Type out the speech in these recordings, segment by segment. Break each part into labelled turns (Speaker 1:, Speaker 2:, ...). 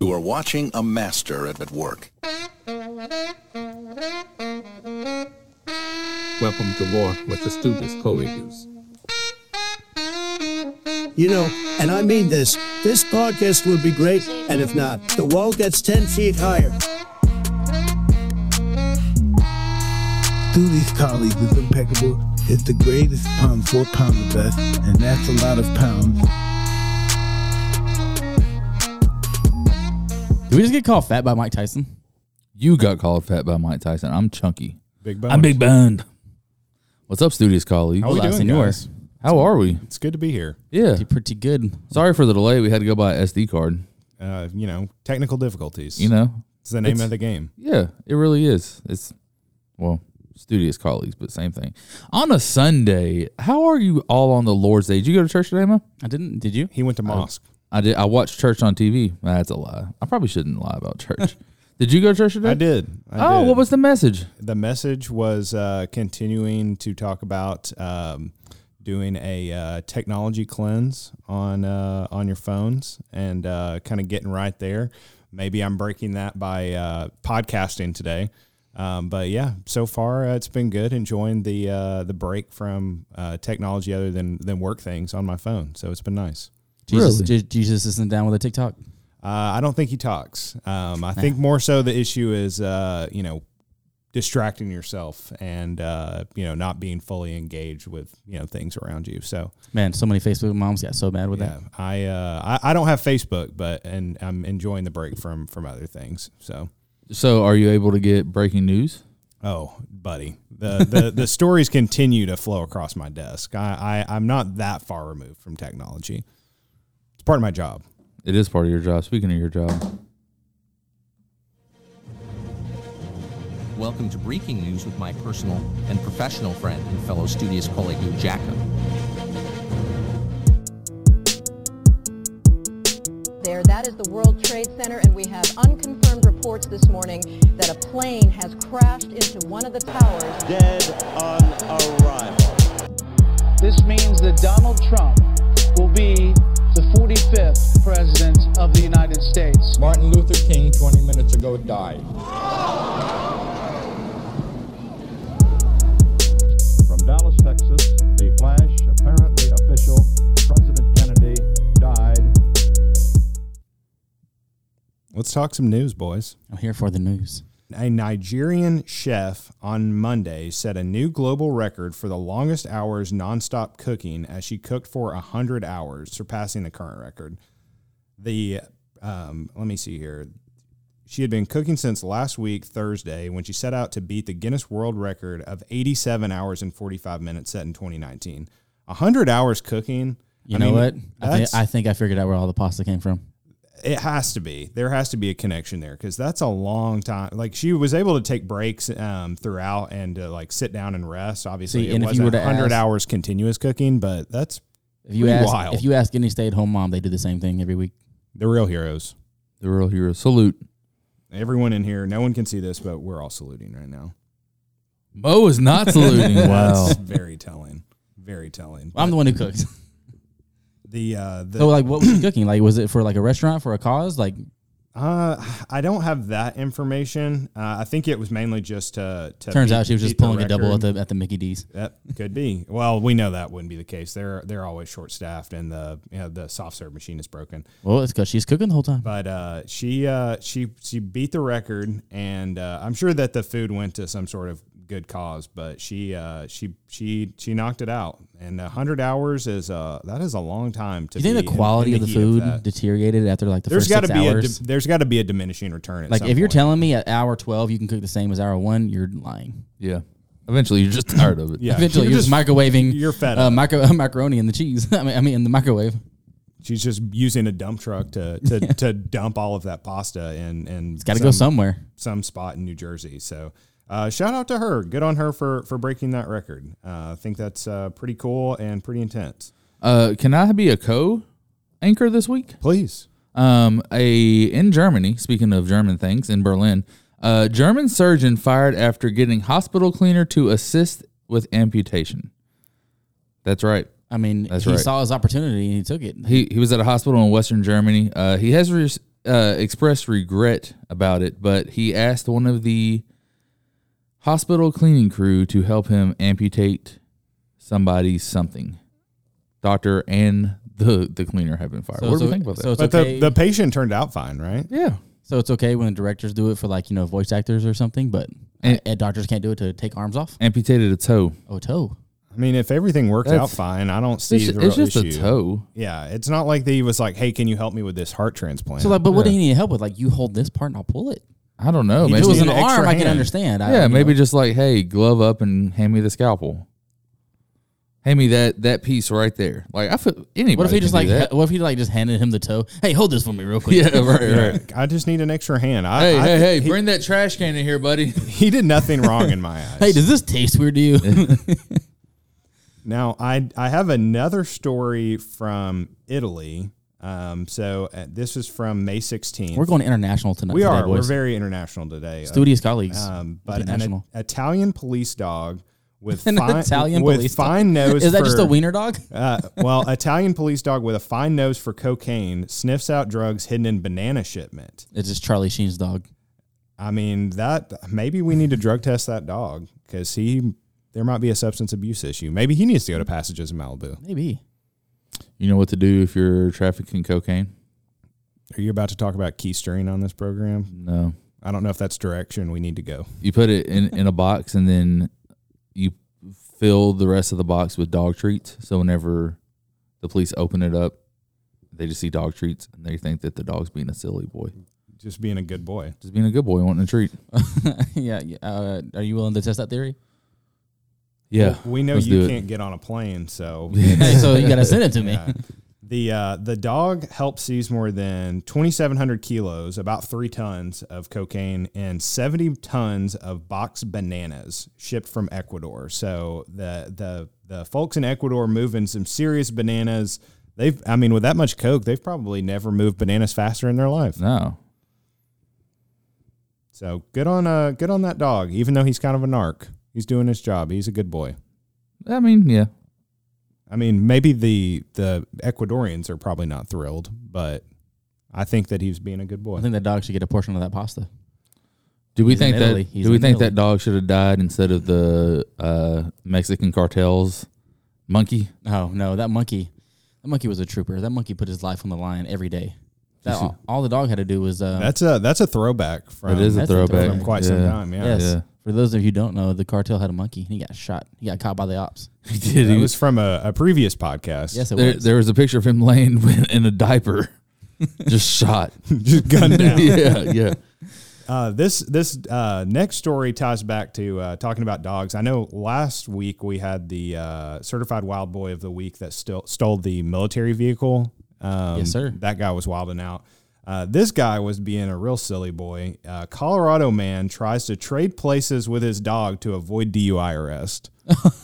Speaker 1: You are watching a master at work.
Speaker 2: Welcome to War with the Students Co-Equals.
Speaker 3: You know, and I mean this, this podcast will be great, and if not, the wall gets 10 feet higher.
Speaker 4: Dooley's colleague is impeccable. It's the greatest pound for pound best, and that's a lot of pounds.
Speaker 5: Did we just get called fat by Mike Tyson?
Speaker 6: You got called fat by Mike Tyson. I'm chunky.
Speaker 7: Big bones.
Speaker 6: boned. What's up, studios colleague?
Speaker 7: How we
Speaker 5: Hola,
Speaker 7: doing,
Speaker 5: senor.
Speaker 7: guys?
Speaker 6: How are we?
Speaker 7: It's good to be here.
Speaker 6: Yeah.
Speaker 5: Pretty, pretty good.
Speaker 6: Sorry for the delay. We had to go buy an SD card.
Speaker 7: Uh, you know, technical difficulties.
Speaker 6: You know.
Speaker 7: it's the name
Speaker 6: it's-
Speaker 7: of the game.
Speaker 6: Yeah, it really is. It's well, studious colleagues, but same thing. On a Sunday, how are you all on the Lord's Day? Did you go to church today, Ma?
Speaker 5: I didn't. Did you?
Speaker 7: He went to
Speaker 6: Oh.
Speaker 7: mosque.
Speaker 6: I did. I watched church on TV. That's a lie. I probably shouldn't lie about church. did you go to church today?
Speaker 7: I did. I
Speaker 6: oh,
Speaker 7: did.
Speaker 6: what was the message?
Speaker 7: the message? Was uh, continuing to talk about um, doing a uh, technology cleanse on uh, on your phones and uh, kind of getting right there. Maybe I'm breaking that by uh, podcasting today. Um, but yeah, so far uh, it's been good. Enjoying the uh, the break from uh, technology other than than work things on my phone. So it's been nice.
Speaker 5: Jesus,
Speaker 6: Really?
Speaker 5: Je- Jesus isn't down with a TikTok.
Speaker 7: Uh, I don't think he talks. Um, I think more so the issue is, uh, you know, distracting yourself and, uh, you know, not being fully engaged with, you know, things around you. So,
Speaker 5: Man, so many Facebook moms got so mad with
Speaker 7: yeah, I, uh, I, I don't have Facebook, but, and I'm enjoying the break from, from other things. So,
Speaker 6: So, are you able to get breaking news?
Speaker 7: oh, buddy, the, the, the stories continue to flow across my desk. I, I, I'm not that far removed from technology. It's part of my job.
Speaker 6: It is part of your job. Speaking of your job,
Speaker 8: Welcome to Breaking News with my personal and professional friend and fellow studious colleague Lou Jacko.
Speaker 9: there. That is the World Trade Center, and we have unconfirmed reports this morning that a plane has crashed into one of the towers.
Speaker 10: This means that Donald Trump will be the 45th President of the United States.
Speaker 11: Martin Luther King 20 minutes ago died. From Dallas, Texas, the flash, apparently official, President Kennedy died
Speaker 7: Let's talk some news, boys.
Speaker 5: I'm here for the news.
Speaker 7: A Nigerian chef on Monday set a new global record for the longest hours nonstop cooking as she cooked for 100 hours, surpassing the current record. The, um, let me see here. She had been cooking since last week, Thursday, when she set out to beat the Guinness World Record of 87 hours and 45 minutes set in 2019. 100 hours cooking.
Speaker 5: You
Speaker 7: I
Speaker 5: know
Speaker 7: mean,
Speaker 5: what? I,
Speaker 7: that's-
Speaker 5: thi- I think I figured out where all the pasta came from.
Speaker 7: it has to be there has to be a connection there because that's a long time like she was able to take breaks um, throughout and to like sit down and rest obviously
Speaker 5: See,
Speaker 7: it
Speaker 5: and if you
Speaker 7: wasn't
Speaker 5: would've
Speaker 7: 100
Speaker 5: asked-
Speaker 7: hours continuous cooking but that's
Speaker 5: If you
Speaker 7: Pretty
Speaker 5: ask,
Speaker 7: wild.
Speaker 5: if you ask any stay-at-home mom, they do the same thing every week.
Speaker 7: the real heroes
Speaker 6: the real hero. Salute.
Speaker 7: everyone in here no one can see this but we're all saluting right now
Speaker 6: Mo is not saluting. wow.
Speaker 7: that's very telling very telling
Speaker 5: I'm the one who cooks.
Speaker 7: the uh the
Speaker 5: so, like, what was she cooking? Like, was it for like a restaurant for a cause? Like,
Speaker 7: Uh, I don't have that information. Uh, I think it was mainly just to. to
Speaker 5: turns
Speaker 7: beat-
Speaker 5: out she was just
Speaker 7: beat the
Speaker 5: pulling a double at
Speaker 7: record.
Speaker 5: the at the Mickey D's.
Speaker 7: That could be. Well, we know that wouldn't be the case. They're they're always short staffed, and the you know, the soft serve machine is broken.
Speaker 5: Well, it's because she's cooking the whole time.
Speaker 7: But uh, she uh, she she beat the record, and uh, I'm sure that the food went to some sort of good cause. But she uh, she she she knocked it out, and 100 hours is uh that is a long time to.
Speaker 5: Do you think
Speaker 7: be in-
Speaker 5: the
Speaker 7: in
Speaker 5: quality of the
Speaker 7: heat
Speaker 5: food
Speaker 7: that.
Speaker 5: deteriorated after like the
Speaker 7: There's
Speaker 5: first
Speaker 7: got to
Speaker 5: six
Speaker 7: be a
Speaker 5: hours?
Speaker 7: di- there's got to be a diminishing return. At
Speaker 5: like,
Speaker 7: some
Speaker 5: if you're
Speaker 7: point.
Speaker 5: telling me at hour twelve you can cook the same as hour one, you're lying.
Speaker 6: Yeah. Eventually, you're just tired of it.
Speaker 7: Yeah.
Speaker 5: Eventually,
Speaker 7: You're
Speaker 5: you're, just,
Speaker 7: just-
Speaker 5: microwaving.
Speaker 7: you're fed
Speaker 5: uh,
Speaker 7: up.
Speaker 5: micro, macaroni and the cheese. I mean, I mean, in the microwave.
Speaker 7: she's just using a dump truck to to, to dump all of that pasta and and
Speaker 5: It's got to go somewhere.
Speaker 7: some spot in New Jersey. So uh, shout out to her. Good on her for for breaking that record. Uh, I think that's uh, pretty cool and pretty intense.
Speaker 6: Uh, can I be a co-anchor this week?
Speaker 7: Please.
Speaker 6: Um, a in Germany. Speaking of German things, in Berlin, a German surgeon fired after getting hospital cleaner to assist with amputation. That's right.
Speaker 5: I mean,
Speaker 6: That's
Speaker 5: he
Speaker 6: right.
Speaker 5: saw his opportunity and he took it.
Speaker 6: He he was at a hospital in Western Germany. Uh, he has re- uh, expressed regret about it, but he asked one of the hospital cleaning crew to help him amputate somebody's something. Doctor and the the cleaner have been fired.
Speaker 5: So
Speaker 6: what
Speaker 5: it's
Speaker 6: do we
Speaker 5: o-
Speaker 6: think about that?
Speaker 5: so it's
Speaker 7: But
Speaker 5: okay.
Speaker 7: the, the patient turned out fine, right?
Speaker 6: yeah,
Speaker 5: So it's okay when the directors do it for like you know voice actors or something, but
Speaker 6: And-
Speaker 5: uh, doctors can't do it to take arms off.
Speaker 6: amputated a toe.
Speaker 5: Oh, toe.
Speaker 7: I mean, if everything worked out
Speaker 6: That's-
Speaker 7: fine, I don't see
Speaker 6: It's,
Speaker 7: the
Speaker 6: it's
Speaker 7: real
Speaker 6: just
Speaker 7: issue.
Speaker 6: a toe.
Speaker 7: Yeah, it's not like he was like, "Hey, can you help me with this heart transplant?"
Speaker 5: So like, but what do
Speaker 6: Yeah.
Speaker 5: you need help with? Like, you hold this part and I'll pull it.
Speaker 6: I don't know.
Speaker 7: He
Speaker 5: If
Speaker 6: Maybe
Speaker 5: it
Speaker 7: just
Speaker 5: was an
Speaker 7: need an
Speaker 5: arm,
Speaker 7: extra
Speaker 5: I can
Speaker 7: hand.
Speaker 5: understand. I,
Speaker 6: yeah,
Speaker 5: you
Speaker 6: maybe
Speaker 5: know.
Speaker 6: just like, hey, glove up and hand me the scalpel. Hand me that that piece right there. Like I feel anybody.
Speaker 5: What if he just
Speaker 6: can
Speaker 5: like?
Speaker 6: do that.
Speaker 5: What if he like just handed him the toe? Hey, hold this for me real quick.
Speaker 6: Yeah, right,
Speaker 7: Yeah,
Speaker 6: right.
Speaker 7: I just need an extra hand. I,
Speaker 6: Hey,
Speaker 7: I-
Speaker 6: hey, hey!
Speaker 7: he-
Speaker 6: Bring that trash can in here, buddy.
Speaker 7: He did nothing wrong in my eyes.
Speaker 5: Hey, does this taste weird to you?
Speaker 7: Now, I I have another story from Italy. Um, so uh, this is from May 16th.
Speaker 5: We're going international tonight.
Speaker 7: We
Speaker 5: today,
Speaker 7: are. We're
Speaker 5: boys.
Speaker 7: very international today. Uh,
Speaker 5: studious colleagues.
Speaker 7: Um, but an
Speaker 5: international.
Speaker 7: I- Italian police dog with
Speaker 5: An
Speaker 7: fine,
Speaker 5: Italian
Speaker 7: with
Speaker 5: police dog.
Speaker 7: fine nose.
Speaker 5: Is that just
Speaker 7: for-
Speaker 5: a wiener dog?
Speaker 7: Uh, well, Italian police dog with a fine nose for cocaine sniffs out drugs hidden in banana shipment.
Speaker 5: It's just Charlie Sheen's dog.
Speaker 7: I mean, that maybe we need to drug test that dog because he there might be a substance abuse issue. Maybe he needs to go to Passages in Malibu.
Speaker 5: Maybe.
Speaker 6: You know what to do if you're trafficking cocaine?
Speaker 7: Are you about to talk about keystering on this program?
Speaker 6: No,
Speaker 7: I don't know if that's direction we need to go.
Speaker 6: you put it in in a box and then you fill the rest of the box with dog treats. So whenever the police open it up, they just see dog treats and they think that the dog's being a silly boy,
Speaker 7: Just being a good boy.
Speaker 6: just being a good boy wanting a treat.
Speaker 5: yeah. yeah, Uh, are you willing to test that theory?
Speaker 6: Yeah,
Speaker 7: We know
Speaker 6: let's do
Speaker 7: you
Speaker 6: it.
Speaker 7: can't get on a plane, so
Speaker 5: Hey, so you gotta send it to me.
Speaker 7: Yeah. The uh, the dog helped seize more than 2,700 kilos, about three tons of cocaine, and 70 tons of box bananas shipped from Ecuador. So the the the folks in Ecuador moving some serious bananas. They've, I mean, with that much coke, they've probably never moved bananas faster in their life.
Speaker 6: No,
Speaker 7: So good on uh, good on that dog. Even though he's kind of a narc, he's doing his job. He's a good boy.
Speaker 6: I mean, yeah,
Speaker 7: I mean, maybe the the Ecuadorians are probably not thrilled, but I think that he's being a good boy.
Speaker 5: I think that dog should get a portion of that pasta.
Speaker 6: Do we
Speaker 5: He's
Speaker 6: think
Speaker 5: in
Speaker 6: that?
Speaker 5: Italy. He's
Speaker 6: do we
Speaker 5: in
Speaker 6: think
Speaker 5: Italy.
Speaker 6: that dog should have died instead of the uh, Mexican cartels monkey?
Speaker 5: Oh no, that monkey. That monkey was a trooper. That monkey put his life on the line every day. That, all, all the dog had to do was uh,
Speaker 7: That's a that's a throwback from
Speaker 6: it is a
Speaker 5: that's a
Speaker 6: throwback.
Speaker 7: from quite some
Speaker 6: Yeah.
Speaker 7: time. Yeah,
Speaker 5: yes.
Speaker 6: yeah.
Speaker 5: For those of you who don't know, the cartel had a monkey. and He got shot. He got caught by the ops.
Speaker 6: He did.
Speaker 7: it
Speaker 6: He
Speaker 7: was from a, a previous podcast.
Speaker 5: Yes, it
Speaker 6: there,
Speaker 5: was.
Speaker 6: there was a picture of him laying in a diaper, just shot.
Speaker 7: just gunned down.
Speaker 6: yeah, yeah.
Speaker 7: Uh, this this uh, next story ties back to uh, talking about dogs. I know last week we had the uh, certified wild boy of the week that still stole the military vehicle. Um,
Speaker 5: Yes, sir.
Speaker 7: That guy was wilding out. Uh, this guy was being a real silly boy. Uh, Colorado man tries to trade places with his dog to avoid DUI arrest.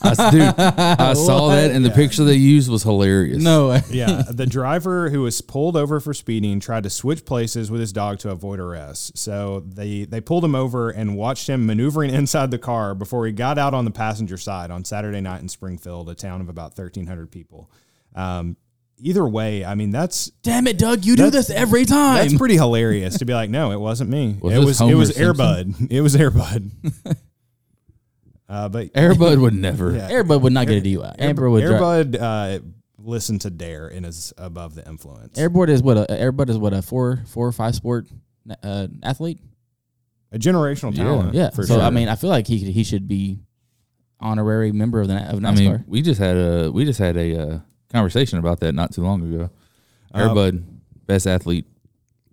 Speaker 6: I, s- dude, I saw that, and the picture they used was hilarious.
Speaker 5: No,
Speaker 7: Yeah, the driver who was pulled over for speeding tried to switch places with his dog to avoid arrest. So they they pulled him over and watched him maneuvering inside the car before he got out on the passenger side on Saturday night in Springfield, a town of about thirteen hundred people. Um, either way, I mean that's
Speaker 5: damn it, Doug, you do
Speaker 7: That's-
Speaker 5: this every time.
Speaker 7: that's pretty hilarious to be like, no, it wasn't me.
Speaker 6: Was
Speaker 7: it
Speaker 6: this
Speaker 7: was it
Speaker 6: Homer
Speaker 7: was
Speaker 6: Simpson?
Speaker 7: Airbud. It was Airbud. uh, but
Speaker 6: Airbud would never.
Speaker 7: Yeah.
Speaker 5: Airbud would not get a DUI. Airbud would. drive-
Speaker 7: Airbud uh, listened to Dare and is above the influence.
Speaker 5: Airbud is what a Airbud is what a four four or five sport uh, athlete.
Speaker 7: a generational
Speaker 6: Yeah.
Speaker 7: talent.
Speaker 5: Yeah.
Speaker 7: for
Speaker 5: so
Speaker 7: sure.
Speaker 5: I mean, I feel like he could, he should be honorary member of the Na- of NASCAR.
Speaker 6: I mean, we just had a we just had a uh, conversation about that not too long ago. Airbud, best athlete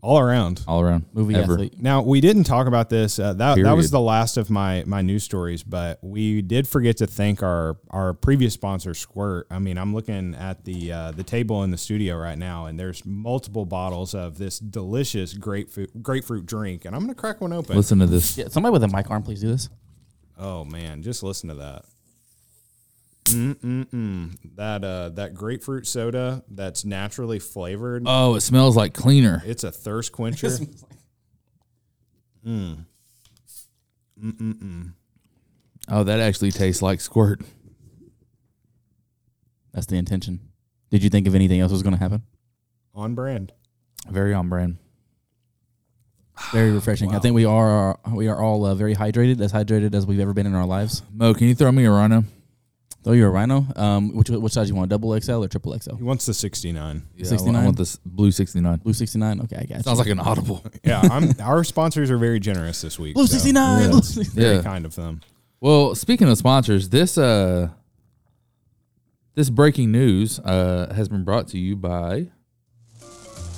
Speaker 7: all around.
Speaker 6: all around,
Speaker 5: Movie
Speaker 6: ever.
Speaker 5: athlete.
Speaker 7: Now we didn't talk about this. Uh, that that was
Speaker 6: Period.
Speaker 7: the last of my my news stories, but we did forget to thank our our previous sponsor, Squirt. I mean, I'm looking at the uh, the table in the studio right now, and there's multiple bottles of this delicious grapefruit grapefruit drink, and I'm gonna crack one open.
Speaker 6: Listen to this.
Speaker 5: Yeah, somebody with a mic arm, please do this.
Speaker 7: Oh man, just listen to that. Mm-mm-mm. That uh, that grapefruit soda that's naturally flavored.
Speaker 6: Oh, it smells like cleaner.
Speaker 7: It's a thirst quencher.
Speaker 6: Oh, that actually tastes like squirt.
Speaker 5: That's the intention. Did you think of anything else was going to happen?
Speaker 7: on brand.
Speaker 6: Very on brand.
Speaker 5: Very refreshing. I think we are we are all uh, very hydrated, as hydrated as we've ever been in our lives.
Speaker 6: Mo, can you throw me a rhino?
Speaker 5: Throw you a rhino. Um, which which size you want? Double XL or triple XL?
Speaker 7: He wants the 69.
Speaker 6: Yeah, I want- I want this blue 69.
Speaker 5: Blue sixty nine. Okay, I got.
Speaker 6: Sounds
Speaker 5: you.
Speaker 6: like an audible.
Speaker 7: Yeah, I'm, our sponsors are very generous this week.
Speaker 5: Blue
Speaker 7: so
Speaker 5: 69,
Speaker 7: that's
Speaker 5: Blue 69.
Speaker 7: Very
Speaker 6: Yeah.
Speaker 7: kind of them.
Speaker 6: Well, speaking of sponsors, this uh this breaking news uh has been brought to you by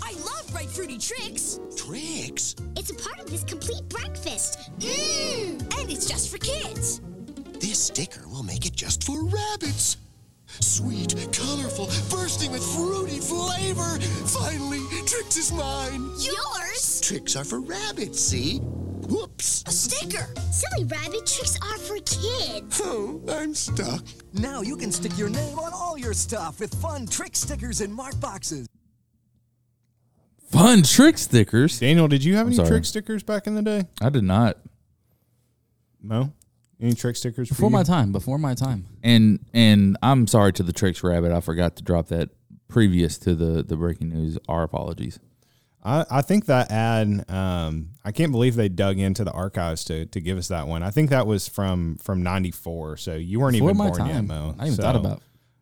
Speaker 12: I love bright fruity tricks. Tricks? It's a part of this complete breakfast. Mmm! And it's just for kids.
Speaker 13: This sticker will make it just for rabbits. Sweet, colorful, bursting with fruity flavor. Finally, Trix is mine.
Speaker 12: Yours?
Speaker 13: Tricks are for rabbits, see? Whoops.
Speaker 12: A sticker. Silly rabbit tricks are for kids.
Speaker 13: Oh, I'm stuck.
Speaker 14: Now you can stick your name on all your stuff with fun trick stickers and mark boxes.
Speaker 6: Fun Trick Stickers.
Speaker 7: Daniel, did you have
Speaker 6: I'm
Speaker 7: any
Speaker 6: sorry.
Speaker 7: trick stickers back in the day?
Speaker 6: I did not.
Speaker 7: No. Any trick stickers for
Speaker 5: Before
Speaker 7: you?
Speaker 5: my time. Before my time.
Speaker 6: And and I'm sorry to the Tricks Rabbit. I forgot to drop that previous to the the breaking news. Our apologies.
Speaker 7: I, I think that ad. Um, I can't believe they dug into the archives to to give us that one. I think that was from from '94. So you weren't
Speaker 5: Before
Speaker 7: even
Speaker 5: my
Speaker 7: born yet,
Speaker 5: time.
Speaker 7: Mo.
Speaker 5: I even
Speaker 7: So,
Speaker 5: thought about-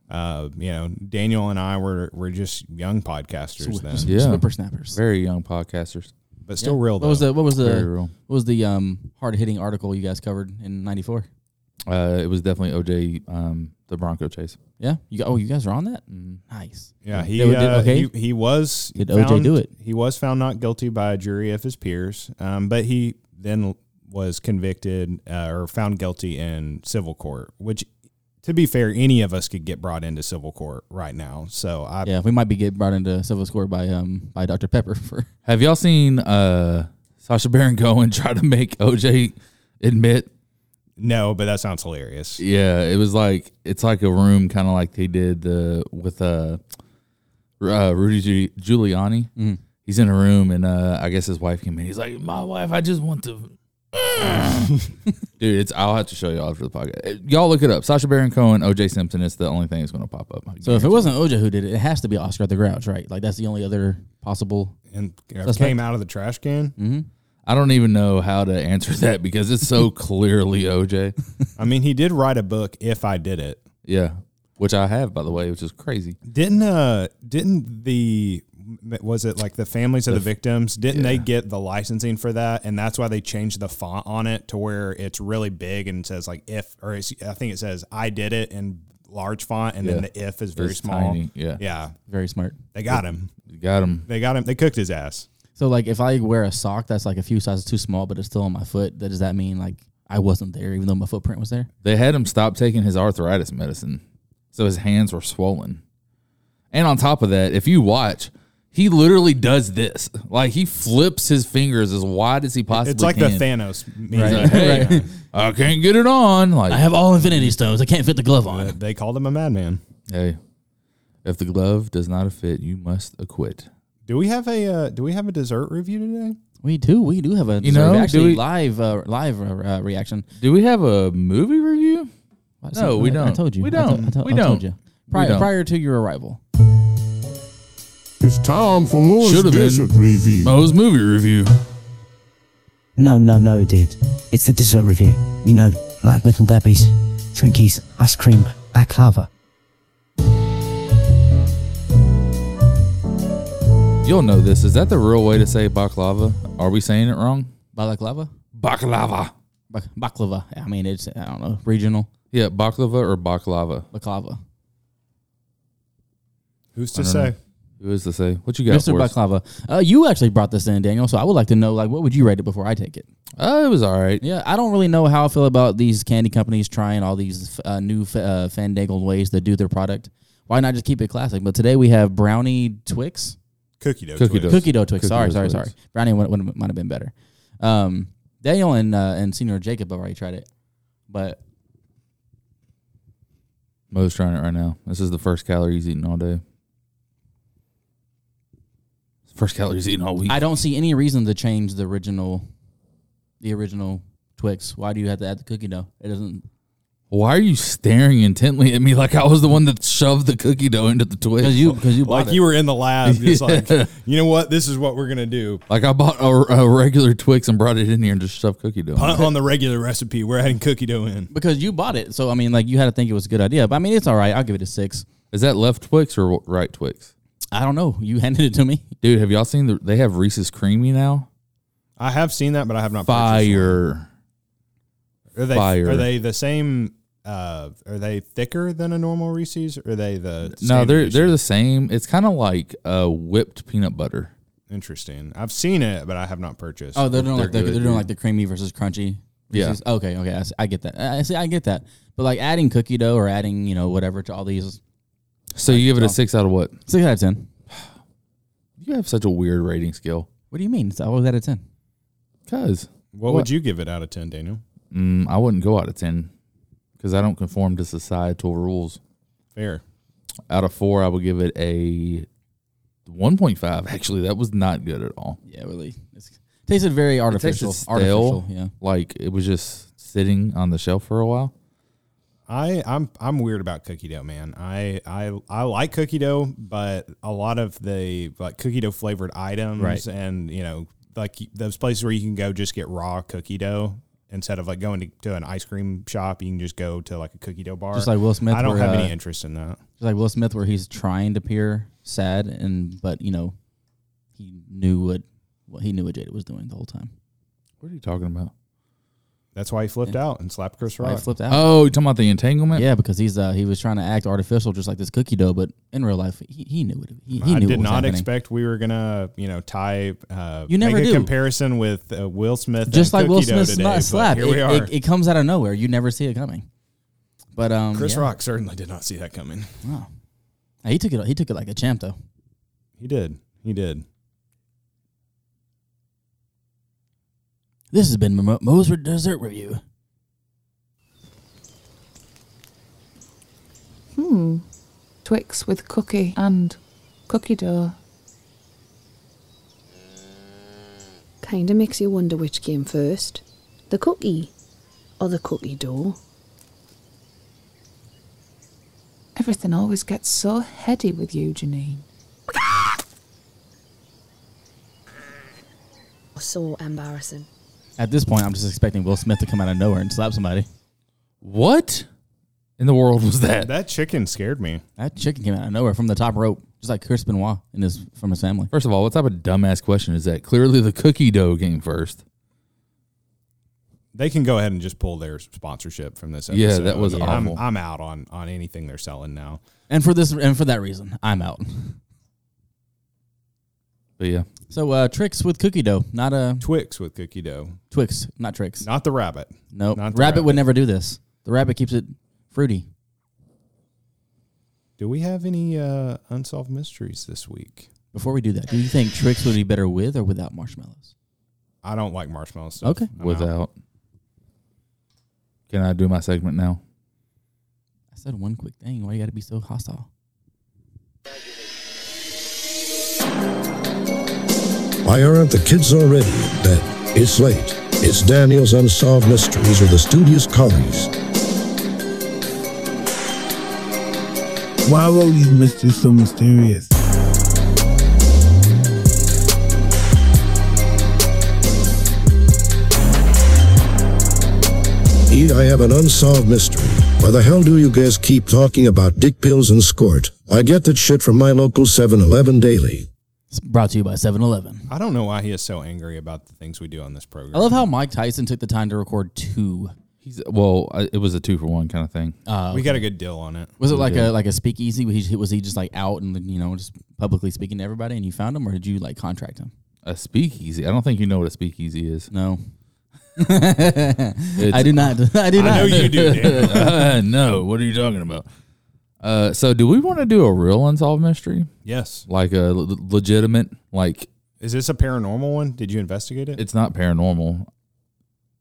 Speaker 7: Uh, you know, Daniel and I were were just young podcasters
Speaker 5: Swi-
Speaker 7: then.
Speaker 5: swi- Yeah. Whippersnappers.
Speaker 6: Very young podcasters.
Speaker 7: But still real,
Speaker 5: What was
Speaker 7: though.
Speaker 5: the What was the
Speaker 6: Very real.
Speaker 5: What was the um hard hitting article you guys covered in ninety four?
Speaker 6: Uh, it was definitely OJ, um, the Bronco chase.
Speaker 5: Yeah. You got, oh, you guys are on that. Nice.
Speaker 7: Yeah, he
Speaker 5: They were- did-
Speaker 7: uh,
Speaker 5: okay.
Speaker 7: he, he was
Speaker 5: Did OJ do it?
Speaker 7: He was found not guilty by a jury of his peers, um, but he then was convicted uh, or found guilty in civil court. Which, to be fair, any of us could get brought into civil court right now. So I
Speaker 5: yeah, we might be getting brought into civil score by um by Dr Pepper for
Speaker 6: Have y'all seen uh, Sasha Baron Cohen try to make OJ admit?
Speaker 7: no, but that sounds hilarious.
Speaker 6: Yeah, it was like it's like a room, kind of like they did the with uh, Ru- uh Rudy Giu- Giuliani.
Speaker 5: Mm.
Speaker 6: He's in a room, and uh, I guess his wife came in. He's like, "My wife, I just want to." Dude, it's. I'll have to show y'all after the podcast. Y'all look it up. Sasha Baron Cohen, OJ Simpson. It's the only thing that's going to pop up.
Speaker 5: So if it wasn't OJ who did it, it has to be Oscar the Grouch, right? Like that's the only other possible.
Speaker 7: And
Speaker 5: Suspect.
Speaker 7: came out of the trash can.
Speaker 5: Mm-hmm.
Speaker 6: I don't even know how to answer that because it's so clearly OJ.
Speaker 7: I mean, he did write a book. If I did it,
Speaker 6: Yeah, which I have by the way, which is crazy.
Speaker 7: didn't uh didn't the was it like the families of
Speaker 6: The
Speaker 7: the,
Speaker 6: f-
Speaker 7: victims didn't they get the licensing for that and that's why they changed the font on it to where it's really big and says like if or it's, i think it says i did it in large font and then
Speaker 6: Yeah.
Speaker 7: the if is very
Speaker 6: It's
Speaker 7: small
Speaker 6: tiny, yeah.
Speaker 7: yeah
Speaker 5: Very smart.
Speaker 7: they got him
Speaker 6: Got him.
Speaker 7: they got him they cooked his ass
Speaker 5: So like if I wear a sock that's like a few sizes too small, but it's still on my foot, that does that mean like I wasn't there even though my footprint was there?
Speaker 6: They had him stop taking his arthritis medicine, so his hands were swollen. And on top of that, if you watch, he literally does this. Like he flips his fingers as wide as he possibly.
Speaker 7: it's like
Speaker 6: can.
Speaker 7: the thanos meme.
Speaker 6: He's
Speaker 7: He's
Speaker 6: like,
Speaker 7: like,
Speaker 6: hey,
Speaker 7: "Hey,
Speaker 6: I can't get it on. Like
Speaker 5: I have all Infinity Stones. I can't fit the glove on.
Speaker 7: they called him a madman
Speaker 6: Hey, if the glove does not fit, you must acquit.
Speaker 7: do we have a uh, do we have a dessert review today
Speaker 5: We do. We do have a
Speaker 6: You know, do
Speaker 5: actually
Speaker 6: we-
Speaker 5: live uh, live uh, uh, reaction.
Speaker 6: Do we have a movie review?
Speaker 5: I
Speaker 6: No,
Speaker 5: said-
Speaker 6: we
Speaker 5: I-
Speaker 6: don't.
Speaker 5: I told you.
Speaker 6: We
Speaker 5: I to-
Speaker 6: don't.
Speaker 5: I to-
Speaker 6: We
Speaker 5: I told
Speaker 6: don't.
Speaker 5: you.
Speaker 6: We
Speaker 5: Prior,
Speaker 6: don't.
Speaker 5: prior to your arrival.
Speaker 15: It's time for Moore's
Speaker 6: Should have
Speaker 15: Desert
Speaker 6: been
Speaker 15: Review.
Speaker 6: Mo's movie review.
Speaker 16: No, no, no, dude. It's the dessert review. You know, like little debbies, Twinkies, ice cream, baklava.
Speaker 6: You'll know this. Is that the real way to say baklava? Are we saying it wrong?
Speaker 5: Balaklava?
Speaker 6: Baklava.
Speaker 5: Bak- baklava. I mean, it's, I don't know, regional.
Speaker 6: Yeah, baklava or baklava.
Speaker 5: Baklava.
Speaker 7: who's
Speaker 6: I
Speaker 7: to
Speaker 6: don't
Speaker 7: say
Speaker 6: know. Who is to say? What you got
Speaker 5: Mr.
Speaker 6: for us?
Speaker 5: Baklava. Uh, you actually brought this in, Daniel, so I would like to know, like, what would you rate it before I take it?
Speaker 6: Uh, it was all right.
Speaker 5: Yeah, I don't really know how I feel about these candy companies trying all these uh, new f- uh, fandangled ways to do their product. Why not just keep it classic? But today we have brownie Twix.
Speaker 7: cookie dough
Speaker 6: Cookie
Speaker 7: Twix.
Speaker 6: dough.
Speaker 5: Cookie dough Twix.
Speaker 6: Cookie
Speaker 5: sorry,
Speaker 6: dough
Speaker 5: sorry,
Speaker 6: Twix.
Speaker 5: sorry. Brownie would, would, might have been better. Um, Daniel and uh, and Senior Jacob have already tried it, but
Speaker 6: Mo's trying it right now. This is the first calorie he's eating all day. It's the First calorie he's eating all week.
Speaker 5: I don't see any reason to change the original, the original Twix. Why do you have to add the cookie dough? It doesn't.
Speaker 6: Why are you staring intently at me like I was the one that shoved the cookie dough into the Twix? Because you, because you,
Speaker 7: like you were in the lab, just like you know what, this is what we're gonna do.
Speaker 6: like I bought a, a regular Twix and brought it in here and just shoved cookie dough. in
Speaker 7: Punt
Speaker 6: it.
Speaker 7: on the regular recipe. We're adding cookie dough in.
Speaker 5: because you bought it. So I mean, like you had to think it was a good idea. But I mean, it's all right. I'll give it a six.
Speaker 6: Is that left Twix or right Twix?
Speaker 5: I don't know. You handed it to me.
Speaker 6: Dude, have y'all seen the, they have Reese's creamy now?
Speaker 7: I have seen that, but I have not.
Speaker 6: Fire.
Speaker 7: Are they
Speaker 6: Fire.
Speaker 7: are they the same? Uh, are they thicker than a normal Reese's? Or are they the
Speaker 6: No,
Speaker 7: standard
Speaker 6: they're
Speaker 7: Reese's?
Speaker 6: they're the same. It's kind of like uh, whipped peanut butter.
Speaker 7: interesting. I've seen it, but I have not purchased.
Speaker 5: Oh, they're doing like the,
Speaker 6: good,
Speaker 5: they're doing
Speaker 6: dude.
Speaker 5: like the creamy versus crunchy.
Speaker 6: Yeah.
Speaker 5: Reese's. Okay. Okay. I, see- I get that. I I see. I get that. But like adding cookie dough or adding you know whatever to all these
Speaker 6: So you give it a six out of what?
Speaker 5: six out of ten.
Speaker 6: You have such a weird rating scale.
Speaker 5: What do you mean? It's always out of ten.
Speaker 6: Cause
Speaker 7: What, would you give it out of ten, Daniel?
Speaker 6: Mm, I wouldn't go out of ten because I don't conform to societal rules.
Speaker 7: Fair.
Speaker 6: Out of four, I would give it a one point five. Actually, that was not good at all.
Speaker 5: Yeah. Really. It's, tasted very
Speaker 6: It tasted
Speaker 5: artificial.
Speaker 6: stale,
Speaker 5: Artificial. Yeah.
Speaker 6: like it was just sitting on the shelf for a while.
Speaker 7: I I'm I'm weird about cookie dough, man. I I I like cookie dough, but a lot of the like cookie dough flavored items
Speaker 6: Right.
Speaker 7: and you know like those places where you can go just get raw cookie dough instead of like going to, to an ice cream shop, you can just go to like a cookie dough bar.
Speaker 5: Just like Will Smith
Speaker 7: I don't
Speaker 5: where,
Speaker 7: have
Speaker 5: uh,
Speaker 7: any interest in that.
Speaker 5: Just like Will Smith, where he's trying to appear sad, and but you know, he knew what what he knew what Jada was doing the whole time.
Speaker 6: What are you talking about?
Speaker 7: That's why he flipped out and slapped Chris
Speaker 5: Why he
Speaker 7: Rock.
Speaker 5: flipped out.
Speaker 6: Oh, you talking about the entanglement?
Speaker 5: Yeah, because he's uh, he was trying to act artificial, just like this cookie dough, but in real life, he, he knew it. He, he
Speaker 7: I
Speaker 5: knew
Speaker 7: did
Speaker 5: what was
Speaker 7: not
Speaker 5: happening.
Speaker 7: expect we were gonna, you know, tie. Uh,
Speaker 5: You never
Speaker 7: make a
Speaker 5: do.
Speaker 7: comparison with uh, Will Smith,
Speaker 5: just
Speaker 7: and
Speaker 5: like Will
Speaker 7: Cookie Dough
Speaker 5: Smith's
Speaker 7: today,
Speaker 5: not
Speaker 7: but
Speaker 5: a slap.
Speaker 7: Here
Speaker 5: it,
Speaker 7: we are.
Speaker 5: It, it comes out of nowhere. You never see it coming. But um,
Speaker 7: Chris
Speaker 5: yeah.
Speaker 7: Rock certainly did not see that coming.
Speaker 5: Wow. Hey, he took it. He took it like a champ, though.
Speaker 7: He did. He did.
Speaker 5: This has been Mo- Mo's dessert review.
Speaker 17: Hmm. Twix with cookie and cookie dough.
Speaker 18: Kinda makes you wonder which came first the cookie or the cookie dough.
Speaker 17: Everything always gets so heady with you, Janine.
Speaker 18: So embarrassing.
Speaker 5: At this point, I'm just expecting Will Smith to come out of nowhere and slap somebody.
Speaker 6: What in the world was that?
Speaker 7: That chicken scared me.
Speaker 5: That chicken came out of nowhere from the top rope, just like Chris Benoit and his from his family.
Speaker 6: First of all, what type of dumbass question is that? Clearly, the cookie dough came first.
Speaker 7: They can go ahead and just pull their sponsorship from this. Episode.
Speaker 6: Yeah, that was
Speaker 7: I'm,
Speaker 6: awful.
Speaker 7: I'm out on on anything they're selling now.
Speaker 5: And for this and for that reason, I'm out.
Speaker 6: But yeah,
Speaker 5: So uh, tricks with cookie dough, not a
Speaker 7: Twix with cookie dough,
Speaker 5: Twix, not tricks.
Speaker 7: not the rabbit.
Speaker 5: No,
Speaker 7: not
Speaker 5: rabbit,
Speaker 7: the
Speaker 5: would never do this. The rabbit keeps it fruity.
Speaker 7: Do we have any uh, unsolved mysteries this week?
Speaker 5: Before we do that, do you think tricks would be better with or without marshmallows?
Speaker 7: I don't like marshmallow stuff.
Speaker 5: Okay,
Speaker 7: I'm out.
Speaker 6: without. Can I do my segment now?
Speaker 5: I said one quick thing. Why you got to be so hostile?
Speaker 19: Why aren't the kids already in bed? It's late. It's Daniel's Unsolved Mysteries of the Studious Collies.
Speaker 4: Why were these mysteries so mysterious?
Speaker 19: E, I have an unsolved mystery. Why the hell do you guys keep talking about dick pills and squirt? I get that shit from my local 7-Eleven daily.
Speaker 5: It's brought to you by 7-Eleven.
Speaker 7: I don't know why he is so angry about the things we do on this program.
Speaker 5: I love how Mike Tyson took the time to record two.
Speaker 6: He's well, I, it was a two for one kind of thing.
Speaker 5: Uh,
Speaker 7: we got a good deal on it.
Speaker 5: Was it
Speaker 6: We
Speaker 5: like
Speaker 6: did.
Speaker 5: a like a speakeasy? Was he, was he just like out and you know just publicly speaking to everybody, and you found him, or did you like contract him?
Speaker 6: A speakeasy. I don't think you know what a speakeasy is.
Speaker 5: No. I do not. I do not.
Speaker 6: Uh, no. What are you talking about? Uh, so do we want to do a real unsolved mystery?
Speaker 7: Yes.
Speaker 6: Like a le- legitimate, like
Speaker 7: Is this a paranormal one? Did you investigate it?
Speaker 6: it's not paranormal.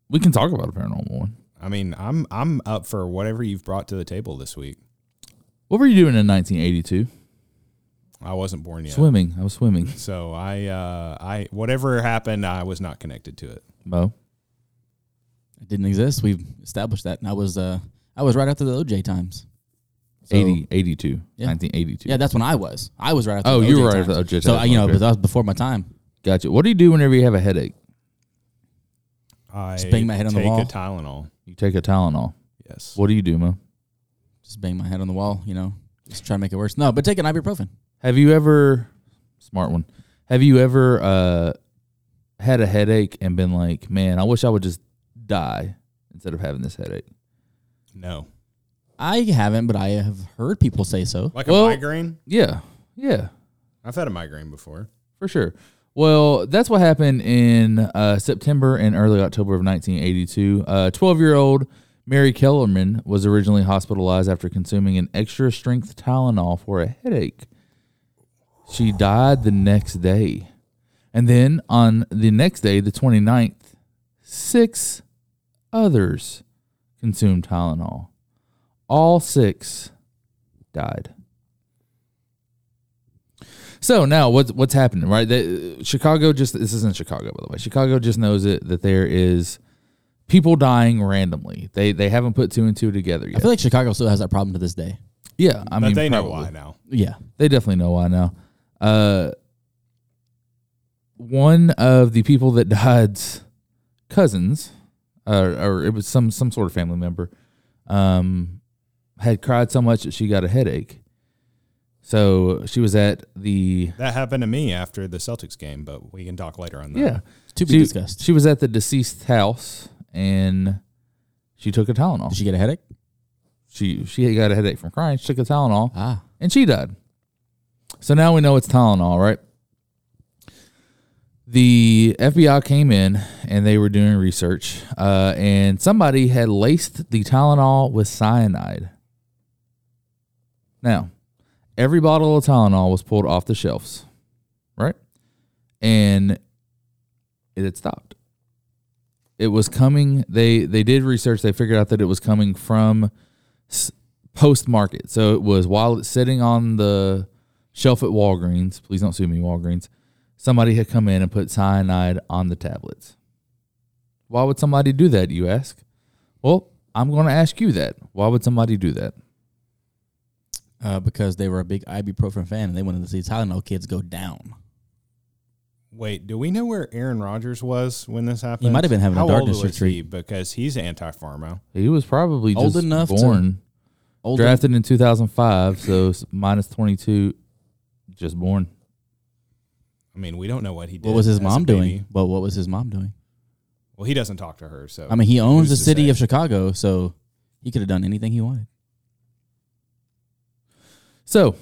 Speaker 6: We can talk about a paranormal one.
Speaker 7: I mean, I'm I'm up for whatever you've brought to the table this week.
Speaker 6: What were you doing in 1982?
Speaker 7: I wasn't born yet.
Speaker 6: Swimming. I was swimming.
Speaker 7: So I uh I whatever happened, I was not connected to it.
Speaker 6: Mo.
Speaker 5: It didn't exist. We've established that. And I was uh I was right after the OJ times. So-
Speaker 6: 80, 82,
Speaker 5: Yeah.
Speaker 6: 1982.
Speaker 5: Yeah, that's when I was. I was right after.
Speaker 6: Oh,
Speaker 5: the
Speaker 6: you
Speaker 5: OJ
Speaker 6: were right
Speaker 5: times.
Speaker 6: after the OJ
Speaker 5: So
Speaker 6: times,
Speaker 5: I- you know,
Speaker 6: okay.
Speaker 5: but that was before my time.
Speaker 6: Gotcha. What do you do whenever you have a headache?
Speaker 7: I
Speaker 5: Just bang my head on the
Speaker 7: take
Speaker 5: wall.
Speaker 7: A Tylenol.
Speaker 6: You take a Tylenol.
Speaker 7: Yes.
Speaker 6: What do you do, Mo?
Speaker 5: Just bang my head on the wall. You know, just try to make it worse. No, but take an ibuprofen.
Speaker 6: Have you ever smart one? Have you ever uh had a headache and been like, "Man, I wish I would just die instead of having this headache."
Speaker 7: No.
Speaker 5: I haven't, but I have heard people say so.
Speaker 7: Like a migraine?
Speaker 6: Yeah. Yeah.
Speaker 7: I've had a migraine before.
Speaker 6: For sure. Well, that's what happened in uh, September and early October of 1982. Uh, 12-year-old Mary Kellerman was originally hospitalized after consuming an extra strength Tylenol for a headache. She died the next day. And then on the next day, the 29th, six others consumed Tylenol. All six died. So now what's what's happening, right? They, Chicago just this isn't Chicago by the way. Chicago just knows it that there is people dying randomly. They they haven't put two and two together
Speaker 5: I
Speaker 6: yet.
Speaker 5: feel like Chicago still has that problem to this day.
Speaker 6: Yeah, I
Speaker 7: But
Speaker 6: mean
Speaker 7: they know
Speaker 6: probably.
Speaker 7: why now.
Speaker 5: Yeah.
Speaker 6: they definitely know why now. Uh, one of the people that died's cousins, uh, or it was some some sort of family member, um, had cried so much that she got a headache. So she was at the
Speaker 7: That happened to me after the Celtics game, but we can talk later on that.
Speaker 6: yeah. she, She was at the deceased house and she took a Tylenol. Did
Speaker 5: she get a headache?
Speaker 6: She she got a headache from crying. She took a Tylenol.
Speaker 5: Ah.
Speaker 6: And she died. So now we know it's Tylenol, right? The FBI came in and they were doing research, uh, and somebody had laced the Tylenol with cyanide. Now, every bottle of Tylenol was pulled off the shelves, right? And it had stopped. It was coming. They they did research. They figured out that it was coming from s- post market. So it was while it's sitting on the shelf at Walgreens. Please don't sue me, Walgreens. Somebody had come in and put cyanide on the tablets. Why would somebody do that? You ask. Well, I'm going to ask you that. Why would somebody do that?
Speaker 5: Uh, because they were a big ibuprofen fan and they wanted to see Tylenol kids go down.
Speaker 7: Wait, do we know where Aaron Rodgers was when this happened?
Speaker 5: might have been having a
Speaker 7: How
Speaker 5: darkness
Speaker 7: old was
Speaker 5: retreat.
Speaker 7: he? because he's anti-pharma.
Speaker 6: He was probably
Speaker 5: Old
Speaker 6: just
Speaker 5: enough to-
Speaker 6: born,
Speaker 5: old
Speaker 6: drafted in 2005, so it's minus 22, just born.
Speaker 7: I mean, we don't know what he did.
Speaker 5: What was
Speaker 7: as
Speaker 5: his
Speaker 7: a
Speaker 5: mom
Speaker 7: baby.
Speaker 5: doing? But what was his mom doing?
Speaker 7: Well, he doesn't talk to her, so
Speaker 5: I mean, he owns the
Speaker 7: who's to
Speaker 5: city
Speaker 7: say?
Speaker 5: of Chicago, so he could have done anything he wanted.
Speaker 6: So,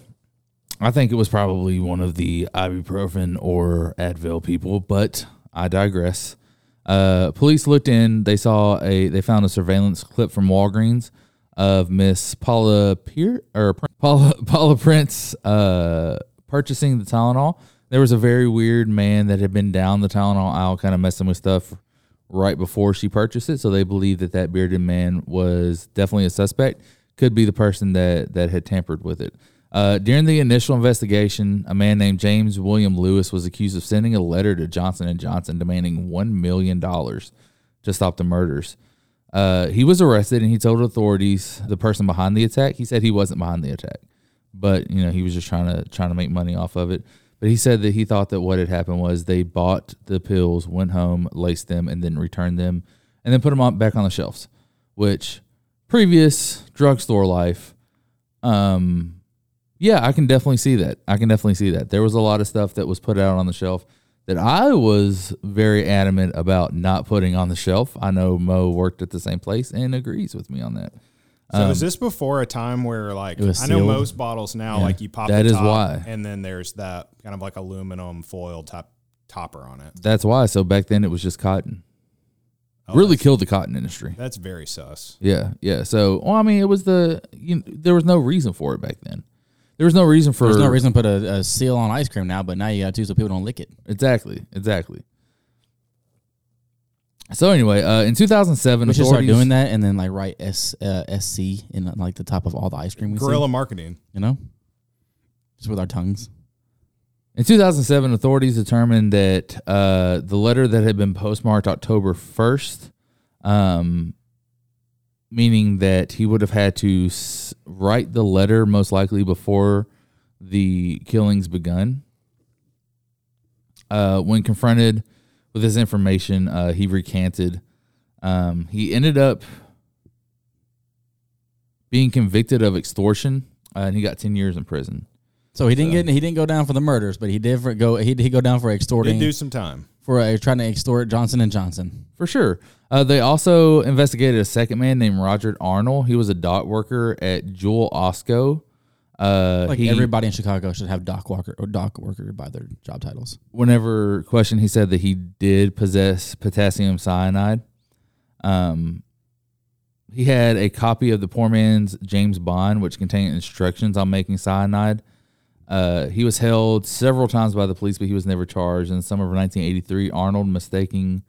Speaker 6: I think it was probably one of the ibuprofen or Advil people, but I digress. Uh, police looked in. They saw a. They found a surveillance clip from Walgreens of Miss Paula Pier or Pr- Paula Paula Prince uh, purchasing the Tylenol. There was a very weird man that had been down the Tylenol aisle, kind of messing with stuff right before she purchased it. So they believe that that bearded man was definitely a suspect. Could be the person that that had tampered with it. Uh, during the initial investigation, a man named James William Lewis was accused of sending a letter to Johnson and Johnson demanding one million dollars to stop the murders. Uh, he was arrested and he told authorities the person behind the attack. He said he wasn't behind the attack, but you know he was just trying to trying to make money off of it. But he said that he thought that what had happened was they bought the pills, went home, laced them, and then returned them, and then put them on, back on the shelves. Which previous drugstore life, um, yeah, I can definitely see that. I can definitely see that. There was a lot of stuff that was put out on the shelf that I was very adamant about not putting on the shelf. I know Mo worked at the same place and agrees with me on that.
Speaker 7: So
Speaker 6: Um,
Speaker 7: is this before a time where like
Speaker 6: It was
Speaker 7: I know
Speaker 6: sealed.
Speaker 7: most bottles now
Speaker 6: Yeah.
Speaker 7: like you pop
Speaker 6: That
Speaker 7: the
Speaker 6: is
Speaker 7: top,
Speaker 6: why.
Speaker 7: and then there's that kind of like aluminum foil top topper on it.
Speaker 6: that's why. So back then it was just cotton.
Speaker 5: Oh,
Speaker 6: really killed the cotton industry.
Speaker 7: Oh, That's very sus.
Speaker 6: Yeah, yeah. So, well, I mean, it was the you there was no reason for it back then. There was no reason for
Speaker 5: There's no reason to put a, a seal on ice cream now, but now you got to so people don't lick it.
Speaker 6: Exactly, exactly. So anyway, uh, in 2007,
Speaker 5: We should start
Speaker 6: authorities-
Speaker 5: doing that and then like write S uh, SC in like the top of all the ice cream. We see.
Speaker 7: Guerrilla marketing.
Speaker 5: you know, just with our tongues.
Speaker 6: In 2007, authorities determined that uh, the letter that had been postmarked October 1st um, meaning that he would have had to s- write the letter most likely before the killings begun. Uh, when confronted with this information, uh, he recanted. Um, he ended up being convicted of extortion, uh, and he got ten years in prison.
Speaker 5: So he didn't get he didn't go down for the murders, but he did for, go he did go down for extorting.
Speaker 6: Did do some time.
Speaker 5: for uh, trying to extort Johnson and Johnson.
Speaker 6: For sure. Uh, they also investigated a second man named Roger Arnold. He was a dock worker at Jewel Osco. Uh,
Speaker 5: like
Speaker 6: he-
Speaker 5: everybody in Chicago should have dock walker or dock worker by their job titles.
Speaker 6: whenever questioned, he said that he did possess potassium cyanide. Um, he had a copy of the poor man's James Bond, which contained instructions on making cyanide. Uh, he was held several times by the police, but he was never charged. In the summer of 1983, Arnold, mistaking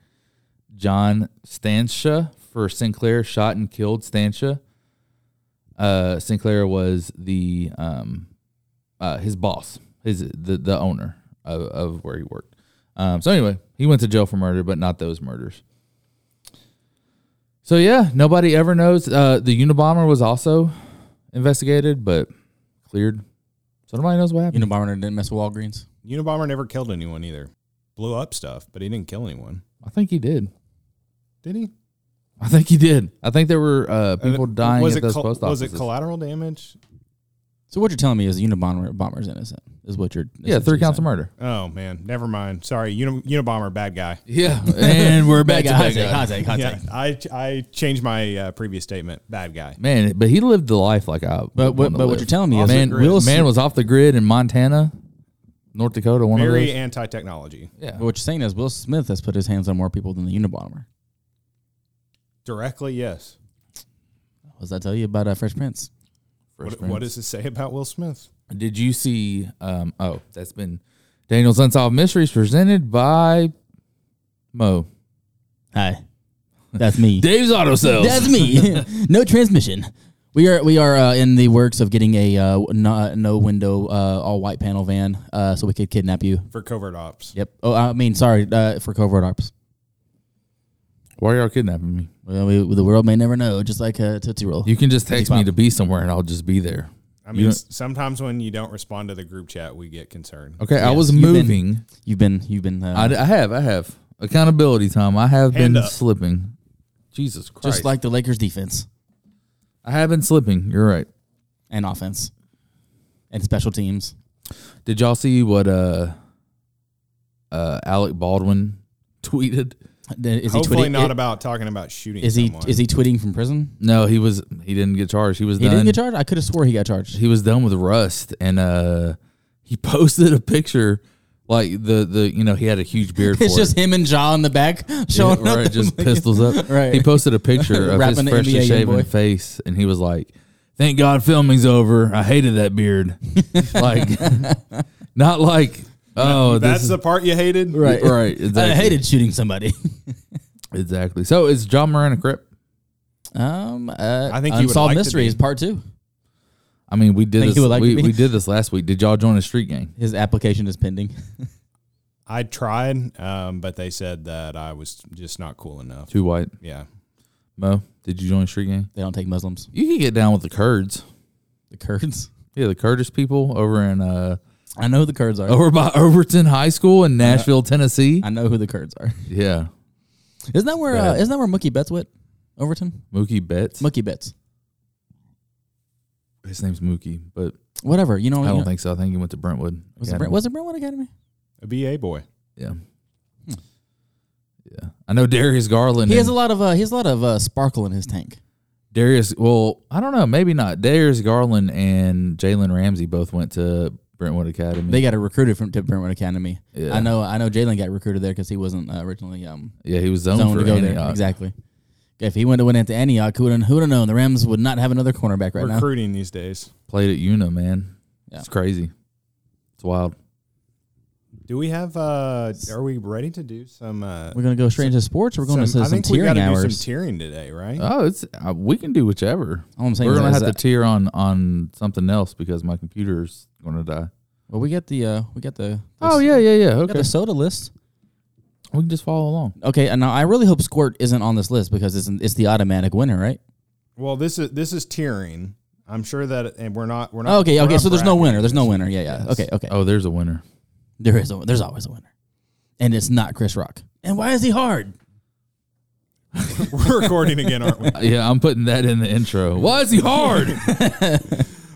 Speaker 6: John Stancia for Sinclair, shot and killed Stancia. Uh, Sinclair was the um, uh, his boss, his the the owner of, of where he worked. Um, so anyway, he went to jail for murder, but not those murders. So yeah, nobody ever knows. Uh, the Unabomber was also investigated, but cleared. So nobody knows what happened.
Speaker 5: Unabomber didn't mess with Walgreens.
Speaker 7: Unabomber never killed anyone either. Blew up stuff, but he didn't kill anyone.
Speaker 6: I think he did.
Speaker 7: Did he?
Speaker 6: I think he did. I think there were uh, people
Speaker 7: Uh,
Speaker 6: dying
Speaker 7: was
Speaker 6: at
Speaker 7: it
Speaker 6: those
Speaker 7: col-
Speaker 6: post
Speaker 7: Was
Speaker 6: offices.
Speaker 7: it collateral damage?
Speaker 5: So what you're telling me is Unabomber bomber's innocent is what you're
Speaker 6: Yeah, three counts of murder.
Speaker 7: Oh man, never mind. Sorry, Uni- Unabomber, bad guy.
Speaker 6: Yeah, and we're back to bad guy.
Speaker 7: Yeah, I I changed my uh, previous statement. Bad guy.
Speaker 6: Man, but he lived the life like I.
Speaker 5: But what-
Speaker 6: wanna
Speaker 5: but what
Speaker 6: live.
Speaker 5: you're telling me is-
Speaker 6: man,
Speaker 5: Off the grid.
Speaker 6: Wilson, man was off the grid in Montana, North Dakota. One of
Speaker 7: Very
Speaker 6: those.
Speaker 7: anti-technology.
Speaker 6: Yeah.
Speaker 5: But what you're saying is Will Smith has put his hands on more people than the Unabomber.
Speaker 7: Directly, yes.
Speaker 5: What does that tell you about uh, Fresh Prince?
Speaker 7: What, what does it say about Will Smith?
Speaker 6: Did you see? Um, oh, that's been Daniel's Unsolved Mysteries presented by Mo.
Speaker 5: Hi, that's me.
Speaker 6: Dave's Auto Sales.
Speaker 5: That's me. no transmission. We are we are uh, in the works of getting a uh, no, no window uh, all white panel van uh, so we could kidnap you.
Speaker 7: For covert ops.
Speaker 5: Yep. Oh, I mean, sorry uh, for covert ops.
Speaker 6: Why are y'all kidnapping me?
Speaker 5: Well, we, the world may never know. Just like uh, Tootsie Roll.
Speaker 6: You can just text me to be somewhere and I'll just be there.
Speaker 7: I
Speaker 6: You
Speaker 7: mean,
Speaker 6: don't-
Speaker 7: s- sometimes when you don't respond to the group chat, we get concerned.
Speaker 6: okay, I was
Speaker 5: you've been-
Speaker 6: moving.
Speaker 5: You've been you've been. Uh,
Speaker 6: I, I have. I have accountability time. I have
Speaker 5: Hand
Speaker 6: been
Speaker 5: up.
Speaker 6: slipping. Jesus Christ!
Speaker 5: just like the Lakers defense
Speaker 6: I have been slipping. You're right.
Speaker 5: and offense and special teams.
Speaker 6: Did y'all see what uh uh Alec Baldwin tweeted?
Speaker 5: Is he
Speaker 7: Hopefully
Speaker 5: tweeting?
Speaker 7: not
Speaker 5: it-
Speaker 7: about talking about shooting.
Speaker 5: Is he
Speaker 7: someone.
Speaker 5: is he tweeting from prison?
Speaker 6: No, he was he didn't get charged. He was
Speaker 5: He
Speaker 6: done.
Speaker 5: didn't get charged. I could have swore he got charged.
Speaker 6: He was done with rust and uh he posted a picture like the the you know he had a huge beard
Speaker 5: It's
Speaker 6: for
Speaker 5: just him and Jaw in the back showing
Speaker 6: yeah,
Speaker 5: up.
Speaker 6: right, just
Speaker 5: Like-
Speaker 6: pistols up.
Speaker 5: Right.
Speaker 6: He posted a picture of his
Speaker 5: Rapping the
Speaker 6: freshly
Speaker 5: NBA young
Speaker 6: shaven
Speaker 5: boy.
Speaker 6: face, and he was like, "Thank God filming's over. I hated that beard. like, not like, oh, this
Speaker 7: That's
Speaker 6: is-
Speaker 7: the part you hated,
Speaker 6: Right. Right. Exactly.
Speaker 5: I hated shooting somebody.
Speaker 6: exactly. So is John Moran a crip?
Speaker 5: Um, uh,
Speaker 7: I think he would
Speaker 5: unsolved
Speaker 7: like to
Speaker 5: mysteries
Speaker 7: be.
Speaker 5: part two.
Speaker 6: I mean, we did
Speaker 5: Think he
Speaker 6: this.
Speaker 5: would like to
Speaker 6: we,
Speaker 5: be?
Speaker 6: we did this last week. Did y'all join a street gang?
Speaker 5: His application is pending.
Speaker 7: I tried, um, but they said that I was just not cool enough.
Speaker 6: Too white.
Speaker 7: Yeah.
Speaker 6: Mo, did you join a street gang?
Speaker 5: They don't take Muslims.
Speaker 6: You can get down with the Kurds.
Speaker 5: The Kurds.
Speaker 6: Yeah, the Kurdish people over in uh
Speaker 5: I know who the Kurds are.
Speaker 6: over by Overton High School in Nashville, Tennessee.
Speaker 5: I know who the Kurds are.
Speaker 6: Yeah,
Speaker 5: Isn't that where?
Speaker 6: Yeah.
Speaker 5: Uh, isn't that where Mookie Betts went? Overton.
Speaker 6: Mookie Betts.
Speaker 5: Mookie Betts.
Speaker 6: His name's Mookie, but
Speaker 5: Whatever. You know.
Speaker 6: I
Speaker 5: you
Speaker 6: don't
Speaker 5: know-
Speaker 6: think so. I think he went to Brentwood.
Speaker 5: Oh, Was it,
Speaker 6: Academy.
Speaker 5: Brent, was it Brentwood Academy?
Speaker 7: A BA boy.
Speaker 6: Yeah. Yeah. I know Darius Garland.
Speaker 5: Hmm. He has a
Speaker 6: and-
Speaker 5: lot of. Uh, he has a lot of uh, sparkle in his tank.
Speaker 6: Darius. Well, I don't know. Maybe not. Darius Garland and Jalen Ramsey both went to Brentwood Academy.
Speaker 5: They got a recruited from to Brentwood Academy.
Speaker 6: Yeah.
Speaker 5: I know. I know. Jalen got recruited there because he wasn't uh, originally. Um,
Speaker 6: Yeah, he was zoned for Antioch.
Speaker 5: Exactly. If he went went into Antioch, who would have known? The Rams would not have another cornerback right now.
Speaker 7: Recruiting these days.
Speaker 6: played at UNA, man.
Speaker 5: Yeah.
Speaker 6: It's crazy. It's wild.
Speaker 7: Do we have? uh Are we ready to do some? uh
Speaker 5: We're gonna go straight into sports. Or we're going
Speaker 7: some-
Speaker 5: to
Speaker 7: I
Speaker 5: some
Speaker 7: think we
Speaker 5: tearing
Speaker 7: gotta do
Speaker 5: hours.
Speaker 7: some tearing today, right?
Speaker 6: Oh, it's uh, we can do whichever.
Speaker 5: All I'm saying
Speaker 6: We're
Speaker 5: is-
Speaker 6: gonna
Speaker 5: is
Speaker 6: have to
Speaker 5: that-
Speaker 6: tear on on something else because my computer's gonna die.
Speaker 5: well, we got the uh, we got the.
Speaker 6: Oh yeah, yeah, yeah.
Speaker 5: We got
Speaker 6: Okay,
Speaker 5: the soda list.
Speaker 6: we can just follow along.
Speaker 5: Okay, and now I really hope Squirt isn't on this list because it's it's the automatic winner, right?
Speaker 7: Well, this is this is tiering. I'm sure that, and we're not we're not.
Speaker 5: Okay,
Speaker 7: we're
Speaker 5: okay.
Speaker 7: not
Speaker 5: So there's no
Speaker 7: bracketing
Speaker 5: winner. There's no
Speaker 7: this.
Speaker 5: winner. Yeah, yeah.
Speaker 7: Yes.
Speaker 5: Okay, okay.
Speaker 6: Oh, there's a winner.
Speaker 5: There is. A, there's always a winner, and it's not Chris Rock. And why is he hard?
Speaker 7: We're recording again, aren't we?
Speaker 6: yeah, I'm putting that in the intro. Why is he hard?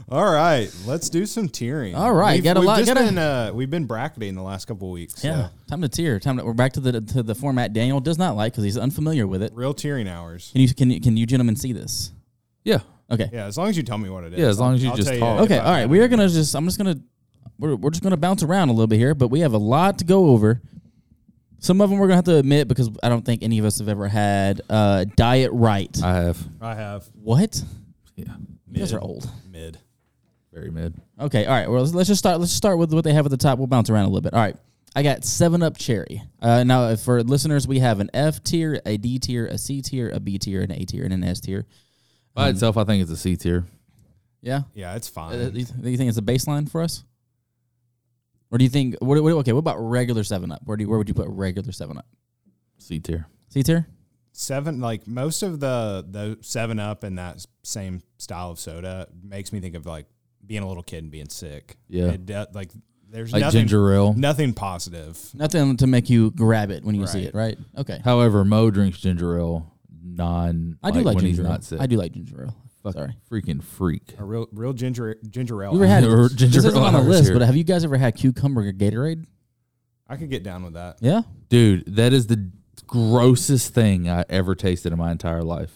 Speaker 7: All right, let's do some tiering.
Speaker 5: All right,
Speaker 7: we've,
Speaker 5: got a
Speaker 7: we've
Speaker 5: lot-
Speaker 7: Just
Speaker 5: got a-
Speaker 7: been, uh, we've been bracketing the last couple weeks.
Speaker 5: Yeah. Time to tier. Time to, we're back to the to the format Daniel does not like because he's unfamiliar with it.
Speaker 7: Real tiering hours.
Speaker 5: Can you can you, can you gentlemen see this?
Speaker 6: Yeah.
Speaker 5: Okay.
Speaker 7: Yeah, as long as you tell me what it is.
Speaker 6: Yeah, as long as you just
Speaker 7: tell
Speaker 6: talk.
Speaker 7: if
Speaker 5: Okay,
Speaker 7: I-
Speaker 5: all right. We are gonna just. I'm just gonna. We're, we're just gonna bounce around a little bit here, but we have a lot to go over. Some of them we're gonna have to admit because I don't think any of us have ever had uh, diet right.
Speaker 6: I have.
Speaker 7: I have
Speaker 5: What?
Speaker 6: Yeah.
Speaker 5: You guys
Speaker 7: Mid.
Speaker 5: are old.
Speaker 7: mid.
Speaker 6: Very mid.
Speaker 5: Okay. All right. Well, let's, let's just start. Let's start with what they have at the top. We'll bounce around a little bit. All right. I got Seven Up Cherry. Uh, now, for listeners, we have an F tier, a D tier, a C tier, a B tier, an A tier, and an S tier. Um,
Speaker 6: By itself, I think it's a C tier.
Speaker 5: Yeah.
Speaker 7: Yeah, it's
Speaker 5: Uh,
Speaker 7: fine.
Speaker 5: do, you, do you think it's a baseline for us? Or do you think what, what okay, what about regular 7 up? Where do you, where would you put regular 7 up?
Speaker 6: C tier.
Speaker 5: C tier?
Speaker 7: seven like most of the the seven up and that same style of soda makes me think of like being a little kid and being sick
Speaker 6: Yeah.
Speaker 7: It do- like there's
Speaker 6: Like
Speaker 7: nothing,
Speaker 6: ginger ale.
Speaker 7: nothing positive
Speaker 5: Nothing to make you grab it when you see
Speaker 7: Right.
Speaker 5: it, right? Okay.
Speaker 6: However, Mo drinks ginger ale non.
Speaker 5: I do like
Speaker 6: when he's
Speaker 5: ginger ale.
Speaker 6: not sick.
Speaker 5: I do like ginger ale.
Speaker 6: Fuck,
Speaker 5: Sorry.
Speaker 6: Freaking freak.
Speaker 7: a real real ginger ginger ale
Speaker 5: You ever had
Speaker 6: Or
Speaker 5: this
Speaker 6: ginger
Speaker 5: isn't on the
Speaker 6: ale
Speaker 5: list,
Speaker 6: here.
Speaker 5: but have you guys ever had cucumber Gatorade?
Speaker 7: i could get down with that
Speaker 5: Yeah.
Speaker 6: Dude, that is the grossest thing I ever tasted in my entire life.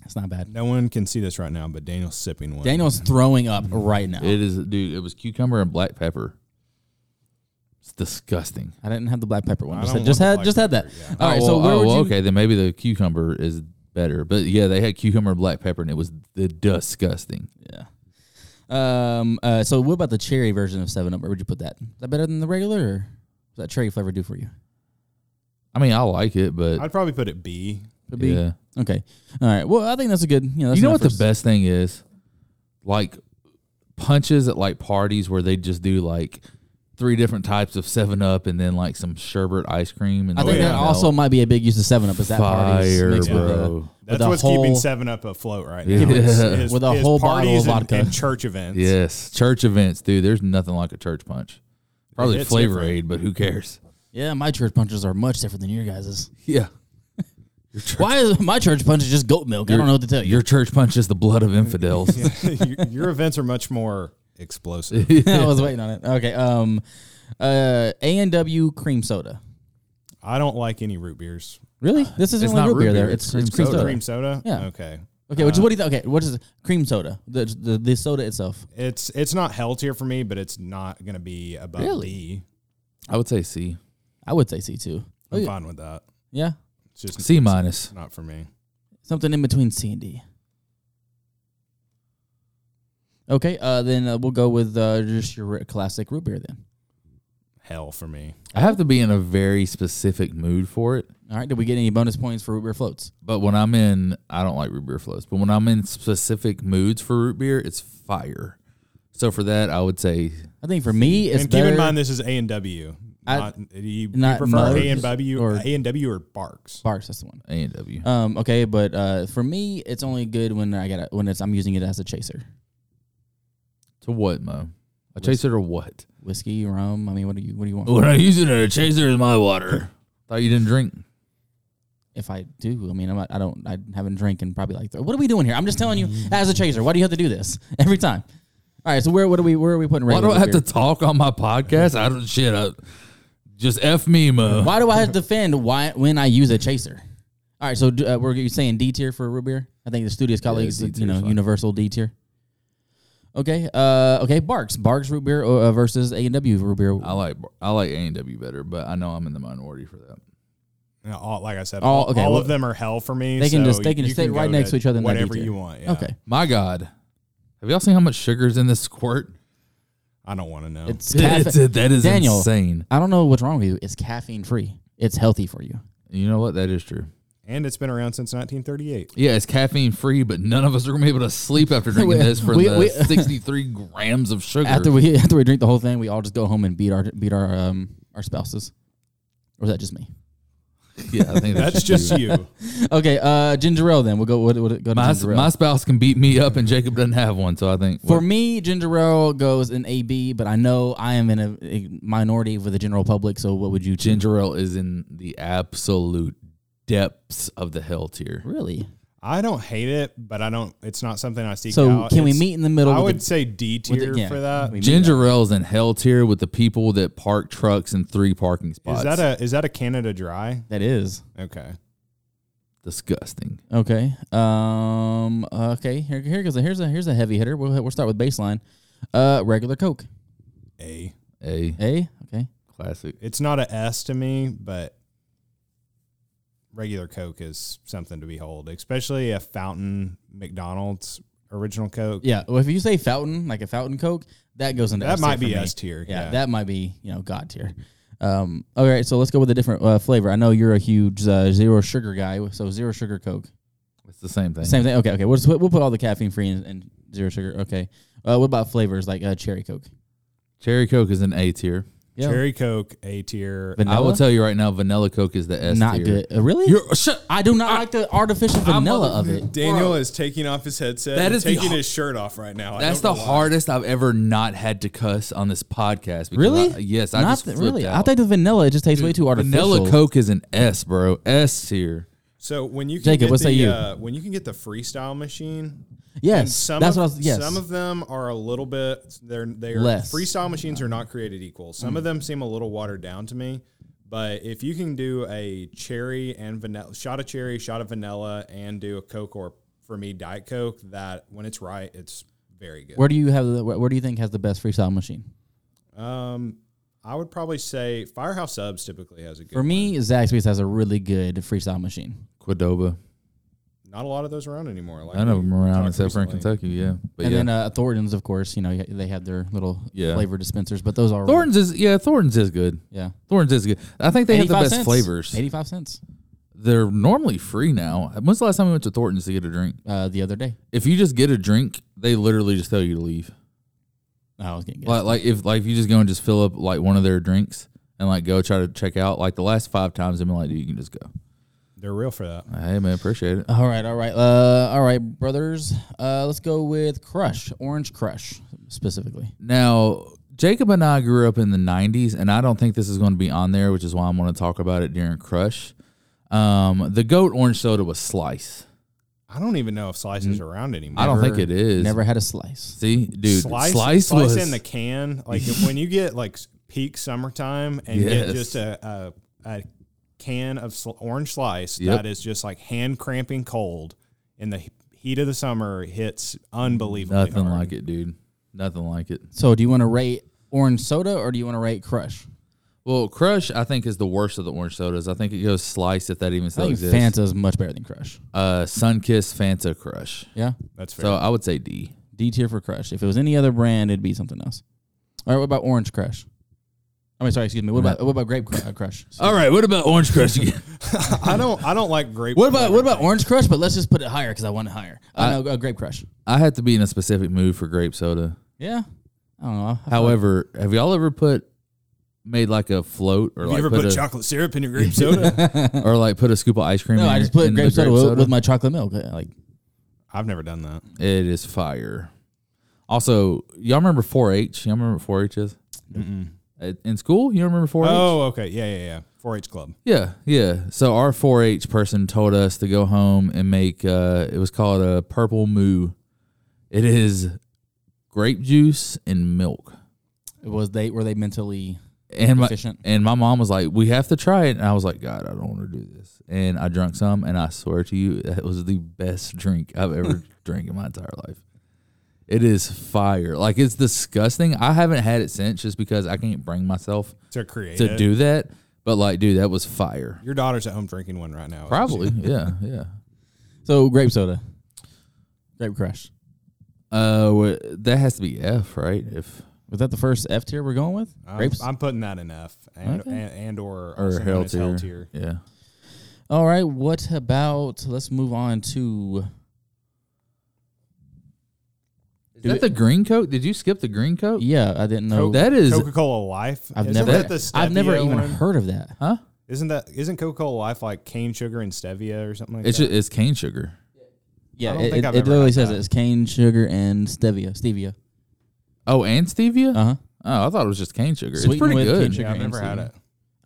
Speaker 5: That's not bad.
Speaker 7: no one can see this right now but daniel's sipping one
Speaker 5: Daniel's throwing up right now.
Speaker 6: It is, dude. It was cucumber and black pepper. It's disgusting.
Speaker 5: I didn't have the black pepper one.
Speaker 7: I
Speaker 5: Just
Speaker 7: don't
Speaker 5: had just
Speaker 7: want the
Speaker 5: had,
Speaker 7: black
Speaker 5: just had that.
Speaker 7: pepper, yeah.
Speaker 5: All right, so
Speaker 6: Oh, well-
Speaker 5: where would
Speaker 6: well,
Speaker 5: you,
Speaker 6: okay, then maybe the cucumber is better. But yeah, they had cucumber and black pepper, and it was the disgusting.
Speaker 5: Yeah. Um. Uh. So, what about the cherry version of Seven Up? Where would you put that? Is that better than the regular, or does that cherry flavor do for you?
Speaker 6: I mean, I like it, but
Speaker 7: i'd probably put it b
Speaker 5: Could be.
Speaker 6: Yeah.
Speaker 5: Okay. All right. Well, I think that's a good. You know, that's
Speaker 6: you know
Speaker 5: enough
Speaker 6: what the
Speaker 5: for s-
Speaker 6: best thing is? Like punches at like parties where they just do like three different types of Seven Up and then like some sherbet ice cream. And
Speaker 5: I think
Speaker 7: Oh, yeah.
Speaker 5: that also might be a big use of Seven Up. Is that parties
Speaker 6: Fire,
Speaker 5: mixed with uh,
Speaker 6: bro.
Speaker 5: the, with
Speaker 7: that's
Speaker 5: the
Speaker 7: what's keeping
Speaker 5: whole-
Speaker 7: seven up afloat right
Speaker 6: Yeah.
Speaker 7: now is-
Speaker 6: Yeah.
Speaker 7: is-
Speaker 5: With a
Speaker 7: is
Speaker 5: whole bottle of
Speaker 7: parties and-
Speaker 5: vodka.
Speaker 7: and, church events
Speaker 6: yes, church events, dude. There's nothing like a church punch. Probably
Speaker 7: It's
Speaker 6: Flavor
Speaker 7: different.
Speaker 6: Aid, but who cares?
Speaker 5: Yeah, my church punches are much different than your guys's.
Speaker 6: Yeah.
Speaker 5: Why is my church punch is just goat milk? I don't know what to tell you.
Speaker 6: Your church punch is the blood of infidels.
Speaker 7: your, your events are much more explosive
Speaker 5: I was waiting on it. Okay. Um. Uh. A and W cream soda.
Speaker 7: i don't like any root beers
Speaker 5: Really? This isn't
Speaker 6: Uh, It's
Speaker 5: really
Speaker 6: not
Speaker 5: root beer. There,
Speaker 6: it's
Speaker 5: it's it's cream soda.
Speaker 7: cream soda
Speaker 5: Yeah.
Speaker 7: okay
Speaker 5: Okay, which, what do you think? Okay, what is it? cream soda? The, the the soda itself.
Speaker 7: It's it's not healthier for me, but it's not gonna be above
Speaker 5: Really?
Speaker 7: D.
Speaker 6: I would say C.
Speaker 5: I would say C two.
Speaker 7: I'm
Speaker 5: Okay.
Speaker 7: fine with that.
Speaker 5: Yeah,
Speaker 7: It's just
Speaker 6: C minus.
Speaker 7: It's not for me.
Speaker 5: something in between C and D. Okay, uh, then uh, we'll go with uh, just your re- classic root beer then.
Speaker 7: Hell for me.
Speaker 6: I have to be in a very specific mood for it.
Speaker 5: All right, did we get any bonus points for root beer floats?
Speaker 6: But when I'm in, I don't like root beer floats. But when I'm in specific moods for root beer, it's fire. So for that, I would say
Speaker 5: I think for me, it's
Speaker 7: and keep
Speaker 5: better.
Speaker 7: in mind this is A and W.
Speaker 5: I-
Speaker 7: Not, you, you
Speaker 5: not
Speaker 7: prefer
Speaker 5: Mugs
Speaker 7: A and W
Speaker 5: or-
Speaker 7: or A and W or Barks.
Speaker 5: Barks, that's the one.
Speaker 6: A and W.
Speaker 5: Um, okay, but uh, for me, it's only good when I got when it's I'm using it as a chaser.
Speaker 6: To what, Mo? A chaser to what?
Speaker 5: Whiskey, rum. I mean, what do you what do you want?
Speaker 6: When I use it as a chaser is my water. Thought you didn't drink.
Speaker 5: If I do, I mean, I'm not, I don't, I haven't drank in probably like. What are we doing here? I'm just telling you,
Speaker 6: Mm.
Speaker 5: as a chaser, why do you have to do this every time? All right, so where what are we where are we putting?
Speaker 6: Why do
Speaker 5: regular
Speaker 6: I have
Speaker 5: beer?
Speaker 6: to talk on my podcast? I don't shit. I, just f me, Mo.
Speaker 5: Why do I have to defend why when I use a chaser? All right, so do- uh, we're you saying D tier for root beer? I think the studious colleagues,
Speaker 6: D tier
Speaker 5: you know,
Speaker 6: is fine.
Speaker 5: universal D tier. Okay, uh, okay, Barks, Barks root beer uh, versus A and W root beer.
Speaker 6: I like I like A and W better, but I know I'm in the minority for that.
Speaker 7: You know, all, like I said,
Speaker 5: All-
Speaker 7: all,
Speaker 5: okay,
Speaker 7: all
Speaker 5: well,
Speaker 7: of them are hell for me.
Speaker 5: they can
Speaker 7: so
Speaker 5: just they can
Speaker 7: you
Speaker 5: just stay right
Speaker 7: go
Speaker 5: next to each other. in that D
Speaker 7: Whatever
Speaker 5: tier.
Speaker 7: you want. Yeah.
Speaker 5: Okay,
Speaker 6: My God, have y'all seen how much sugar's in this squirt?
Speaker 7: I don't want to know.
Speaker 5: it's
Speaker 6: That's
Speaker 5: caffeine.
Speaker 6: it. That is
Speaker 5: Daniel.
Speaker 6: insane.
Speaker 5: I don't know what's wrong with you. It's caffeine free. It's healthy for you.
Speaker 6: You know what? That is true.
Speaker 7: and it's been around since 1938.
Speaker 6: Yeah, it's caffeine free, but none of us are gonna be able to sleep after drinking
Speaker 5: We-
Speaker 6: this for
Speaker 5: we-
Speaker 6: the
Speaker 5: we-
Speaker 6: 63 grams of sugar.
Speaker 5: After we after we drink the whole thing, we all just go home and beat our beat our um our spouses, or is that just me?
Speaker 6: Yeah, I think
Speaker 7: That's just you.
Speaker 5: okay, uh, ginger ale. Then we'll go. We'll, we'll go to
Speaker 6: My,
Speaker 5: ginger ale.
Speaker 6: my spouse can beat me up, and Jacob doesn't have one, so I think
Speaker 5: For me, ginger ale goes in AB, but I know I am in a, a minority with the general public. So what would you choose?
Speaker 6: ginger ale is in the absolute depths of the hell tier.
Speaker 5: Really?
Speaker 7: I don't hate it, but I don't. It's not something I seek
Speaker 6: So,
Speaker 7: out.
Speaker 6: can we
Speaker 7: It's-
Speaker 6: meet in the middle
Speaker 7: I
Speaker 6: with
Speaker 7: would
Speaker 6: the-
Speaker 7: say D tier for that.
Speaker 6: Ginger ale's in hell tier with the people that park trucks in three parking spots.
Speaker 7: Is that a is that a Canada Dry?
Speaker 5: That is
Speaker 7: okay.
Speaker 6: disgusting?
Speaker 5: Okay. Um. Okay. Here, here goes. A, here's a here's a heavy hitter. We'll we'll start with baseline. Uh, regular Coke.
Speaker 7: A.
Speaker 6: A.
Speaker 5: A. Okay.
Speaker 6: Classic.
Speaker 7: It's not a S to me, but regular Coke is something to behold, especially a fountain McDonald's original Coke.
Speaker 5: Yeah. Well, if you say fountain, like a fountain Coke, that goes into
Speaker 7: That
Speaker 5: S
Speaker 7: might
Speaker 5: tier
Speaker 7: be
Speaker 5: for me.
Speaker 7: S tier, yeah.
Speaker 5: That might be you know God tier. Um. All right. So let's go with a different uh, flavor. I know you're a huge uh, zero sugar guy. So zero sugar Coke.
Speaker 6: It's the same thing.
Speaker 5: Same thing. Okay. Okay. We'll just, we'll put all the caffeine free and, and zero sugar. Okay. Uh, what about flavors like uh, cherry Coke?
Speaker 6: Cherry Coke is an A tier.
Speaker 5: Yeah.
Speaker 7: Cherry Coke A tier.
Speaker 6: I will tell you right now, vanilla Coke is the S
Speaker 5: Not
Speaker 6: tier.
Speaker 5: good. Uh, really?
Speaker 6: You're, shut,
Speaker 5: I do not like the artificial vanilla of it.
Speaker 7: Daniel is taking off his headset.
Speaker 6: That
Speaker 7: That
Speaker 6: is
Speaker 7: is
Speaker 6: the
Speaker 7: taking
Speaker 6: har-
Speaker 7: his shirt off right now. I
Speaker 6: That's the
Speaker 7: don't know why.
Speaker 6: hardest I've ever not had to cuss on this podcast. because
Speaker 5: Really?
Speaker 6: I- yes, I
Speaker 5: Not
Speaker 6: just
Speaker 5: the-
Speaker 6: flipped
Speaker 5: really. I
Speaker 6: Out.
Speaker 5: think the vanilla it just tastes way too artificial.
Speaker 6: Vanilla Coke is an S, bro. S tier.
Speaker 7: So when you can
Speaker 5: Jacob,
Speaker 7: get
Speaker 5: what
Speaker 7: the,
Speaker 5: say you?
Speaker 7: Uh, when you can get the freestyle machine,
Speaker 5: Yes,
Speaker 7: and some
Speaker 5: that's
Speaker 7: of,
Speaker 5: what I was- yes.
Speaker 7: some of them are a little bit. They're they are
Speaker 5: Less. Mm.
Speaker 7: freestyle machines are not created equal. Some of them seem a little watered down to me. But if you can do a cherry and vanilla shot of cherry, shot of vanilla, and do a Coke or for me Diet Coke, that when it's right, it's very good.
Speaker 5: Where do you have the, where where do you think has the best freestyle machine?
Speaker 7: Um, I would probably say Firehouse Subs typically has a good.
Speaker 5: For me, Zaxby's has a really good freestyle machine.
Speaker 6: Cordoba.
Speaker 7: Not a lot of those around anymore. Like
Speaker 6: None of
Speaker 7: we
Speaker 6: them around
Speaker 7: talked
Speaker 6: except for in
Speaker 7: recently.
Speaker 6: Kentucky. Yeah, but
Speaker 5: and
Speaker 6: yeah.
Speaker 5: then uh, Thornton's, of course, you know they have their little
Speaker 6: Yeah.
Speaker 5: flavor dispensers, but those are
Speaker 6: Thornton's is yeah. Thornton's is good.
Speaker 5: Yeah.
Speaker 6: Thornton's is good. I think they have the
Speaker 5: 85
Speaker 6: best
Speaker 5: cents.
Speaker 6: flavors.
Speaker 5: Eighty-five cents.
Speaker 6: They're normally free now. When's the last time we went to Thornton's to get a drink?
Speaker 5: Uh, the other day.
Speaker 6: If you just get a drink, they literally just tell you to leave.
Speaker 5: I was getting
Speaker 6: Like, like if like if you just go and just fill up like one of their drinks and like go try to check out. Like the last five times, I've been like, dude, you can just go.
Speaker 7: They're real for that.
Speaker 6: Hey man, appreciate it.
Speaker 5: All right, all right, uh, all right, brothers. Uh, let's go with Crush, Orange Crush specifically.
Speaker 6: Now, Jacob and I grew up in the 90s, and I don't think this is going to be on there, which is why I'm going to talk about it during Crush. Um, the goat orange soda was Slice.
Speaker 7: I don't even know if Slice is around anymore.
Speaker 6: Mm. I don't think it is.
Speaker 5: Never had a slice.
Speaker 6: See, dude,
Speaker 7: Slice,
Speaker 6: Slice,
Speaker 7: slice,
Speaker 6: was
Speaker 7: in the can. Like when you get like s- peak summertime and
Speaker 6: Yes.
Speaker 7: get just a, a, a can of sl- orange slice
Speaker 6: Yep.
Speaker 7: that is just like hand cramping cold in the he- heat of the summer it hits unbelievably
Speaker 6: nothing
Speaker 7: hard.
Speaker 6: like it, dude. Nothing like it.
Speaker 5: So, do you want to rate orange soda or do you want to rate Crush?
Speaker 6: Well, Crush, I think, is the worst of the orange sodas. I think it goes Slice if that even
Speaker 5: I
Speaker 6: still
Speaker 5: think
Speaker 6: exists.
Speaker 5: Fanta is much better than Crush.
Speaker 6: uh, Sunkiss, Fanta, Crush.
Speaker 5: Yeah,
Speaker 7: That's fair.
Speaker 6: So I would say D.
Speaker 5: D tier for Crush. If it was any other brand, it'd be something else. All right, what about Orange Crush? I mean, sorry, excuse me. What about what about Grape Cru- uh, Crush?
Speaker 6: All right, what about Orange Crush again?
Speaker 7: I don't. I don't like grape.
Speaker 5: What about what about Orange Crush? But let's just put it higher because I want it higher. Uh, no, uh, Grape Crush.
Speaker 6: I had to be in a specific mood for grape soda.
Speaker 5: Yeah, I don't know. I feel
Speaker 6: However, have y'all ever put made like a float or
Speaker 7: You
Speaker 6: like
Speaker 7: ever
Speaker 6: put,
Speaker 7: put,
Speaker 6: a,
Speaker 7: chocolate syrup in your grape soda?
Speaker 6: or like put a scoop of ice cream?
Speaker 5: like-
Speaker 6: in
Speaker 5: no, I
Speaker 6: your-
Speaker 5: just put
Speaker 6: in the
Speaker 5: grape soda, with- with my chocolate milk. Uh, Like
Speaker 7: I've never done that.
Speaker 6: It is fire. Also, y'all remember 4-H? Y'all remember what 4-H is?
Speaker 7: Mm-mm.
Speaker 6: At- In school, you remember 4-H?
Speaker 7: Oh, okay. Yeah, yeah, yeah. 4-H club.
Speaker 6: Yeah, yeah. So our 4-H person told us to go home and make. Uh, it was called a purple moo. It is grape juice and milk.
Speaker 5: it was they were they mentally
Speaker 6: and my,
Speaker 5: efficient?
Speaker 6: and my mom was like, "We have to try it," and I was like, "God, I don't want to do this." And I drank some, and I swear to you, that was the best drink I've ever drank in my entire life. It is fire, like it's disgusting. I haven't had it since, just because I can't bring myself
Speaker 7: To create
Speaker 6: to
Speaker 7: it.
Speaker 6: do that. But like, dude, that was fire.
Speaker 7: Your daughter's at home drinking one right now.
Speaker 6: Probably, yeah, yeah.
Speaker 5: So grape soda, grape crush.
Speaker 6: Uh, wha- that has to be F, right? If
Speaker 5: Was that the first F tier we're going with?
Speaker 7: I'm,
Speaker 5: Grapes.
Speaker 7: Uh, I'm putting that in F and
Speaker 5: Okay.
Speaker 7: and, and or
Speaker 6: or
Speaker 7: also known
Speaker 6: hell
Speaker 7: as hell
Speaker 6: tier,
Speaker 7: tier.
Speaker 6: yeah.
Speaker 5: All right. What about? Let's move on to.
Speaker 6: Is that the green coat? Did you skip the green coat?
Speaker 5: Yeah, I didn't know.
Speaker 6: That is
Speaker 7: Coca Cola Life.
Speaker 5: Oh, I've
Speaker 7: Isn't
Speaker 5: never.
Speaker 7: that the
Speaker 5: I've never
Speaker 7: stevia
Speaker 5: even
Speaker 7: one?
Speaker 5: heard of that.
Speaker 6: Huh?
Speaker 7: Isn't that isn't Coca Cola Life like cane sugar and stevia or something like
Speaker 6: It's
Speaker 7: that?
Speaker 6: ju- it's cane sugar.
Speaker 5: Yeah,
Speaker 7: I don't
Speaker 5: it,
Speaker 7: think
Speaker 5: it-
Speaker 7: I've
Speaker 5: it
Speaker 7: ever
Speaker 5: literally
Speaker 7: had
Speaker 5: says
Speaker 7: that.
Speaker 5: it's cane sugar and stevia. Stevia.
Speaker 6: Oh, and stevia.
Speaker 5: Uh huh.
Speaker 6: Oh, I thought it was just cane sugar.
Speaker 5: Sweetened
Speaker 6: it's pretty
Speaker 5: with
Speaker 6: good.
Speaker 5: cane sugar
Speaker 7: I've
Speaker 5: and
Speaker 7: never had
Speaker 5: stevia.
Speaker 7: it.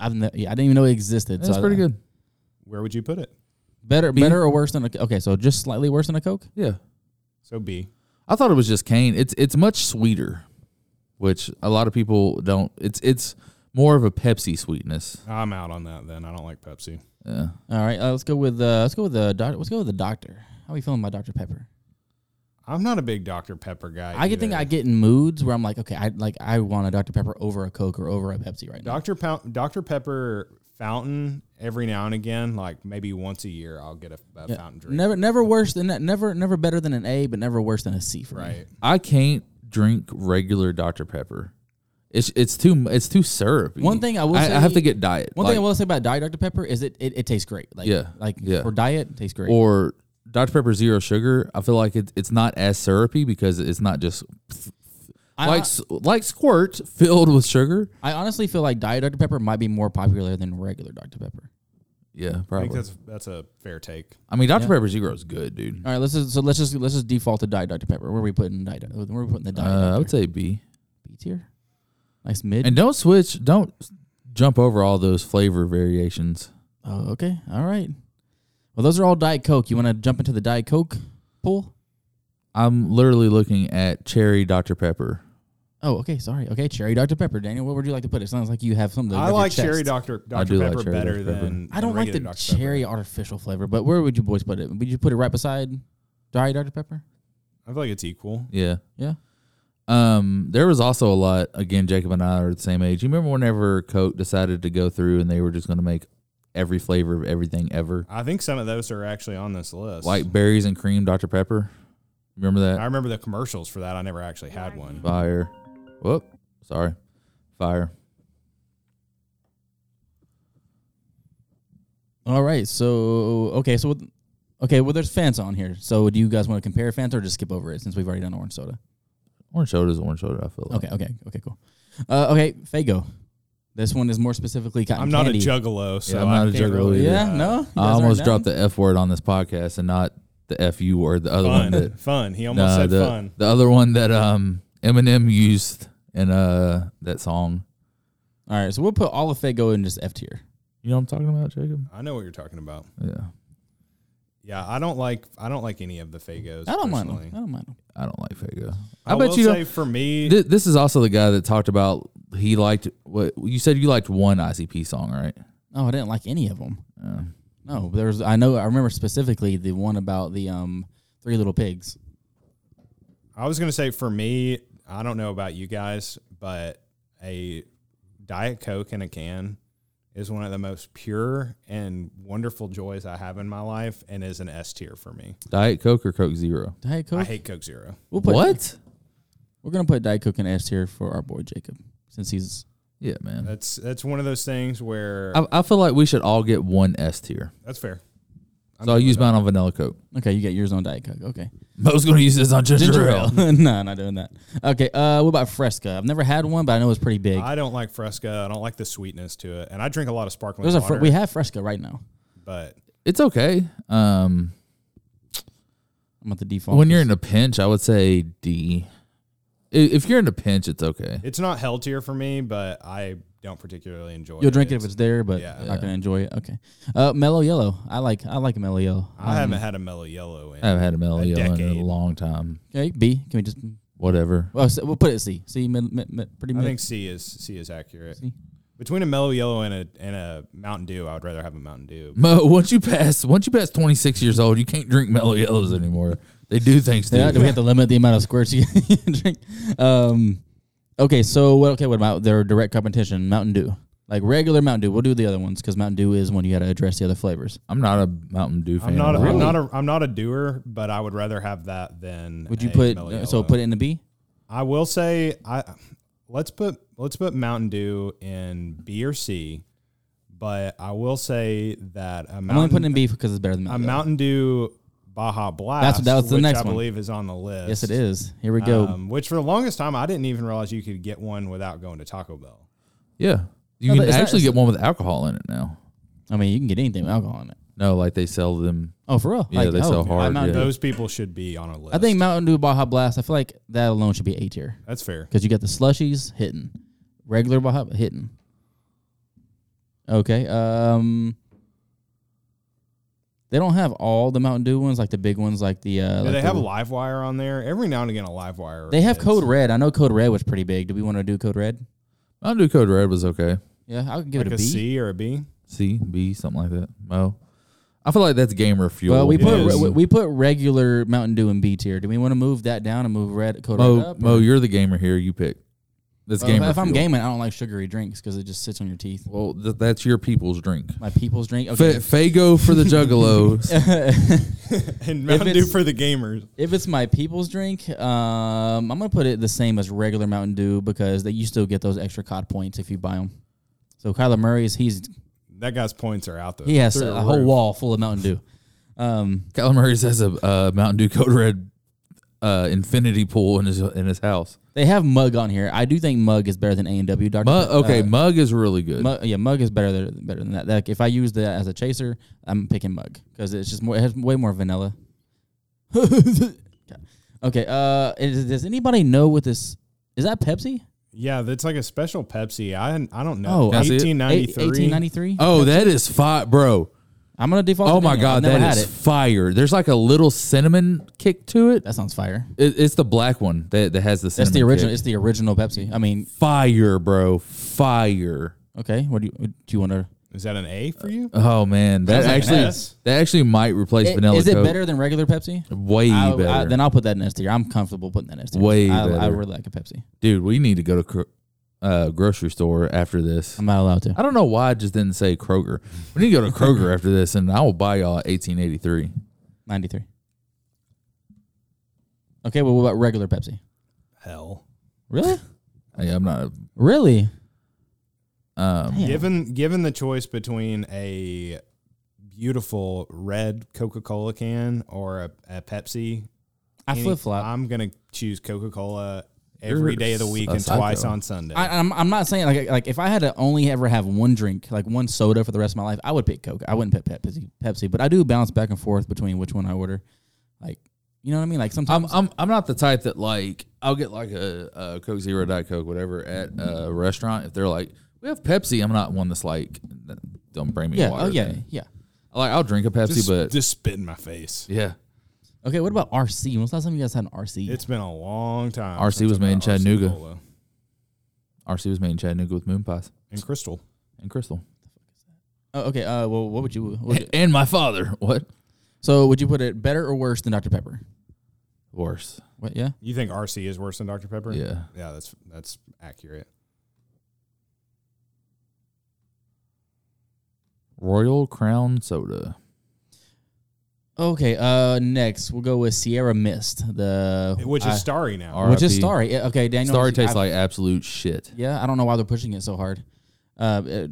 Speaker 5: I've ne- yeah, I didn't even know it existed.
Speaker 6: It's pretty good.
Speaker 7: Where would you put it?
Speaker 5: Better,
Speaker 6: B.
Speaker 5: better or worse than a okay? So just slightly worse than a Coke.
Speaker 6: Yeah.
Speaker 7: So B.
Speaker 6: I thought it was just cane. It's it's much sweeter, which a lot of people don't. It's it's more of a Pepsi sweetness.
Speaker 7: I'm out on that then. I don't like Pepsi.
Speaker 6: Yeah.
Speaker 5: All right, uh, let's go with uh, let's go with the doctor. Let's go with the doctor. How are you feeling, my Dr Pepper?
Speaker 7: I'm not a big Dr Pepper guy.
Speaker 5: I, could think
Speaker 7: either.
Speaker 5: I get in moods where I'm like, okay, I like I want a Dr Pepper over a Coke or over a Pepsi right now.
Speaker 7: Dr. Pou- Dr. Pepper fountain every now and again, like maybe once a year, I'll get a, a
Speaker 5: Yeah.
Speaker 7: fountain drink.
Speaker 5: Never, never worse than that. Never, never better than an A, but never worse than a C for me.
Speaker 7: Right.
Speaker 6: I can't drink regular Dr Pepper. It's it's too it's too syrupy.
Speaker 5: One thing I will say,
Speaker 6: I have to get diet.
Speaker 5: One thing I
Speaker 6: like-
Speaker 5: will say about Diet Dr Pepper is it it, it tastes great. Like,
Speaker 6: yeah,
Speaker 5: like
Speaker 6: yeah.
Speaker 5: for diet, it tastes great.
Speaker 6: or Dr Pepper zero sugar. I feel like it, it's not as syrupy because it's not just
Speaker 5: I-
Speaker 6: like s like squirt filled with sugar.
Speaker 5: I honestly feel like Diet Dr Pepper might be more popular than regular Dr Pepper.
Speaker 6: Yeah,
Speaker 7: I think
Speaker 6: probably.
Speaker 7: that's that's a fair take.
Speaker 6: I mean, Dr
Speaker 5: Yeah.
Speaker 6: Pepper zero is good, dude.
Speaker 5: All right, let's just, so let's just let's just default to Diet Dr Pepper. Where are we putting Diet? Where are we putting the Diet?
Speaker 6: Uh, I
Speaker 5: Dr.
Speaker 6: would say B.
Speaker 5: B tier. Nice mid.
Speaker 6: And don't switch. Don't jump over all those flavor variations.
Speaker 5: oh, okay. All right. Well, those are all Diet Coke. You want to jump into the Diet Coke pool?
Speaker 6: I'm literally looking at cherry Dr Pepper.
Speaker 5: Oh, okay. Sorry. Okay, cherry Dr Pepper. Daniel, what would you like to put? It sounds like you have something. to rub
Speaker 7: I
Speaker 5: your
Speaker 7: like
Speaker 5: chest.
Speaker 7: cherry Dr.
Speaker 6: I
Speaker 7: Dr.
Speaker 6: do like
Speaker 7: Pepper
Speaker 6: cherry
Speaker 7: better
Speaker 6: Dr. Pepper.
Speaker 7: than
Speaker 5: I don't like the
Speaker 7: regular Dr. Pepper.
Speaker 5: cherry artificial flavor, but where would you boys put it? Would you put it right beside Diet Dr Pepper?
Speaker 7: I feel like it's equal.
Speaker 6: Yeah.
Speaker 5: Yeah.
Speaker 6: Um, there was also a lot. Again, Jacob and I are the same age. You remember whenever Coke decided to go through and they were just going to make every flavor of everything ever,
Speaker 7: I think some of those are actually on this list.
Speaker 6: like berries and cream Dr Pepper. Remember that
Speaker 7: I remember the commercials for that. I never actually had one.
Speaker 6: fire? Whoop, sorry, fire.
Speaker 5: All right. So okay. So with, okay. Well, there's Fanta on here. So do you guys want to compare Fanta or just skip over it since we've already done orange soda?
Speaker 6: Orange soda is orange soda. I feel like.
Speaker 5: Okay. Okay. Okay. Cool. Uh, okay. Fago. This one is more specifically cotton
Speaker 7: I'm not
Speaker 5: candy.
Speaker 7: a juggalo, so
Speaker 6: Yeah, I'm
Speaker 7: I
Speaker 6: not a
Speaker 7: can't
Speaker 6: juggalo
Speaker 7: really-
Speaker 6: either.
Speaker 5: Yeah. No. You guys
Speaker 6: I
Speaker 5: aren't
Speaker 6: almost
Speaker 5: down?
Speaker 6: dropped the F word on this podcast and not the F U word, the other one
Speaker 7: Fun.
Speaker 6: that
Speaker 7: Fun. He almost
Speaker 6: Nah,
Speaker 7: said
Speaker 6: the,
Speaker 7: fun.
Speaker 6: The other one that um Eminem used in uh that song.
Speaker 5: All right. So we'll put all of Fago in just F tier.
Speaker 6: You know what I'm talking about, Jacob?
Speaker 7: I know what you're talking about.
Speaker 6: Yeah.
Speaker 7: Yeah, I don't like I don't like any of the Fagos.
Speaker 5: I don't mind
Speaker 7: personally.
Speaker 5: them. I don't mind them.
Speaker 6: I don't like Fago.
Speaker 7: I,
Speaker 6: I, bet
Speaker 7: will
Speaker 6: you
Speaker 7: say
Speaker 6: don't.
Speaker 7: for me,
Speaker 6: Thi- this is also the guy that talked about he liked what you said you liked one ICP song, right?
Speaker 5: No, Oh, I didn't like any of them.
Speaker 6: Yeah.
Speaker 5: No, there was. I know. I remember specifically the one about the um three little pigs.
Speaker 7: I was gonna say for me, I don't know about you guys, but a Diet Coke in a can is one of the most pure and wonderful joys I have in my life, and is an S tier for me.
Speaker 6: Diet Coke or Coke Zero?
Speaker 5: Diet Coke.
Speaker 7: I hate Coke Zero.
Speaker 5: We'll put,
Speaker 6: What?
Speaker 5: We're gonna put Diet Coke in S tier for our boy Jacob since he's
Speaker 6: Yeah, man.
Speaker 7: That's that's one of those things where
Speaker 6: I, I feel like we should all get one S tier.
Speaker 7: that's fair. I'm
Speaker 6: So I'll
Speaker 7: good
Speaker 6: use
Speaker 7: with
Speaker 6: mine on Vanilla Coke.
Speaker 5: okay. You got yours on Diet Coke. Okay.
Speaker 6: Mo's gonna use this on ginger, ale.
Speaker 5: no, not doing that. Okay, uh, what about Fresca? I've never had one, but I know it's pretty
Speaker 7: that.
Speaker 5: big.
Speaker 7: I don't like Fresca. I don't like the sweetness to it, and I drink a lot of sparkling
Speaker 5: There's a
Speaker 7: water.
Speaker 5: fr- we have Fresca right now.
Speaker 7: but
Speaker 6: It's okay. Um,
Speaker 5: I'm at the default.
Speaker 6: when you're in a pinch, I would say D. I- If you're in a pinch, it's okay.
Speaker 7: it's not hell tier for me. But I don't particularly enjoy.
Speaker 5: you'll drink it if it's there, but
Speaker 7: Yeah.
Speaker 5: I'm not gonna enjoy it. Okay, uh, mellow yellow. I like I like mellow yellow.
Speaker 7: I
Speaker 5: Um,
Speaker 7: haven't had a mellow yellow in.
Speaker 6: I haven't had a mellow
Speaker 7: A
Speaker 6: yellow in a
Speaker 7: decade.
Speaker 6: long time.
Speaker 5: Okay, B. Can we just?
Speaker 6: Whatever.
Speaker 5: Well, so we'll put it at C. C mid, mid, mid, pretty
Speaker 7: I
Speaker 5: mid.
Speaker 7: think C is C is accurate.
Speaker 5: C.
Speaker 7: Between a mellow yellow and a and a Mountain Dew, I would rather have a Mountain
Speaker 5: Mm.
Speaker 7: Dew.
Speaker 6: Mo, once you pass, once you pass 26 years old, you can't drink mellow yellows anymore. They do things to
Speaker 5: Yeah, do we
Speaker 6: you.
Speaker 5: have to limit the amount of squirts you can drink? Um, okay, so what? Okay, what about their direct competition? Mountain Dew, like regular Mountain Dew. We'll do the other ones because Mountain Dew is one you got to address the other flavors.
Speaker 6: I'm not a Mountain Dew fan.
Speaker 7: I'm not a,
Speaker 6: at all.
Speaker 7: I'm not a I'm not a doer, but I would rather have that than.
Speaker 5: Would you
Speaker 7: a
Speaker 5: put uh,
Speaker 7: Mellow
Speaker 5: so
Speaker 7: Yellow.
Speaker 5: put it in the B?
Speaker 7: I will say I let's put let's put Mountain Dew in B or C, but I will say that
Speaker 5: I'm
Speaker 7: a
Speaker 5: only
Speaker 7: Mountain
Speaker 5: putting in B because it's better than
Speaker 7: a
Speaker 5: Mountain Dew.
Speaker 7: Mountain Dew Baja Blast.
Speaker 5: that was the
Speaker 7: which
Speaker 5: next
Speaker 7: I
Speaker 5: one.
Speaker 7: believe is on the list.
Speaker 5: Yes, it is. Here we go.
Speaker 7: Um, which for the longest time I didn't even realize you could get one without going to Taco Bell.
Speaker 6: Yeah, you
Speaker 5: No, but
Speaker 6: can
Speaker 5: it's not-
Speaker 6: actually
Speaker 5: it's-
Speaker 6: get one with alcohol in it now.
Speaker 5: I mean, you can get anything with alcohol in it.
Speaker 6: No, like they sell them.
Speaker 5: Oh, for real?
Speaker 6: Yeah,
Speaker 5: Like,
Speaker 6: they
Speaker 5: oh,
Speaker 6: sell
Speaker 5: okay.
Speaker 6: hard.
Speaker 5: I'm not
Speaker 6: yeah.
Speaker 5: doing-
Speaker 7: Uh, Those people should be on a list.
Speaker 5: I think Mountain Dew Baja Blast. I feel like that alone should be A tier.
Speaker 7: That's fair.
Speaker 5: Because you got the slushies hitting, regular Baja hitting. Okay. Um. They don't have all the Mountain Dew ones, like the big ones, like the. Uh,
Speaker 7: Yeah,
Speaker 5: like
Speaker 7: they
Speaker 5: the-
Speaker 7: have a live wire on there. Every now and again, a live wire.
Speaker 5: They have
Speaker 7: hits.
Speaker 5: Code Red. I know Code Red was pretty big. Do we want to do Code Red?
Speaker 6: I'll do Code Red was okay.
Speaker 5: Yeah, I could give
Speaker 7: Like
Speaker 5: it a
Speaker 7: a
Speaker 5: B.
Speaker 7: C or a B.
Speaker 6: C, B, something like that. Mo. I feel like that's gamer fuel.
Speaker 5: Well, we put
Speaker 6: Mo's-
Speaker 5: we- we put regular Mountain Dew in B tier. Do we want to move that down and move Red Code Red
Speaker 6: Mo,
Speaker 5: up?
Speaker 6: Mo, you're the gamer here. You pick. That's
Speaker 5: Well, if-
Speaker 6: gamer.
Speaker 5: if I'm
Speaker 6: fuel.
Speaker 5: gaming, I don't like sugary drinks because it just sits on your teeth.
Speaker 6: well, th- that's your people's drink.
Speaker 5: My people's drink.
Speaker 6: Fa-
Speaker 5: Okay.
Speaker 6: Fago for the juggalos.
Speaker 7: And
Speaker 5: If
Speaker 7: Mountain Dew
Speaker 5: it's-
Speaker 7: for the gamers.
Speaker 5: If it's my people's drink, um, I'm gonna put it the same as regular Mountain Dew because that you still get those extra COD points if you buy them. So Kyler Murray's he's
Speaker 7: That guy's points are out there.
Speaker 5: he has
Speaker 7: Through
Speaker 5: a,
Speaker 7: the
Speaker 5: whole
Speaker 7: roof.
Speaker 5: wall full of Mountain Dew. Um,
Speaker 6: Kyler Murray has a uh, Mountain Dew Code Red uh, infinity pool in his in his house.
Speaker 5: they have Mug on here. I do think Mug is better than A and W. Doctor.
Speaker 6: Mug, okay, Mug is really good.
Speaker 5: Mug, yeah, mug is better than, better than that. Like if I use that as a chaser, I'm picking mug because it's just more. It has way more vanilla. okay. Uh, is, does anybody know what this is? That Pepsi?
Speaker 7: Yeah, that's like a special Pepsi. I I don't know.
Speaker 5: Oh, I see
Speaker 6: it.
Speaker 7: 1893.
Speaker 5: 1893.
Speaker 6: Oh, that is fire, bro.
Speaker 5: I'm gonna default.
Speaker 6: Oh
Speaker 5: to
Speaker 6: my
Speaker 5: vanilla.
Speaker 6: god,
Speaker 5: I've never
Speaker 6: that
Speaker 5: had
Speaker 6: is
Speaker 5: it.
Speaker 6: fire. There's like a little cinnamon kick to it.
Speaker 5: That sounds fire.
Speaker 6: It, it's the black one that, that has the
Speaker 5: That's
Speaker 6: cinnamon.
Speaker 5: the original.
Speaker 6: kick.
Speaker 5: It's the original Pepsi. I mean,
Speaker 6: fire, bro. Fire.
Speaker 5: okay. What do you do? You want to?
Speaker 7: Is that an A for you?
Speaker 6: Oh man,
Speaker 5: Sounds
Speaker 6: that
Speaker 5: like an
Speaker 6: actually
Speaker 5: S.
Speaker 6: that actually might replace vanilla.
Speaker 5: Is it
Speaker 6: Coke.
Speaker 5: better than regular Pepsi?
Speaker 6: Way
Speaker 5: I- I-
Speaker 6: better.
Speaker 5: then I'll put that in S tier. I'm comfortable putting that in S tier.
Speaker 6: Way
Speaker 5: I, I
Speaker 6: better.
Speaker 5: really like a Pepsi.
Speaker 6: Dude, we need to go to Kro- uh, grocery store after this.
Speaker 5: I'm not allowed to.
Speaker 6: I don't know why I just didn't say Kroger. We need to go to Kroger after this, and I will buy y'all 1883.
Speaker 5: 93. Okay. Well, what about regular Pepsi?
Speaker 7: Hell.
Speaker 5: Really?
Speaker 6: Hey, I'm not.
Speaker 5: Really?
Speaker 6: Um,
Speaker 7: Given given the choice between a beautiful red Coca Cola can or a, a Pepsi,
Speaker 5: I
Speaker 7: any-
Speaker 5: flip-flop.
Speaker 7: I'm gonna choose Coca Cola
Speaker 6: You're
Speaker 7: every day of the
Speaker 6: s-
Speaker 7: week
Speaker 6: a
Speaker 7: and twice
Speaker 6: psycho.
Speaker 7: on Sunday.
Speaker 5: I, I'm, I'm not saying like like if I had to only ever have one drink, like one soda for the rest of my life, I would pick Coke. I wouldn't pick Pepsi. Pepsi, but I do bounce back and forth between which one I order. Like, you know what I mean? Like
Speaker 6: I'm,
Speaker 5: sometimes
Speaker 6: I'm I'm not the type that like I'll get like a, a Coke Zero, Diet Coke, whatever at a restaurant if they're like we have Pepsi. I'm not one that's like don't bring me
Speaker 5: yeah,
Speaker 6: water.
Speaker 5: oh yeah,
Speaker 6: thing.
Speaker 5: yeah.
Speaker 6: Like I'll drink a Pepsi,
Speaker 7: just,
Speaker 6: but
Speaker 7: just spit in my face.
Speaker 6: yeah,
Speaker 5: Okay, what about RC? When's the last time you guys had an RC?
Speaker 7: It's been a long time.
Speaker 6: RC
Speaker 7: since
Speaker 6: was
Speaker 7: I've
Speaker 6: made in
Speaker 7: had RC
Speaker 6: Chattanooga.
Speaker 7: Cola.
Speaker 6: RC was made in Chattanooga with moon pies
Speaker 7: and Crystal.
Speaker 6: and crystal
Speaker 5: oh, okay. Uh, well, what would you? what would you-
Speaker 6: and my father. What
Speaker 5: so, would you put it better or worse than Dr Pepper?
Speaker 6: worse?
Speaker 5: What? Yeah.
Speaker 7: You think RC is worse than Dr Pepper?
Speaker 6: Yeah.
Speaker 7: yeah, that's that's accurate.
Speaker 6: Royal Crown Soda.
Speaker 5: Okay. Uh, next we'll go with Sierra Mist. The
Speaker 7: Which is
Speaker 5: I-
Speaker 7: Starry now.
Speaker 5: which is
Speaker 6: RIP.
Speaker 5: Starry. Yeah, Okay, Daniel.
Speaker 6: Starry tastes
Speaker 5: I-
Speaker 6: like absolute shit.
Speaker 5: Yeah, I don't know why they're pushing it so hard. Uh, it-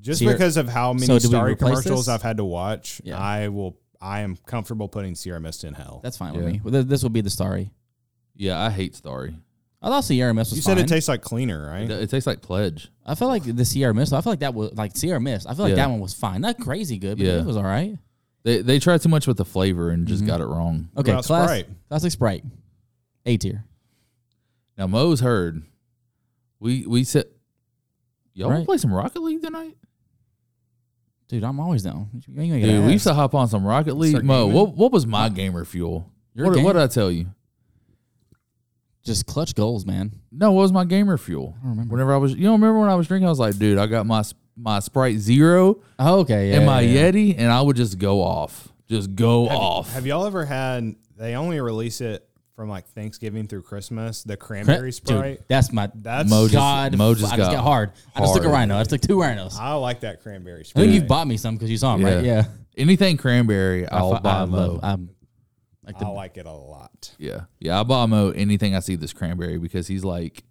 Speaker 7: Just
Speaker 5: Sierra-
Speaker 7: because of how many
Speaker 5: So do we
Speaker 7: Starry
Speaker 5: replace
Speaker 7: commercials
Speaker 5: this?
Speaker 7: I've had to watch,
Speaker 5: Yeah.
Speaker 7: I will. I am comfortable putting Sierra Mist in hell.
Speaker 5: that's fine
Speaker 6: Yeah.
Speaker 5: with me. Well, th- This will be the Starry.
Speaker 6: Yeah, I hate Starry.
Speaker 5: I thought Sierra Mist was
Speaker 7: you said
Speaker 5: fine.
Speaker 7: it tastes like cleaner,
Speaker 6: It,
Speaker 7: right?
Speaker 6: it tastes like Pledge.
Speaker 5: I felt like the Sierra Mist. I feel like that was like Sierra Mist. I feel like
Speaker 6: Yeah.
Speaker 5: that one was fine. Not crazy good, but
Speaker 6: Yeah.
Speaker 5: it was all right.
Speaker 6: They they tried too much with the flavor and just got it wrong.
Speaker 5: Okay,
Speaker 7: about
Speaker 5: class,
Speaker 7: Sprite?
Speaker 5: classic Sprite, A tier.
Speaker 6: Now Mo's heard. We we said y'all all
Speaker 5: Right.
Speaker 6: play some Rocket League tonight.
Speaker 5: Dude, I'm always down. You ain't gonna
Speaker 6: Dude, we used
Speaker 5: ask.
Speaker 6: to hop on some Rocket League.
Speaker 7: Start
Speaker 6: Mo,
Speaker 7: gaming?
Speaker 6: what what was my gamer fuel?
Speaker 5: You're a
Speaker 6: What, what
Speaker 5: gamer.
Speaker 6: did I tell you?
Speaker 5: just clutch goals, man.
Speaker 6: No, what was my gamer fuel? I
Speaker 5: don't remember.
Speaker 6: Whenever I was, you don't remember when I was drinking? I was like, dude, I got my my Sprite Zero
Speaker 5: Oh, okay, yeah.
Speaker 6: and my
Speaker 5: yeah.
Speaker 6: Yeti, and I would just go off, just go
Speaker 7: Have-
Speaker 6: off.
Speaker 7: Have y'all ever had? They only release it from like Thanksgiving through Christmas. The cranberry Sprite.
Speaker 5: Dude, that's my
Speaker 7: That's
Speaker 6: Mo just-
Speaker 5: god.
Speaker 6: Mo just
Speaker 5: I just
Speaker 6: got
Speaker 5: got hard. I just took a
Speaker 6: hard.
Speaker 5: rhino. I just took two rhinos. I
Speaker 7: I like that cranberry Sprite.
Speaker 5: think you bought me some because you saw them, right?
Speaker 6: Yeah.
Speaker 5: Yeah.
Speaker 6: Anything cranberry, I'll
Speaker 5: I,
Speaker 6: buy
Speaker 5: I
Speaker 6: Mo.
Speaker 5: love. I'm like the
Speaker 7: I like it a lot.
Speaker 6: Yeah. Yeah, I buy Mo anything I see this cranberry because he's like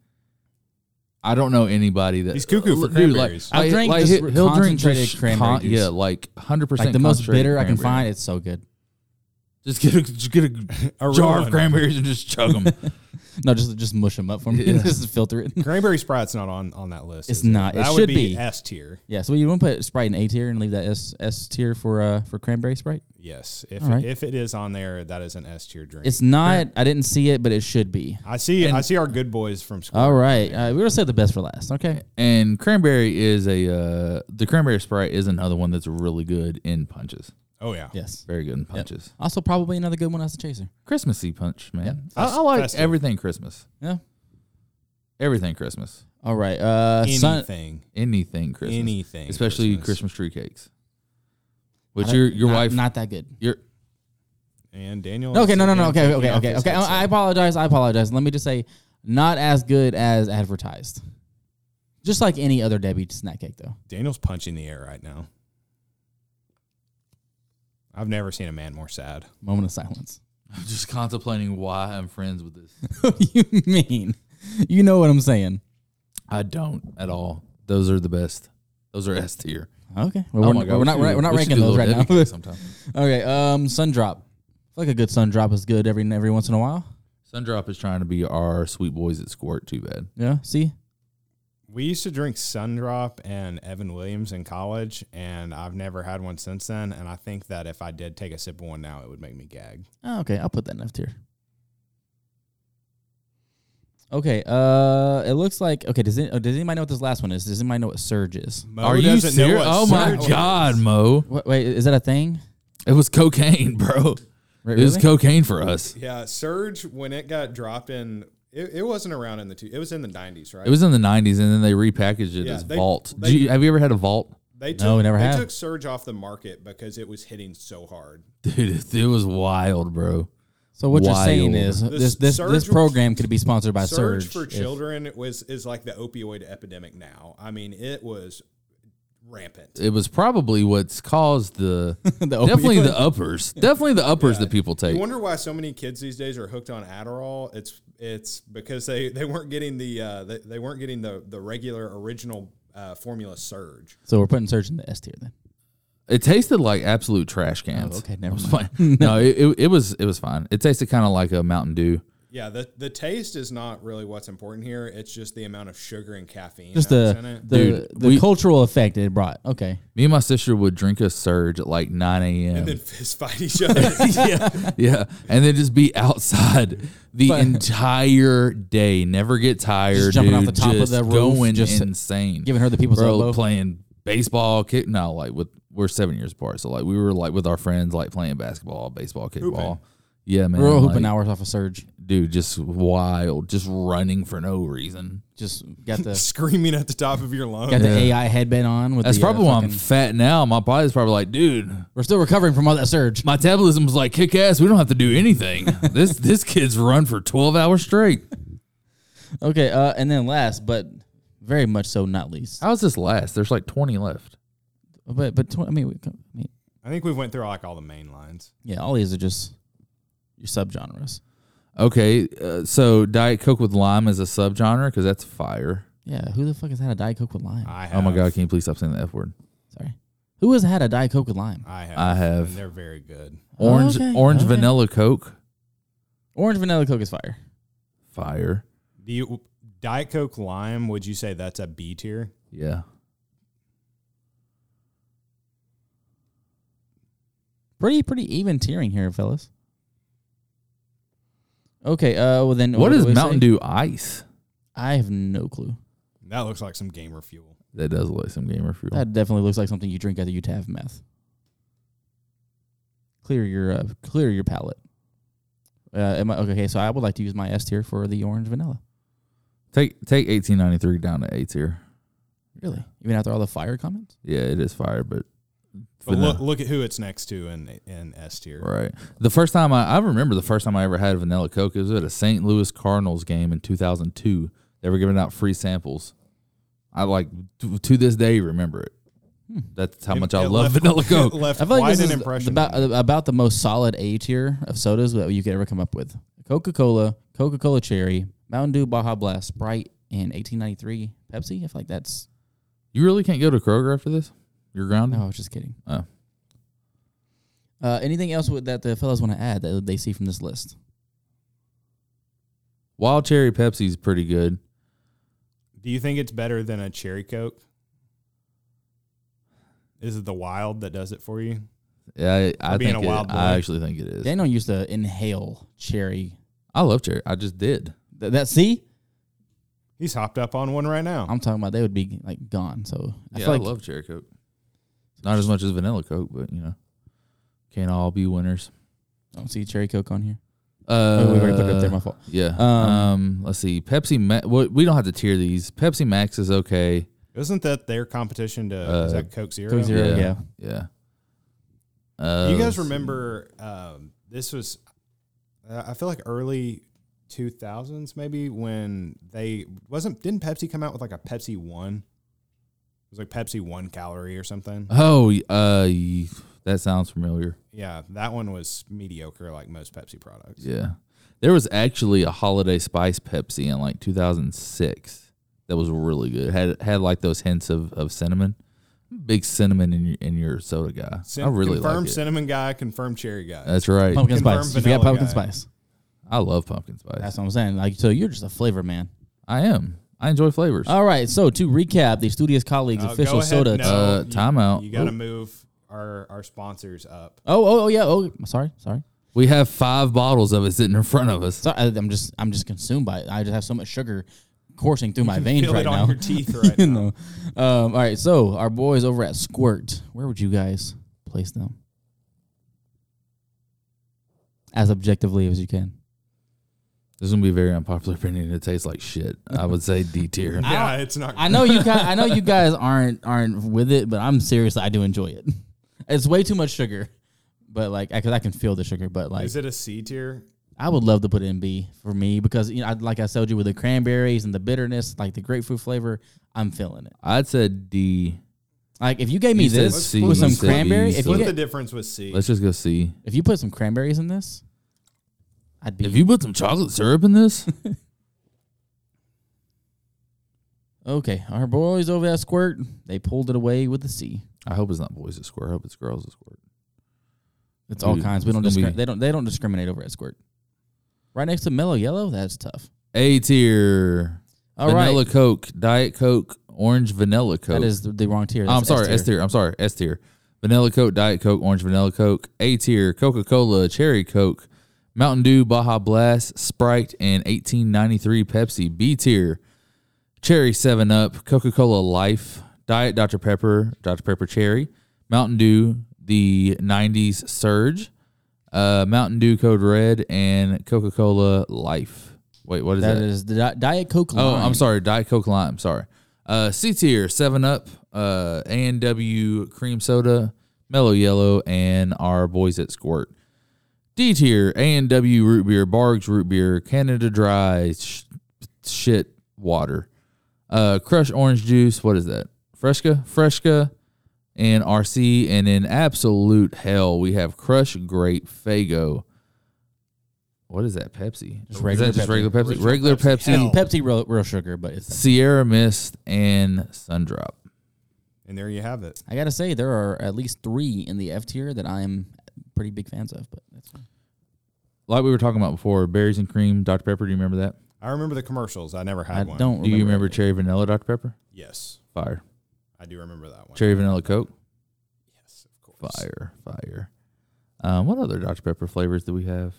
Speaker 6: I don't know anybody that
Speaker 7: He's cuckoo for
Speaker 6: Dude, like-
Speaker 7: cranberries.
Speaker 5: I've drank
Speaker 6: like,
Speaker 5: just
Speaker 6: he- he'll drink
Speaker 5: concentrated
Speaker 6: just
Speaker 5: cranberry
Speaker 6: con-
Speaker 5: juice.
Speaker 6: yeah, like hundred percent.
Speaker 5: like the most bitter I can find. It's so good.
Speaker 6: Just get a, just get a, jar of cranberries and just chug them.
Speaker 5: no, just just mush them up for me.
Speaker 6: Yeah.
Speaker 5: just filter it.
Speaker 7: Cranberry Sprite's not on, on that list.
Speaker 5: It's
Speaker 7: is it?
Speaker 5: not. It
Speaker 7: That
Speaker 5: should
Speaker 7: would be,
Speaker 5: be.
Speaker 7: S tier.
Speaker 5: Yeah, so you want to put Sprite in A tier and leave that S S tier for uh for cranberry Sprite?
Speaker 7: Yes. If
Speaker 5: All right.
Speaker 7: if it is on there, that is an S tier drink.
Speaker 5: It's not. I didn't see it, but it should be.
Speaker 7: I see. I see our good boys from school.
Speaker 5: All right, uh, we're gonna say the best for last. Okay.
Speaker 6: And cranberry is a uh, the cranberry sprite is another one that's really good in punches.
Speaker 7: Oh yeah.
Speaker 5: Yes.
Speaker 6: Very good in punches.
Speaker 5: Also, probably another good one as a chaser.
Speaker 6: Christmassy punch, man.
Speaker 5: Yep.
Speaker 6: I, I like
Speaker 5: Festive.
Speaker 6: everything Christmas.
Speaker 5: Yeah.
Speaker 6: Everything Christmas.
Speaker 5: All right. Uh, Sun-
Speaker 7: Anything.
Speaker 6: anything Christmas.
Speaker 7: Anything
Speaker 6: Especially
Speaker 7: Christmas.
Speaker 6: Christmas, tree cakes. Which
Speaker 5: I
Speaker 6: your
Speaker 5: don't-
Speaker 6: your
Speaker 5: not-
Speaker 6: wife
Speaker 5: not that good.
Speaker 6: Your
Speaker 7: And Daniel.
Speaker 5: No, okay,
Speaker 7: is
Speaker 5: no, no, no.
Speaker 7: again
Speaker 5: Okay, okay,
Speaker 7: taking out
Speaker 5: okay,
Speaker 7: his
Speaker 5: okay.
Speaker 7: headset.
Speaker 5: I, I apologize. I apologize. Let me just say, not as good as advertised. Just like any other Debbie snack cake, though.
Speaker 7: Daniel's punching the air right now. I've never seen a man more sad.
Speaker 5: Moment of silence.
Speaker 6: I'm just contemplating why I'm friends with this.
Speaker 5: what do you mean? You know what I'm saying.
Speaker 6: I don't at all. Those are the best. Those are S tier. Oh
Speaker 5: Okay. Oh Well, we're, we're not we're not ranking those right now. okay. Um, sun drop. I feel like a good sun drop is good every every once in a while.
Speaker 6: Sundrop is trying to be our sweet boys at Squirt. Too bad.
Speaker 5: Yeah. See.
Speaker 7: We used to drink Sundrop and Evan Williams in college, and I've never had one since then. And I think that if I did take a sip of one now, it would make me gag.
Speaker 5: Oh, okay, I'll put that in F tier. Okay. Uh, it looks like okay. Does it, oh, does anybody know what this last one is? Does anybody know what surge is?
Speaker 7: Mo Are you doesn't know serious? what
Speaker 6: Oh my
Speaker 7: surge
Speaker 6: God, Mo!
Speaker 5: Wait, wait, is that a thing?
Speaker 6: It was cocaine, bro.
Speaker 5: Wait,
Speaker 6: It was
Speaker 5: really?
Speaker 6: cocaine for us.
Speaker 7: Yeah, Surge when it got dropped in, it, it wasn't around in the two. It was in the nineties, right?
Speaker 6: It was in the '90s, and then they repackaged it
Speaker 7: Yeah,
Speaker 6: as
Speaker 7: they-
Speaker 6: Vault.
Speaker 7: they-
Speaker 6: Do you, have you ever had a Vault?
Speaker 7: They took,
Speaker 5: No, we never
Speaker 7: they
Speaker 5: have.
Speaker 7: took Surge off the market because it was hitting so hard.
Speaker 6: Dude, it, it was wild, bro.
Speaker 5: So what you're saying
Speaker 6: Wild.
Speaker 5: is
Speaker 7: This
Speaker 5: this this,
Speaker 7: Surge
Speaker 5: this
Speaker 7: was-
Speaker 5: program could be sponsored by
Speaker 7: Surge,
Speaker 5: Surge,
Speaker 7: for
Speaker 5: if-
Speaker 7: children was is like the opioid epidemic now. I mean, it was rampant.
Speaker 6: it was probably what's caused the,
Speaker 5: The
Speaker 6: definitely
Speaker 5: opioid.
Speaker 6: the uppers, definitely the uppers that people take.
Speaker 7: You wonder why so many kids these days are hooked on Adderall. It's it's because they, they weren't getting the uh, they, they weren't getting the the regular original uh, formula surge.
Speaker 5: So we're putting Surge in the S tier then.
Speaker 6: It tasted like absolute trash cans.
Speaker 5: Oh, okay, never
Speaker 6: It was
Speaker 5: mind.
Speaker 6: fine. no, it, it, it was it was fine. It tasted kind of like a Mountain Dew.
Speaker 7: Yeah, the the taste is not really what's important here. It's just the amount of sugar and caffeine.
Speaker 5: Just
Speaker 7: that's in
Speaker 5: the
Speaker 7: it.
Speaker 5: the,
Speaker 6: Dude,
Speaker 5: the
Speaker 6: we-
Speaker 5: cultural effect it brought. Okay.
Speaker 6: Me and my sister would drink a surge at like 9 a.m.
Speaker 7: and then fist fight each other.
Speaker 6: yeah. yeah, and then just be outside the entire day. Never get tired.
Speaker 5: Just jumping
Speaker 6: dude.
Speaker 5: off the top of
Speaker 6: Just
Speaker 5: the roof,
Speaker 6: going
Speaker 5: just
Speaker 6: insane.
Speaker 5: giving her the people's
Speaker 6: Bro,
Speaker 5: elbow.
Speaker 6: playing baseball, kick. No, like with we're seven years apart, so like we were like with our friends, like playing basketball, baseball, kickball. Yeah, man.
Speaker 5: We're all
Speaker 6: like,
Speaker 5: hooping hours off of Surge.
Speaker 6: dude, just wild, just running for no reason.
Speaker 5: Just got the
Speaker 7: screaming at the top of your lungs.
Speaker 5: got the
Speaker 6: Yeah.
Speaker 5: AI headband on with
Speaker 6: That's
Speaker 5: the, uh,
Speaker 6: probably why I'm
Speaker 5: fucking-
Speaker 6: fat now. My body's probably like, dude,
Speaker 5: We're still recovering from all that surge.
Speaker 6: my metabolism was like kick ass. We don't have to do anything. this this kid's run for 12 hours straight.
Speaker 5: Okay, uh, and then last but very much so not least.
Speaker 6: How's this last? There's like 20 left.
Speaker 5: But but tw- I mean, we, I mean,
Speaker 7: I think we went through like all the main lines.
Speaker 5: yeah, all these are just your subgenres.
Speaker 6: Okay, uh, so Diet Coke with lime is a subgenre because that's fire.
Speaker 5: Yeah, who the fuck has had a Diet Coke with lime?
Speaker 7: I have.
Speaker 6: Oh my god, can you please stop saying the f word?
Speaker 5: Sorry, who has had a Diet Coke with lime?
Speaker 7: I have.
Speaker 6: I have.
Speaker 7: and they're very good.
Speaker 6: Orange,
Speaker 5: Oh, Okay,
Speaker 6: orange
Speaker 5: okay.
Speaker 6: vanilla Coke,
Speaker 5: Orange vanilla Coke is fire.
Speaker 6: fire.
Speaker 7: Do you Diet Coke Lime? Would you say that's a B tier?
Speaker 6: Yeah,
Speaker 5: Pretty pretty even tiering here, fellas. Okay, uh, well then,
Speaker 6: what is
Speaker 5: do we
Speaker 6: Mountain
Speaker 5: say?
Speaker 6: Dew Ice?
Speaker 5: I have no clue.
Speaker 7: That looks like some gamer fuel.
Speaker 6: That does look like some gamer fuel.
Speaker 5: That definitely looks like something you drink after you have meth. Clear your uh, clear your palate. Uh, am I, okay, so I would like to use my S tier for the orange vanilla.
Speaker 6: take take eighteen ninety three down to A tier.
Speaker 5: Really, even after all the fire comments.
Speaker 6: Yeah, it is fire, but
Speaker 7: But
Speaker 6: Vanilla.
Speaker 7: look, look at who it's next to in in S tier.
Speaker 6: Right. The first time I, I remember the first time I ever had a vanilla Coke, it was at a St. Louis Cardinals game in 2002. They were giving out free samples. I like to, to this day remember it.
Speaker 5: Hmm.
Speaker 6: That's how
Speaker 7: It-
Speaker 6: much I
Speaker 7: it
Speaker 6: love
Speaker 7: left-
Speaker 6: vanilla
Speaker 7: it
Speaker 6: Coke.
Speaker 7: left
Speaker 5: I feel like
Speaker 7: quite
Speaker 5: this
Speaker 7: an
Speaker 5: is
Speaker 7: impression.
Speaker 5: about
Speaker 6: uh,
Speaker 5: about the most solid A tier of sodas that you could ever come up with. Coca Cola, Coca Cola Cherry, Mountain Dew, Baja Blast, Sprite, and 1893 Pepsi. I feel like that's
Speaker 6: You really can't go to Kroger after this. You're grounded.
Speaker 5: no. I was just kidding.
Speaker 6: Oh.
Speaker 5: Uh, anything else with, that the fellas want to add that they see from this list?
Speaker 6: Wild cherry Pepsi's pretty good.
Speaker 7: Do you think it's better than a cherry coke? Is it the wild that does it for you?
Speaker 6: Yeah,
Speaker 7: For
Speaker 6: I, I
Speaker 7: being
Speaker 6: think
Speaker 7: a
Speaker 6: it-
Speaker 7: wild boy.
Speaker 6: I actually think it is.
Speaker 5: Daniel used to inhale cherry.
Speaker 6: I love cherry. I just did.
Speaker 5: Th- that see,
Speaker 7: He's hopped up on one right now.
Speaker 5: I'm talking about they would be like gone. So
Speaker 6: Yeah, I,
Speaker 5: feel like
Speaker 6: love cherry coke. Not as much as vanilla coke, but you know, can't all be winners.
Speaker 5: I don't see cherry coke on here.
Speaker 6: Uh,
Speaker 5: Oh, we already put it up there, my fault.
Speaker 6: Yeah. Um,
Speaker 5: Um,
Speaker 6: let's see. Pepsi. Ma- well, we don't have to tier these. Pepsi Max is okay.
Speaker 7: Isn't that their competition to
Speaker 6: Uh,
Speaker 7: is that Coke Zero?
Speaker 5: Coke Zero, yeah.
Speaker 6: Yeah.
Speaker 7: Do you
Speaker 6: Uh,
Speaker 7: guys remember um, this was uh, I feel like early 2000s maybe when they wasn't didn't Pepsi come out with like a Pepsi 1? It was like Pepsi 1 calorie or something.
Speaker 6: Oh, uh, y- that sounds familiar.
Speaker 7: Yeah, that one was mediocre like most Pepsi products.
Speaker 6: Yeah. There was actually a holiday spice Pepsi in like 2006 that was really good. It had had like those hints of, of cinnamon. Big cinnamon in your, in your soda guy. I
Speaker 7: Cin-
Speaker 6: really
Speaker 7: confirmed
Speaker 6: like it.
Speaker 7: cinnamon guy, confirmed cherry guy.
Speaker 6: That's right.
Speaker 5: Pumpkin
Speaker 7: Confirmed
Speaker 5: spice. You forgot
Speaker 7: vanilla
Speaker 5: pumpkin
Speaker 7: guy.
Speaker 5: spice.
Speaker 6: I love pumpkin spice.
Speaker 5: That's what I'm saying. Like, so you're just a flavor man.
Speaker 6: I am. I enjoy flavors.
Speaker 5: All right. So to recap, the Studious Colleagues
Speaker 7: Uh,
Speaker 5: official
Speaker 7: go ahead,
Speaker 5: soda.
Speaker 7: no,
Speaker 6: Uh,
Speaker 7: you-
Speaker 6: timeout.
Speaker 7: You got to
Speaker 6: Oh.
Speaker 7: move our our sponsors up.
Speaker 5: Oh, oh, oh, yeah. Oh, sorry, sorry.
Speaker 6: We have five bottles of it sitting in front of us.
Speaker 5: So I, I'm just, I'm just consumed by it. I just have so much sugar coursing through my
Speaker 7: can
Speaker 5: veins
Speaker 7: feel
Speaker 5: right
Speaker 7: it on
Speaker 5: now.
Speaker 7: your teeth right
Speaker 5: You
Speaker 7: now.
Speaker 5: know. Um, all right. So our boys over at Squirt, where would you guys place them? As objectively as you can.
Speaker 6: This is gonna be a very unpopular opinion. It tastes like shit. I would say D tier.
Speaker 5: I
Speaker 7: Yeah,
Speaker 5: don't-
Speaker 7: it's not
Speaker 5: I know you guys. I know you guys aren't aren't with it, but I'm serious. I do enjoy it. It's way too much sugar, but like I, cause I can feel the sugar. But like
Speaker 7: Is it a C tier?
Speaker 5: I would love to put it in B for me because you know, I, like I told you, with the cranberries and the bitterness, like the grapefruit flavor, I'm feeling it.
Speaker 6: I'd say D.
Speaker 5: Like if you gave me
Speaker 6: You said
Speaker 5: this
Speaker 6: C,
Speaker 5: with some
Speaker 6: you said
Speaker 5: cranberry,
Speaker 6: B,
Speaker 5: if
Speaker 6: so-
Speaker 5: you
Speaker 7: What's
Speaker 5: get,
Speaker 7: the difference with C?
Speaker 6: Let's just go C.
Speaker 5: if you put some cranberries in this, I'd be.
Speaker 6: If you put some chocolate syrup in this,
Speaker 5: okay, our boys over at Squirt, they pulled it away with a C.
Speaker 6: I hope it's not boys that squirt. I hope it's girls that squirt.
Speaker 5: It's all
Speaker 6: Dude,
Speaker 5: kinds. We
Speaker 6: it's
Speaker 5: don't
Speaker 6: gonna
Speaker 5: discri-
Speaker 6: be-
Speaker 5: they don't they don't discriminate over at Squirt. Right next to Mellow Yellow, that's tough.
Speaker 6: A tier.
Speaker 5: All right.
Speaker 6: vanilla Coke, Diet Coke, Orange Vanilla Coke.
Speaker 5: That is the, the wrong tier.
Speaker 6: I'm
Speaker 5: That's
Speaker 6: sorry, S tier. I'm sorry, S tier. Vanilla Coke, Diet Coke, Orange Vanilla Coke, A tier, Coca Cola, Cherry Coke, Mountain Dew, Baja Blast, Sprite, and 1893 Pepsi. B tier, Cherry 7 Up, Coca Cola Life, Diet Dr. Pepper, Dr. Pepper Cherry, Mountain Dew, the 90s Surge, uh, Mountain Dew Code Red, and Coca Cola Life. Wait, what is that?
Speaker 5: That is the Di- Diet Coke.
Speaker 6: Oh,
Speaker 5: Lime.
Speaker 6: I'm sorry, Diet Coke Lime. Sorry. Uh, C tier, Seven Up, uh, A and W Cream Soda, Mellow Yellow, and our boys at Squirt. D tier, A and W Root Beer, Bargs Root Beer, Canada Dry, sh- shit water, uh, Crush Orange Juice. What is that? Fresca, Fresca, and RC, and in absolute hell, we have Crush Grape Fago. What is that? Pepsi.
Speaker 5: Just regular
Speaker 6: is that just
Speaker 5: Pepsi.
Speaker 6: regular Pepsi? Regular Pepsi.
Speaker 5: And Pepsi real, real sugar, but it's
Speaker 6: Sierra Mist and Sundrop.
Speaker 7: And there you have it.
Speaker 5: I gotta say there are at least three in the F tier that I am pretty big fans of. But that's fine.
Speaker 6: Like we were talking about before, berries and cream, Dr. Pepper. Do you remember that?
Speaker 7: I remember the commercials. I never had
Speaker 5: I
Speaker 7: one.
Speaker 5: don't
Speaker 6: Do you
Speaker 5: remember.
Speaker 6: remember cherry vanilla Dr. Pepper?
Speaker 7: Yes,
Speaker 6: Fire.
Speaker 7: I do remember that one.
Speaker 6: Cherry vanilla Coke?
Speaker 7: Yes, of course.
Speaker 6: Fire. Fire. Um, what other Dr. Pepper flavors do we have?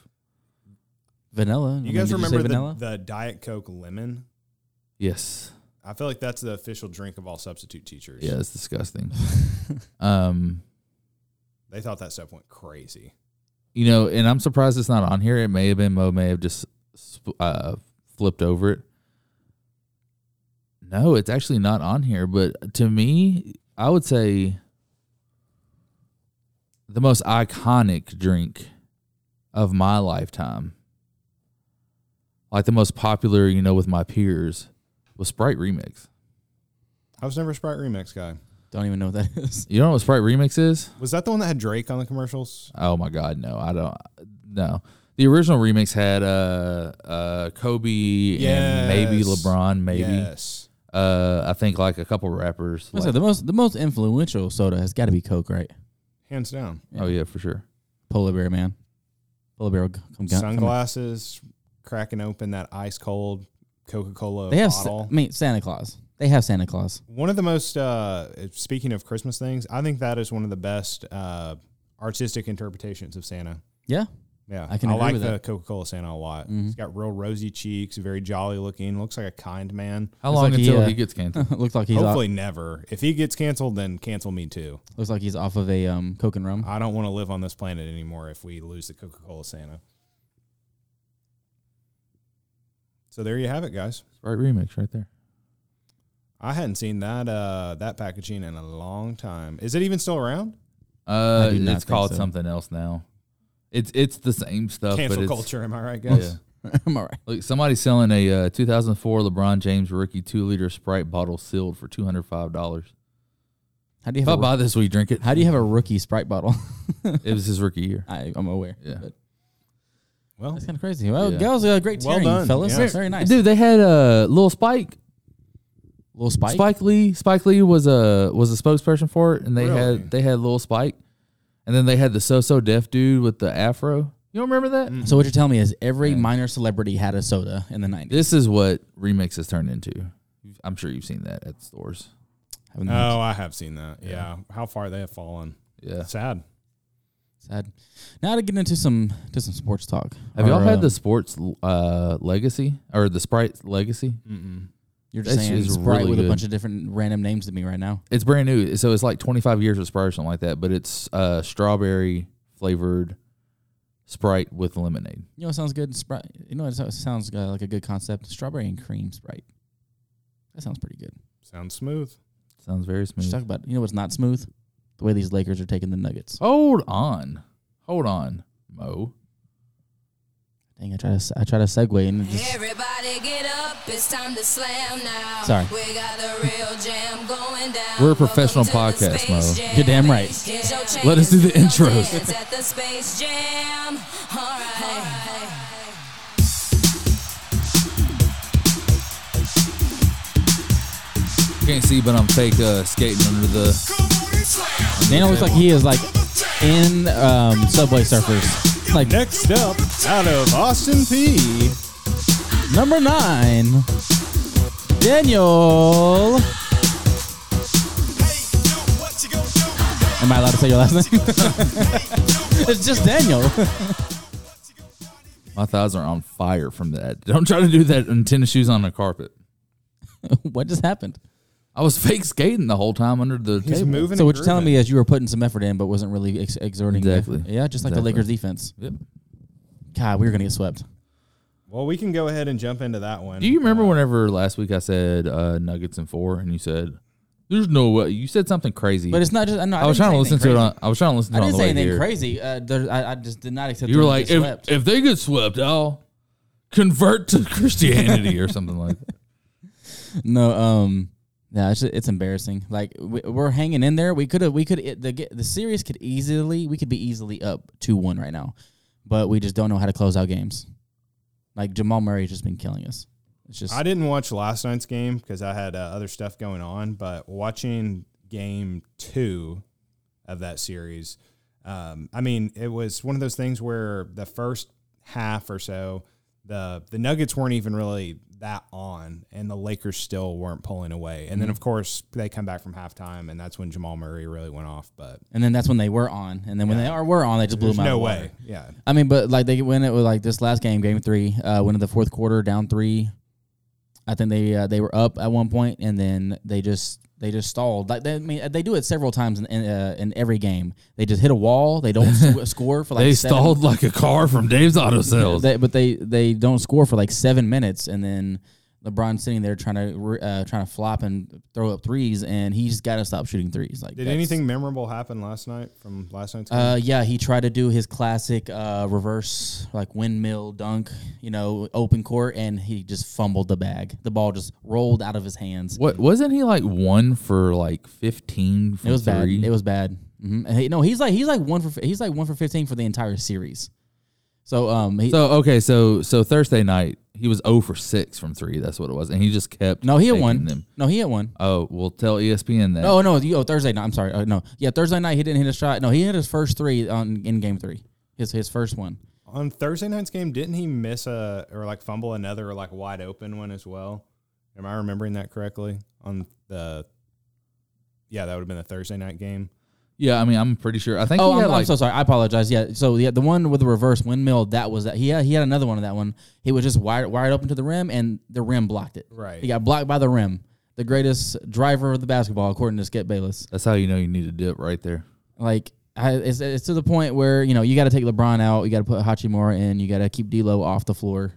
Speaker 5: vanilla.
Speaker 7: You
Speaker 5: I mean,
Speaker 7: guys
Speaker 5: did say
Speaker 7: remember
Speaker 5: vanilla?
Speaker 7: the, the Diet Coke lemon?
Speaker 6: Yes.
Speaker 7: I feel like that's the official drink of all substitute teachers.
Speaker 6: Yeah, it's disgusting. um,
Speaker 7: They thought that stuff went crazy.
Speaker 6: you know, and I'm surprised it's not on here. It may have been Mo may have just sp- uh, flipped over it. No, it's actually not on here. But to me, I would say the most iconic drink of my lifetime, like the most popular, you know, with my peers, was Sprite Remix.
Speaker 7: I was never a Sprite Remix guy.
Speaker 5: Don't even know what that is.
Speaker 6: You know what Sprite Remix is?
Speaker 7: Was that the one that had Drake on the commercials?
Speaker 6: Oh my God, no, I don't. No, the original remix had uh uh Kobe and maybe
Speaker 7: Yes.
Speaker 6: LeBron, maybe
Speaker 7: Yes.
Speaker 6: uh I think like a couple rappers.
Speaker 5: I
Speaker 6: like-
Speaker 5: said the most the most influential soda has got to be Coke, right?
Speaker 7: Hands down.
Speaker 6: oh yeah, for sure.
Speaker 5: Polar bear man. Polar bear, will c- come down. come out.
Speaker 7: Sunglasses, cracking open that ice cold Coca Cola
Speaker 5: They have. Sa-
Speaker 7: bottle.
Speaker 5: I mean, Santa Claus. They have Santa Claus.
Speaker 7: One of the most uh, speaking of Christmas things, I think that is one of the best uh, artistic interpretations of Santa.
Speaker 5: Yeah.
Speaker 7: Yeah,
Speaker 5: I can agree
Speaker 7: like
Speaker 5: with
Speaker 7: the
Speaker 5: that. Mm-hmm.
Speaker 7: Coca Cola Santa a lot. He's got real rosy cheeks, very jolly looking. Looks like a kind man.
Speaker 6: How Looks long like he, until uh, he gets canceled?
Speaker 5: looks like he's off-
Speaker 7: hopefully never. If he gets canceled, then cancel me too.
Speaker 5: Looks like he's off of a um, Coke and rum.
Speaker 7: I don't want to live on this planet anymore if we lose the Coca Cola Santa. So there you have it, guys.
Speaker 6: Right remix right there.
Speaker 7: I hadn't seen that uh, that packaging in a long time. Is it even still around?
Speaker 6: Uh,
Speaker 5: I do not
Speaker 6: it's
Speaker 5: think
Speaker 6: called
Speaker 5: so.
Speaker 6: something else now. It's it's the same stuff.
Speaker 7: Cancel
Speaker 6: Uh, but it's,
Speaker 7: culture, am I right, guys?
Speaker 5: I'm all right.
Speaker 6: Look, somebody's selling a uh, 2004 LeBron James rookie two liter Sprite bottle sealed for two hundred five dollars.
Speaker 5: How do you
Speaker 6: If
Speaker 5: have a,
Speaker 6: I buy this, will you drink it?
Speaker 5: How do you have a rookie Sprite bottle?
Speaker 6: It was his rookie year.
Speaker 5: I, I'm aware.
Speaker 6: Yeah.
Speaker 5: but
Speaker 7: Well,
Speaker 5: that's kind of crazy. Well,
Speaker 6: Yeah.
Speaker 5: that was a great
Speaker 7: Well
Speaker 5: tearing,
Speaker 7: done.
Speaker 5: fellas.
Speaker 7: Yeah.
Speaker 5: That's very nice.
Speaker 6: Dude, they had a uh, little Spike.
Speaker 5: Little Spike.
Speaker 6: Spike Lee. Spike Lee was a was a spokesperson for it, and they
Speaker 7: Really?
Speaker 6: had they had little Spike, and then they had the so so deaf dude with the afro. You don't remember that?
Speaker 5: So what you're telling me is every minor celebrity had a soda in the 90s.
Speaker 6: This is what remix has turned into. I'm sure you've seen that at stores.
Speaker 5: Haven't they?
Speaker 7: Oh, I have seen that. Yeah. How far they have fallen.
Speaker 6: Yeah.
Speaker 7: Sad.
Speaker 5: Sad. Now to get into some to some sports talk.
Speaker 6: Have y'all
Speaker 5: Our,
Speaker 6: had
Speaker 5: uh,
Speaker 6: the sports uh, legacy or the Sprite legacy?
Speaker 7: Mm-mm.
Speaker 5: You're just
Speaker 6: That shit
Speaker 5: saying
Speaker 6: is
Speaker 5: Sprite
Speaker 6: really
Speaker 5: with a
Speaker 6: good.
Speaker 5: bunch of different random names to me right now.
Speaker 6: It's brand new, so it's like 25 years of Sprite or something like that. But it's uh, strawberry flavored Sprite with lemonade.
Speaker 5: You know what sounds good? Sprite. You know what so- sounds uh, like a good concept? Strawberry and cream Sprite. That sounds pretty good.
Speaker 7: Sounds smooth.
Speaker 6: Sounds very
Speaker 5: Just
Speaker 6: smooth.
Speaker 5: talk about you know what's not smooth? The way these Lakers are taking the Nuggets.
Speaker 6: Hold on, hold on, Mo.
Speaker 5: Dang, I try to s- I try to segue and it just
Speaker 20: Everybody get up, it's time to slam now.
Speaker 5: Sorry.
Speaker 20: We got the real jam going down.
Speaker 6: We're a professional podcast, Mo.
Speaker 5: You're damn right.
Speaker 6: Let us do the
Speaker 20: It's
Speaker 6: intros.
Speaker 20: at the Space Jam. All right.
Speaker 6: Can't see, but I'm fake uh, skating under the.
Speaker 5: Daniel looks like he is like in um, Subway Surfers. Like
Speaker 7: Next up, out of Austin P.
Speaker 5: number nine, Daniel. Am I allowed to say your last name? it's just Daniel.
Speaker 6: My thighs are on fire from that. Don't try to do that in tennis shoes on the carpet.
Speaker 5: what just happened?
Speaker 6: I was fake skating the whole time under the
Speaker 7: He's
Speaker 6: table.
Speaker 7: moving.
Speaker 5: So
Speaker 7: and
Speaker 5: what you're telling
Speaker 7: grooving.
Speaker 5: me is you were putting some effort in, but wasn't really ex- exerting. the
Speaker 6: Exactly.
Speaker 5: effort. Yeah, just like
Speaker 6: Exactly.
Speaker 5: the Lakers defense.
Speaker 6: Yep.
Speaker 5: God, we were gonna get swept.
Speaker 7: Well, we can go ahead and jump into that one. Uh,
Speaker 6: Do you remember whenever last week I said uh, Nuggets and four, and you said, "There's no way." You said something crazy,
Speaker 5: But it's not just. No,
Speaker 6: I, was
Speaker 5: didn't
Speaker 6: trying to
Speaker 5: say
Speaker 6: listen
Speaker 5: anything
Speaker 6: to it.
Speaker 5: crazy.
Speaker 6: On, I was trying to listen to
Speaker 5: I
Speaker 6: it.
Speaker 5: didn't
Speaker 6: on the
Speaker 5: say
Speaker 6: way
Speaker 5: anything
Speaker 6: here.
Speaker 5: crazy. Uh, there, I, I just did not accept.
Speaker 6: You were
Speaker 5: them to
Speaker 6: like,
Speaker 5: get
Speaker 6: if,
Speaker 5: swept.
Speaker 6: if they get swept, I'll convert to Christianity or something like that.
Speaker 5: No, um, yeah, it's, it's embarrassing. Like we, we're hanging in there. We could have, we could it- the ge- the series could easily, we could be easily up two one right now, but we just don't know how to close out games. Like Jamal Murray has just been killing us. It's just
Speaker 7: I didn't watch last night's game because I had uh, other stuff going on, but watching game two of that series, um, I mean, it was one of those things where the first half or so, the the Nuggets weren't even really that on, and the Lakers still weren't pulling away. And
Speaker 5: Mm-hmm.
Speaker 7: then, of course, they come back from halftime, and that's when Jamal Murray really went off. But
Speaker 5: and then that's when they were on, and then when they are were on, they just blew
Speaker 7: there's
Speaker 5: them out. of
Speaker 7: no
Speaker 5: the water.
Speaker 7: way, yeah.
Speaker 5: I mean, but like they win it with like this last game, game three, uh, went in the fourth quarter down three. I think they uh, they were up at one point, and then they just they just stalled. Like they, I mean, they do it several times in in, uh, in every game. They just hit a wall. They don't s- score for like
Speaker 6: they
Speaker 5: seven-
Speaker 6: stalled like a car from Dave's Auto Sales.
Speaker 5: They, but they they don't score for like seven minutes, and then LeBron's sitting there trying to re- uh, trying to flop and throw up threes, and he's got to stop shooting threes. Like
Speaker 7: Did
Speaker 5: that's-
Speaker 7: anything memorable happen last night from last night's game?
Speaker 5: Uh, yeah, he tried to do his classic uh, reverse, like windmill dunk, you know, open court, and he just fumbled the bag. The ball just rolled out of his hands.
Speaker 6: what wasn't he like one for like fifteen? From
Speaker 5: It was bad.
Speaker 6: three?
Speaker 5: It was bad. hmm no, he's like he's like one for he's like one for fifteen for the entire series. So um, he,
Speaker 6: So okay, so so Thursday night he was zero for six from three. That's what it was, and he just kept
Speaker 5: no, he had
Speaker 6: taking
Speaker 5: one.
Speaker 6: Them.
Speaker 5: No, he had one. Oh,
Speaker 6: Oh, well, tell ESPN that.
Speaker 5: No, no, you, oh Thursday night. I'm sorry. Uh, no, yeah, Thursday night he didn't hit a shot. No, he hit his first three on in game three. His his first one.
Speaker 7: On Thursday night's game, didn't he miss a or like fumble another or like wide open one as well? Am I remembering that correctly? On the yeah, that would have been the Thursday night game.
Speaker 6: Yeah, I mean, I'm pretty sure. I think.
Speaker 5: oh,
Speaker 6: he
Speaker 5: I'm,
Speaker 6: had,
Speaker 5: I'm
Speaker 6: like-
Speaker 5: so sorry. I apologize. Yeah. So yeah, the one with the reverse windmill that was that he had, he had another one of that one. He was just wide wide open to the rim and the rim blocked it.
Speaker 7: Right.
Speaker 5: He got blocked by the rim. The greatest driver of the basketball, according to Skip Bayless.
Speaker 6: That's how you know you need a dip right there.
Speaker 5: Like I, it's, it's to the point where you know you got to take LeBron out. You got to put Hachimura in. You got to keep D'Lo off the floor.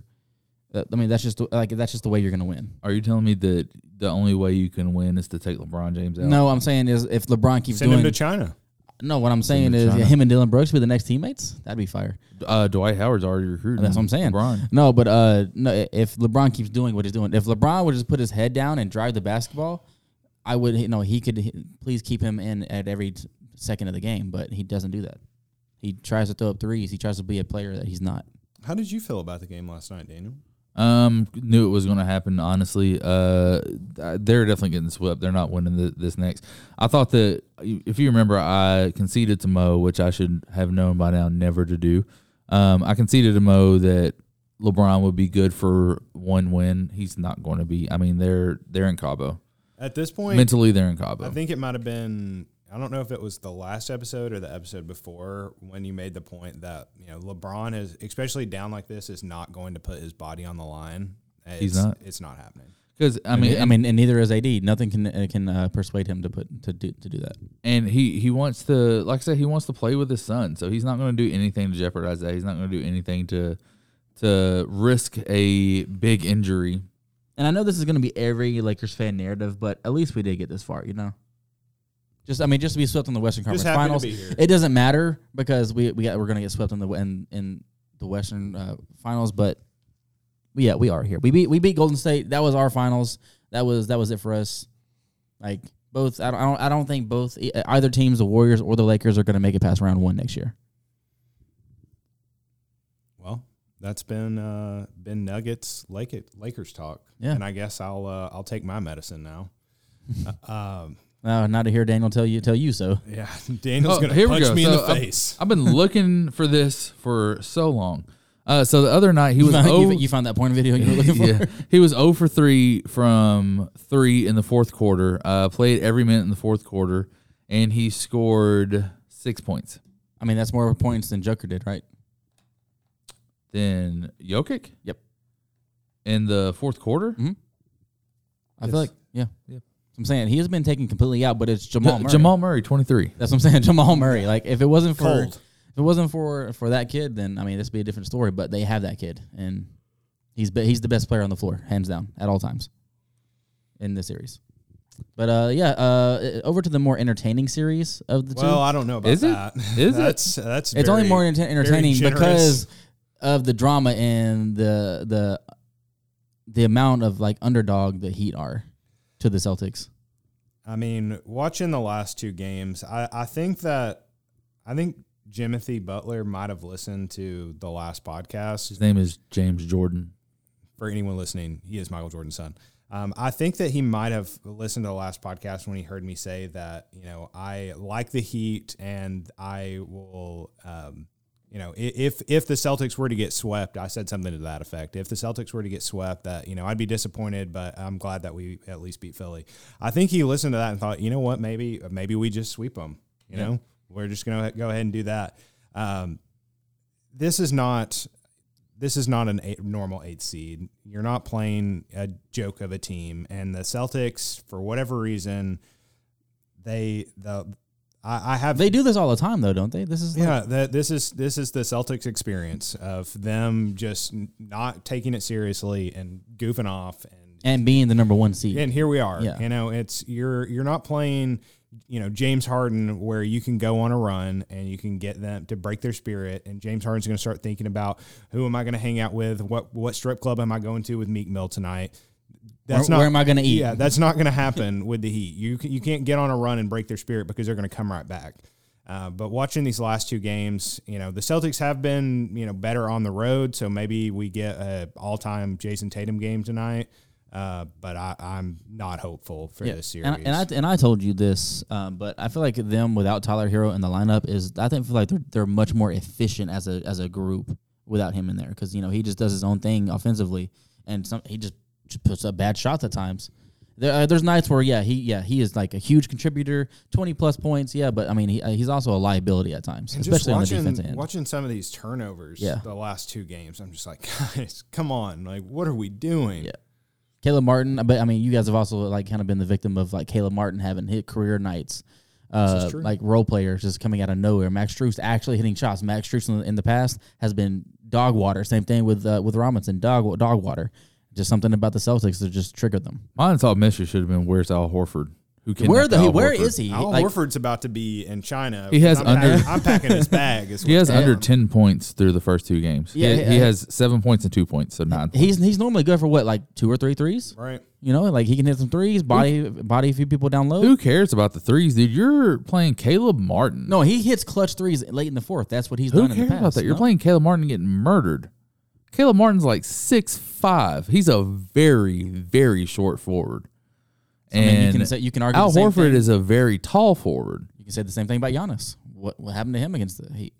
Speaker 5: That- I mean, that's just the- like that's just the way you're gonna win.
Speaker 6: Are you telling me that the only way you can win is to take LeBron James out?
Speaker 5: No, I'm saying is if LeBron keeps
Speaker 6: Send him
Speaker 5: doing
Speaker 6: to China.
Speaker 5: No, what I'm
Speaker 6: Send
Speaker 5: saying
Speaker 6: him to
Speaker 5: is
Speaker 6: China.
Speaker 5: yeah, him and Dylan Brooks be the next teammates. That'd be fire.
Speaker 6: Uh, Dwight Howard's already recruiting.
Speaker 5: That's what I'm saying.
Speaker 6: LeBron.
Speaker 5: No, but uh, no. i- If LeBron keeps doing what he's doing, if LeBron would just put his head down and drive the basketball, I would. You know, he could. he- Please keep him in at every t- second of the game, but he doesn't do that. He tries to throw up threes. He tries to be a player that he's not.
Speaker 7: How did you feel about the game last night, Daniel?
Speaker 6: Um, knew it was going to happen. Honestly, uh, th- they're definitely getting swept. They're not winning the, this next. I thought that if you remember, I conceded to Mo, which I should have known by now never to do. Um, I conceded to Mo that LeBron would be good for one win. He's not going to be. I mean, they're they're in Cabo.
Speaker 7: At this point,
Speaker 6: mentally they're in Cabo.
Speaker 7: I think it might have been. I don't know if it was the last episode or the episode before when you made the point that you know LeBron is, especially down like this, is not going to put his body on the line. It's,
Speaker 6: He's not.
Speaker 7: It's not happening.
Speaker 6: 'Cause, I mean-
Speaker 5: I mean, and neither is AD. Nothing can uh, can uh, persuade him to put to do to do that.
Speaker 6: and he he wants to like I said he wants to play with his son, so he's not going to do anything to jeopardize that. He's not going to do anything to to risk a big injury.
Speaker 5: And I know this is going to be every Lakers fan narrative, but at least we did get this far, you know. Just I mean, just to be swept in the Western Conference
Speaker 7: Just happy to
Speaker 5: Finals,
Speaker 7: be here.
Speaker 5: it doesn't matter because we we got, we're going to get swept in the in in the Western uh, Finals. But yeah, we are here. We beat we beat Golden State. That was our finals. That was that was it for us. Like both, I don't I don't, I don't think both e- either teams, the Warriors or the Lakers, are going to make it past round one next year.
Speaker 7: Well, that's been uh, been Nuggets Lake, Lakers talk.
Speaker 5: Yeah.
Speaker 7: and I guess I'll uh, I'll take my medicine now. Uh, um,
Speaker 5: Uh, not to hear Daniel tell you tell you so.
Speaker 7: yeah, Daniel's
Speaker 6: Oh,
Speaker 7: gonna
Speaker 6: here we
Speaker 7: punch
Speaker 6: go.
Speaker 7: me in
Speaker 6: So
Speaker 7: the
Speaker 6: I've-
Speaker 7: face.
Speaker 6: I've, been looking for this for so long. Uh, so the other night he
Speaker 5: You
Speaker 6: was
Speaker 5: found- you
Speaker 6: over,
Speaker 5: f- you found that porn video you were looking for?
Speaker 6: he was 0 for three from three in the fourth quarter. Uh, played every minute in the fourth quarter, and he scored six points.
Speaker 5: I mean, that's more points than Joker did, right?
Speaker 6: Then Jokic.
Speaker 5: Yep.
Speaker 6: In the fourth quarter.
Speaker 5: Mm-hmm. I feel
Speaker 6: Yes.
Speaker 5: like yeah.
Speaker 6: Yeah.
Speaker 5: I'm saying he has been taken completely out, but it's Jamal
Speaker 6: Ja-
Speaker 5: Murray.
Speaker 6: Jamal Murray, 23.
Speaker 5: That's what I'm saying. Jamal Murray. Like if it wasn't for
Speaker 6: Cold.
Speaker 5: if it wasn't for for that kid, then I mean this would be a different story. But they have that kid, and he's be, he's the best player on the floor, hands down, at all times in this series. But uh, yeah, uh, over to the more entertaining series of the two.
Speaker 7: Well, I don't know about Is it? that. Is it? That's- that's
Speaker 5: it's only
Speaker 7: very-
Speaker 5: more enter-
Speaker 7: very
Speaker 5: entertaining
Speaker 7: generous.
Speaker 5: because of the drama and the the the amount of like underdog the Heat are to the Celtics.
Speaker 7: I mean, watching the last two games, I, I think that I think Jimothy Butler might have listened to the last podcast.
Speaker 6: His name is James Jordan.
Speaker 7: for anyone listening, he is Michael Jordan's son. Um, I think that he might have listened to the last podcast when he heard me say that, you know, I like the Heat and I will, um, you know, i- if if the Celtics were to get swept, I said something to that effect. If the Celtics were to get swept, that you know, I'd be disappointed, but I'm glad that we at least beat Philly. I think he listened to that and thought, you know what, maybe maybe we just sweep them. You
Speaker 6: Yeah.
Speaker 7: know, we're just gonna go ahead and do that. Um, this is not this is not an eight, normal eighth seed. You're not playing a joke of a team, and the Celtics, for whatever reason, they the I, I have
Speaker 5: They do this all the time though, don't they? This is like-
Speaker 7: yeah that this is this is the Celtics experience of them just n- not taking it seriously and goofing off and
Speaker 5: and being the number one seed.
Speaker 7: and here we are.
Speaker 5: Yeah.
Speaker 7: You know, it's you're you're not playing, you know, James Harden where you can go on a run and you can get them to break their spirit and James Harden's going to start thinking about who am I going to hang out with? What what strip club am I going to with Meek Mill tonight?
Speaker 5: Where- where am I gonna eat?
Speaker 7: Yeah, that's not going to happen with the Heat. You c- you can't get on a run and break their spirit because they're going to come right back. Uh, but watching these last two games, you know the Celtics have been you know better on the road, so maybe we get a all time Jason Tatum game tonight. Uh, but I, I'm not hopeful for
Speaker 5: Yeah,
Speaker 7: this
Speaker 5: and
Speaker 7: series.
Speaker 5: I- And I, and I told you this, um, but I feel like them without Tyler Hero in the lineup is I think feel like they're, they're much more efficient as a as a group without him in there because you know he just does his own thing offensively and some he just, just puts up bad shots at times. There, uh, there's nights where yeah he yeah he is like a huge contributor, twenty plus points yeah, but I mean he, uh, he's also a liability at times,
Speaker 7: And
Speaker 5: especially on the
Speaker 7: watching,
Speaker 5: defense end.
Speaker 7: Watching some of these turnovers,
Speaker 5: Yeah.
Speaker 7: the last two games, I'm just like, guys, come on, like, what are we doing? Yeah.
Speaker 5: Caleb Martin, but I mean, you guys have also like kind of been the victim of like Caleb Martin having hit career nights,
Speaker 7: This
Speaker 5: uh,
Speaker 7: is true.
Speaker 5: like role players just coming out of nowhere. Max Struess actually hitting shots. Max Struess in the, in the past has been dog water. Same thing with uh, with Robinson, dog dog water. Just something about the Celtics that just triggered them.
Speaker 6: Mine thought Mister should have been where's Al Horford? Who can
Speaker 5: Where the- where is he?
Speaker 7: Al
Speaker 5: Like-
Speaker 7: Horford's about to be in China.
Speaker 6: He has
Speaker 7: I'm,
Speaker 6: under.
Speaker 7: I'm packing his bag. Is
Speaker 6: he
Speaker 7: what
Speaker 6: has
Speaker 7: I
Speaker 6: under
Speaker 7: am.
Speaker 6: ten points through the first two games.
Speaker 5: Yeah,
Speaker 6: Yeah, he,
Speaker 5: yeah,
Speaker 6: he
Speaker 5: yeah.
Speaker 6: has seven points and two points, so nine.
Speaker 5: He's he's normally good for what like two or three threes,
Speaker 7: right?
Speaker 5: You know, like he can hit some threes, body body a few people down low.
Speaker 6: Who cares about the threes, dude? You're playing Caleb Martin.
Speaker 5: No, he hits clutch threes late in the fourth. That's what he's
Speaker 6: Who
Speaker 5: done
Speaker 6: cares
Speaker 5: in the past.
Speaker 6: about that? You're
Speaker 5: no?
Speaker 6: playing Caleb Martin getting murdered. Caleb Martin's like six five. He's a very very short forward.
Speaker 5: I mean, you can say- you can argue
Speaker 6: Al
Speaker 5: the same
Speaker 6: Horford
Speaker 5: thing.
Speaker 6: is a very tall forward.
Speaker 5: You can say the same thing about Giannis. What what happened to him against the Heat?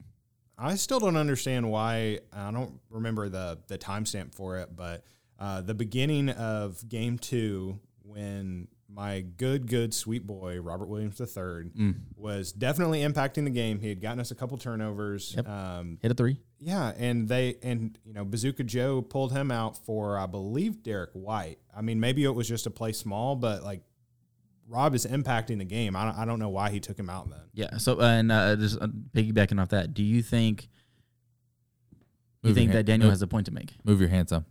Speaker 7: I still don't understand why. I don't remember the the timestamp for it, but uh, the beginning of game two when my good good sweet boy Robert Williams III
Speaker 5: Mm.
Speaker 7: was definitely impacting the game. He had gotten us a couple turnovers.
Speaker 5: Yep.
Speaker 7: Um,
Speaker 5: Hit a three.
Speaker 7: yeah, and they and you know Bazooka Joe pulled him out for I believe Derek White. I mean, maybe it was just a play small, but like Rob is impacting the game. I don't, I don't know why he took him out then.
Speaker 5: Yeah. So uh, and uh, just uh, piggybacking off that, do you think you
Speaker 6: Move your
Speaker 5: think
Speaker 6: hand-
Speaker 5: that Daniel
Speaker 6: move-
Speaker 5: has a point to make?
Speaker 6: Move your hands up.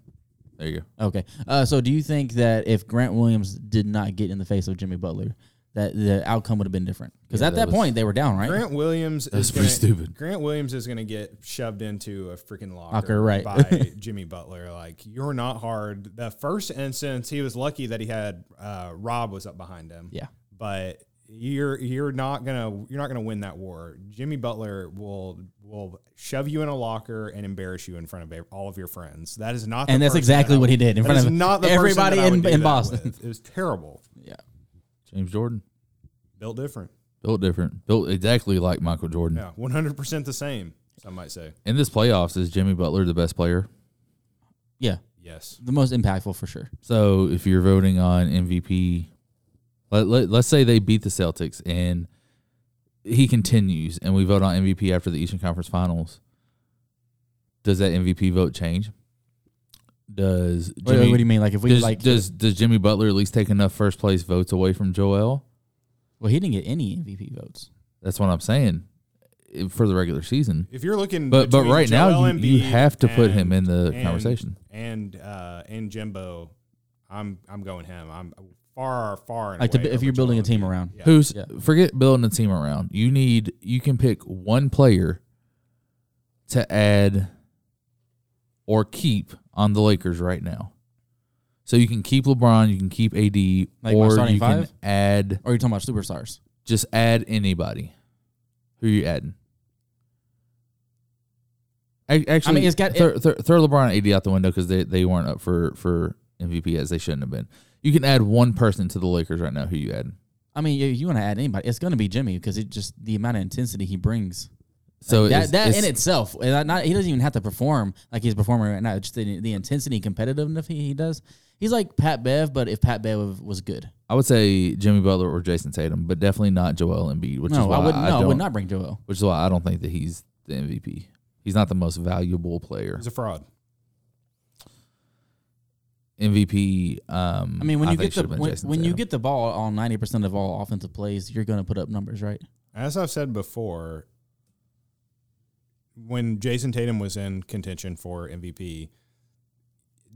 Speaker 6: There you go.
Speaker 5: Okay. Uh, so do you think that if Grant Williams did not get in the face of Jimmy Butler, that the outcome would have been different? Because
Speaker 6: Yeah,
Speaker 5: at
Speaker 6: that
Speaker 5: that,
Speaker 6: was-
Speaker 5: point they were down, right?
Speaker 7: Grant Williams
Speaker 6: That's
Speaker 7: is
Speaker 6: pretty
Speaker 7: gonna-
Speaker 6: stupid.
Speaker 7: Grant Williams is going to get shoved into a freaking locker,
Speaker 5: Locker, right.
Speaker 7: by Jimmy Butler. Like you're not hard. The first instance, he was lucky that he had uh, Rob was up behind him.
Speaker 5: Yeah.
Speaker 7: but you're you're not gonna you're not gonna win that war. Jimmy Butler will will shove you in a locker and embarrass you in front of e, all of your friends. That is not, the
Speaker 5: And that's
Speaker 7: person
Speaker 5: exactly
Speaker 7: that I
Speaker 5: what he
Speaker 7: would-
Speaker 5: did in
Speaker 7: that
Speaker 5: front
Speaker 7: is
Speaker 5: of
Speaker 7: not the person
Speaker 5: everybody
Speaker 7: that I would
Speaker 5: in-
Speaker 7: do
Speaker 5: in
Speaker 7: that
Speaker 5: Boston.
Speaker 7: with. It was terrible.
Speaker 5: Yeah.
Speaker 6: James Jordan
Speaker 7: Built different.
Speaker 6: built different, built exactly like Michael Jordan.
Speaker 7: Yeah, one hundred percent the same. Some might say
Speaker 6: In this playoffs, is Jimmy Butler the best player?
Speaker 5: Yeah.
Speaker 7: yes.
Speaker 5: The most impactful for sure.
Speaker 6: So if you're voting on MVP, let, let, let's say they beat the Celtics and he continues and we vote on MVP after the Eastern Conference Finals, does that MVP vote change? Does
Speaker 5: Wait, wait, what do you mean? Like, if we,
Speaker 6: does,
Speaker 5: like-
Speaker 6: does does Jimmy Butler at least take enough first place votes away from Joel?
Speaker 5: Well, he didn't get any MVP votes.
Speaker 6: That's what I'm saying eh, for the regular season.
Speaker 7: If you're looking,
Speaker 6: But- but
Speaker 7: between
Speaker 6: right now,
Speaker 7: Joel
Speaker 6: you- you
Speaker 7: Embiid
Speaker 6: have to put him in the
Speaker 7: and-
Speaker 6: conversation.
Speaker 7: And uh, and Jimbo, I'm I'm going him. I'm far far and
Speaker 5: Like,
Speaker 7: away
Speaker 5: to, if
Speaker 7: over
Speaker 5: you're building a
Speaker 7: Joel
Speaker 5: team
Speaker 7: Embiid.
Speaker 5: around,
Speaker 7: Yeah.
Speaker 6: Who's
Speaker 5: Yeah.
Speaker 6: forget building a team around. You need you can pick one player to add or keep on the Lakers right now. So you can keep LeBron, you can keep AD,
Speaker 5: Like my
Speaker 6: or
Speaker 5: starting
Speaker 6: you can
Speaker 5: five?
Speaker 6: add
Speaker 5: or are you talking about superstars?
Speaker 6: just add anybody. Who you adding? Ac- Actually,
Speaker 5: it's got-
Speaker 6: throw, throw, throw LeBron and AD out the window because they, they weren't up for, for MVP as they shouldn't have been. You can add one person to the Lakers right now. Who you adding?
Speaker 5: I mean, if you want to add anybody, it's going to be Jimmy because it just the amount of intensity he brings.
Speaker 6: So
Speaker 5: Like,
Speaker 6: it's-
Speaker 5: that that
Speaker 6: it's-
Speaker 5: in itself, and I- not, he doesn't even have to perform like he's performing right now. Just the, the intensity, and competitiveness he, he does. He's like Pat Bev, but if Pat Bev was good,
Speaker 6: I would say Jimmy Butler or Jason Tatum, but definitely not Joel Embiid, which
Speaker 5: No,
Speaker 6: is why
Speaker 5: I
Speaker 6: I,
Speaker 5: wouldn't- no, I would
Speaker 6: don't-
Speaker 5: not bring Joel.
Speaker 6: Which is why I don't think that he's the MVP. He's not the most valuable player.
Speaker 7: He's a fraud.
Speaker 6: MVP. Um,
Speaker 5: I mean, when you
Speaker 6: think
Speaker 5: get the
Speaker 6: should've been
Speaker 5: when,
Speaker 6: Jason
Speaker 5: when you
Speaker 6: Tatum.
Speaker 5: get the ball on ninety percent of all offensive plays, you're going to put up numbers, right?
Speaker 7: As I've said before, when Jason Tatum was in contention for MVP,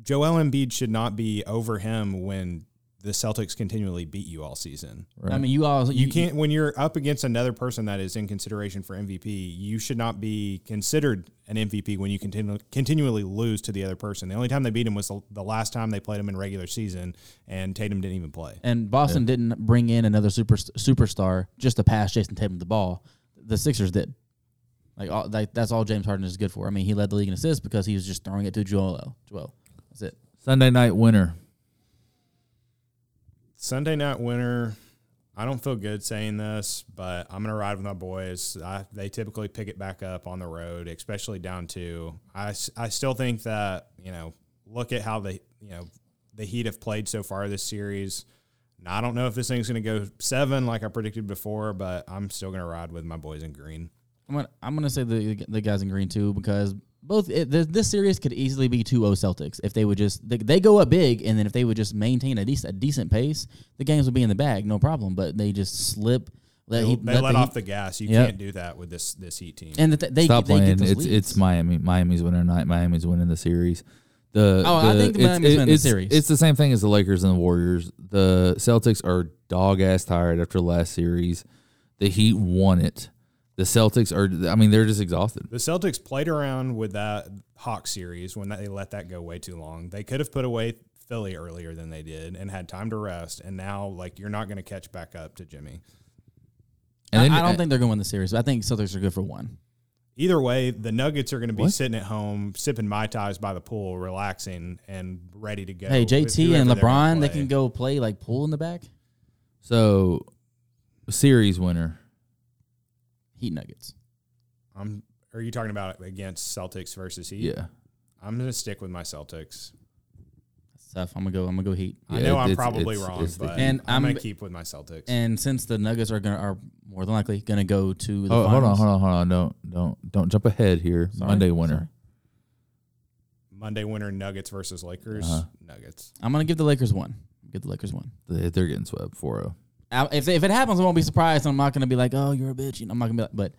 Speaker 7: Joel Embiid should not be over him when the Celtics continually beat you all season.
Speaker 5: I mean, you all
Speaker 7: you can't when you're up against another person that is in consideration for MVP. You should not be considered an MVP when you continu- continually lose to the other person. The only time they beat him was the- the last time they played him in regular season, and Tatum didn't even play.
Speaker 5: And Boston didn't bring in another super superstar just to pass Jason Tatum the ball. The Sixers did. Like, all, like that's all James Harden is good for. I mean, he led the league in assists because he was just throwing it to Joel. Joel, that's it.
Speaker 6: Sunday night winner.
Speaker 7: Sunday night winner. I don't feel good saying this, but I'm gonna ride with my boys. I, they typically pick it back up on the road, especially down two. I, s- I still think that you know, look at how the you know the Heat have played so far this series. Now I don't know if this thing's gonna go seven like I predicted before, but I'm still gonna ride with my boys in green.
Speaker 5: I'm gonna, I'm gonna say the the guys in green too because both it, this, this series could easily be 2-0 Celtics if they would just they, they go up big and then if they would just maintain a decent a decent pace the games would be in the bag no problem but they just slip
Speaker 7: They,
Speaker 5: Heat-
Speaker 7: they let,
Speaker 5: the
Speaker 7: off
Speaker 5: Heat-
Speaker 7: the gas. You
Speaker 5: Yep.
Speaker 7: can't do that with this this Heat team.
Speaker 5: And the th- they-
Speaker 6: Stop
Speaker 5: they get
Speaker 6: playing.
Speaker 5: those
Speaker 6: it's
Speaker 5: leads.
Speaker 6: it's Miami. Miami's winning tonight. Miami's winning the series. The
Speaker 5: Oh, I think
Speaker 6: it's-
Speaker 5: Miami's winning the
Speaker 6: it's-
Speaker 5: series.
Speaker 6: It's the same thing as the Lakers and the Warriors. The Celtics are dog ass tired after the last series. The Heat won it. The Celtics are. I mean, they're just exhausted.
Speaker 7: The Celtics played around with that Hawk series when they let that go way too long. They could have put away Philly earlier than they did and had time to rest. And now, like, you're not going to catch back up to Jimmy.
Speaker 5: I,
Speaker 7: And then-
Speaker 5: I don't think they're gonna win the series but I think Celtics are good for one
Speaker 7: Either way, the Nuggets are going to be
Speaker 5: What?
Speaker 7: sitting at home, sipping Mai Tais by the pool, relaxing and ready to go.
Speaker 5: hey
Speaker 7: with
Speaker 5: JT and
Speaker 7: whoever they're
Speaker 5: LeBron
Speaker 7: gonna
Speaker 5: they
Speaker 7: play.
Speaker 5: can go play like pool in the back
Speaker 6: So, series winner.
Speaker 5: Heat Nuggets
Speaker 7: I'm, are you talking about against Celtics versus Heat?
Speaker 6: Yeah.
Speaker 7: I'm going to stick with my Celtics.
Speaker 5: It's tough I'm gonna go I'm gonna go Heat
Speaker 7: I know I'm probably wrong, but
Speaker 5: and
Speaker 7: I'm,
Speaker 5: I'm,
Speaker 7: going to keep with my Celtics.
Speaker 5: and since the Nuggets are gonna are more than likely gonna go to the
Speaker 6: Oh, hold on,
Speaker 5: finals-
Speaker 6: hold on, hold on. Don't don't don't jump ahead here.
Speaker 5: Sorry,
Speaker 6: Monday winner.
Speaker 7: Monday winner Nuggets versus Lakers.
Speaker 6: Uh-huh.
Speaker 7: Nuggets.
Speaker 5: I'm gonna give the Lakers one give the Lakers one.
Speaker 6: They- They're getting swept oh. 4-0.
Speaker 5: I, if, if it happens, I won't be surprised. I'm not gonna be like, oh, you're a bitch. You know, I'm not gonna be like, but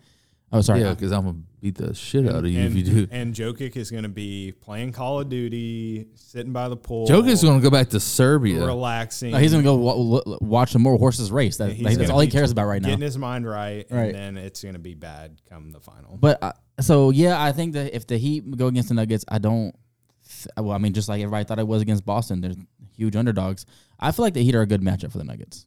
Speaker 5: oh, sorry.
Speaker 6: Yeah, because I'm gonna beat the shit out of you
Speaker 7: and,
Speaker 6: if you do.
Speaker 7: And Jokic is going to be playing Call of Duty, sitting by the pool.
Speaker 6: Jokic's gonna go back to Serbia.
Speaker 7: relaxing.
Speaker 5: No, he's gonna go wa- lo- watch the more horses race. That,
Speaker 7: He's
Speaker 5: like, that's
Speaker 7: gonna
Speaker 5: all he
Speaker 7: be
Speaker 5: cares about right now.
Speaker 7: Getting his mind right,
Speaker 5: Right.
Speaker 7: and then it's going to be bad come the final.
Speaker 5: But uh, so yeah, I think that if the Heat go against the Nuggets, I don't. Well, I mean, just like everybody thought it was against Boston, they're huge underdogs. I feel like the Heat are a good matchup for the Nuggets.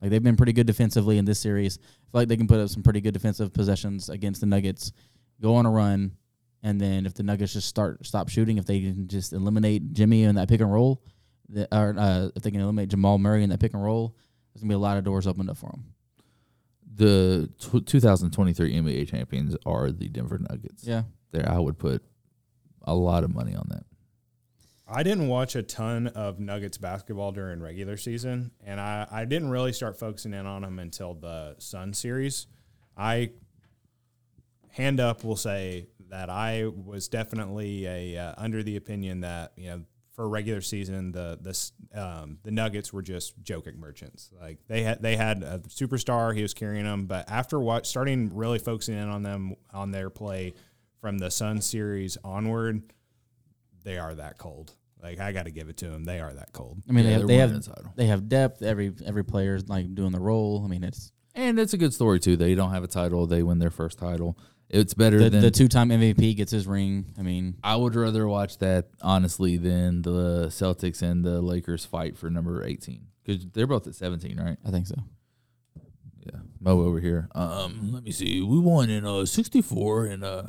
Speaker 5: Like they've been pretty good defensively in this series. I feel like they can put up some pretty good defensive possessions against the Nuggets, go on a run, and then if the Nuggets just start stop shooting, if they can just eliminate Jimmy in that pick and roll, the, or uh, if they can eliminate Jamal Murray in that pick and roll, there's gonna be a lot of doors opened up for them.
Speaker 6: the tw 2023 NBA champions are the Denver Nuggets.
Speaker 5: Yeah.
Speaker 6: there I would put a lot of money on that.
Speaker 7: I didn't watch a ton of Nuggets basketball during regular season, and I, I didn't really start focusing in on them until the Sun series. I hand up will say that I was definitely a uh, under the opinion that you know for regular season the the s- um, the Nuggets were just joking merchants. Like they had they had a superstar, he was carrying them, but after what starting really focusing in on them on their play from the Sun series onward they are that cold. Like I got to give it to them. They are that cold.
Speaker 5: I mean,
Speaker 6: Yeah,
Speaker 5: they
Speaker 6: they're
Speaker 5: have
Speaker 6: winning
Speaker 5: they
Speaker 6: the title.
Speaker 5: have, they have depth. Every every player's like doing the role. I mean, it's
Speaker 6: And it's a good story too. They don't have a title; they win their first title. It's better
Speaker 5: the,
Speaker 6: than
Speaker 5: the two time MVP gets his ring. I mean,
Speaker 6: I would rather watch that honestly than the Celtics and the Lakers fight for number 18 because they're both at 17, right?
Speaker 5: I think so.
Speaker 6: Yeah, Mo over here. Um, let me see. We won in uh 64 and uh.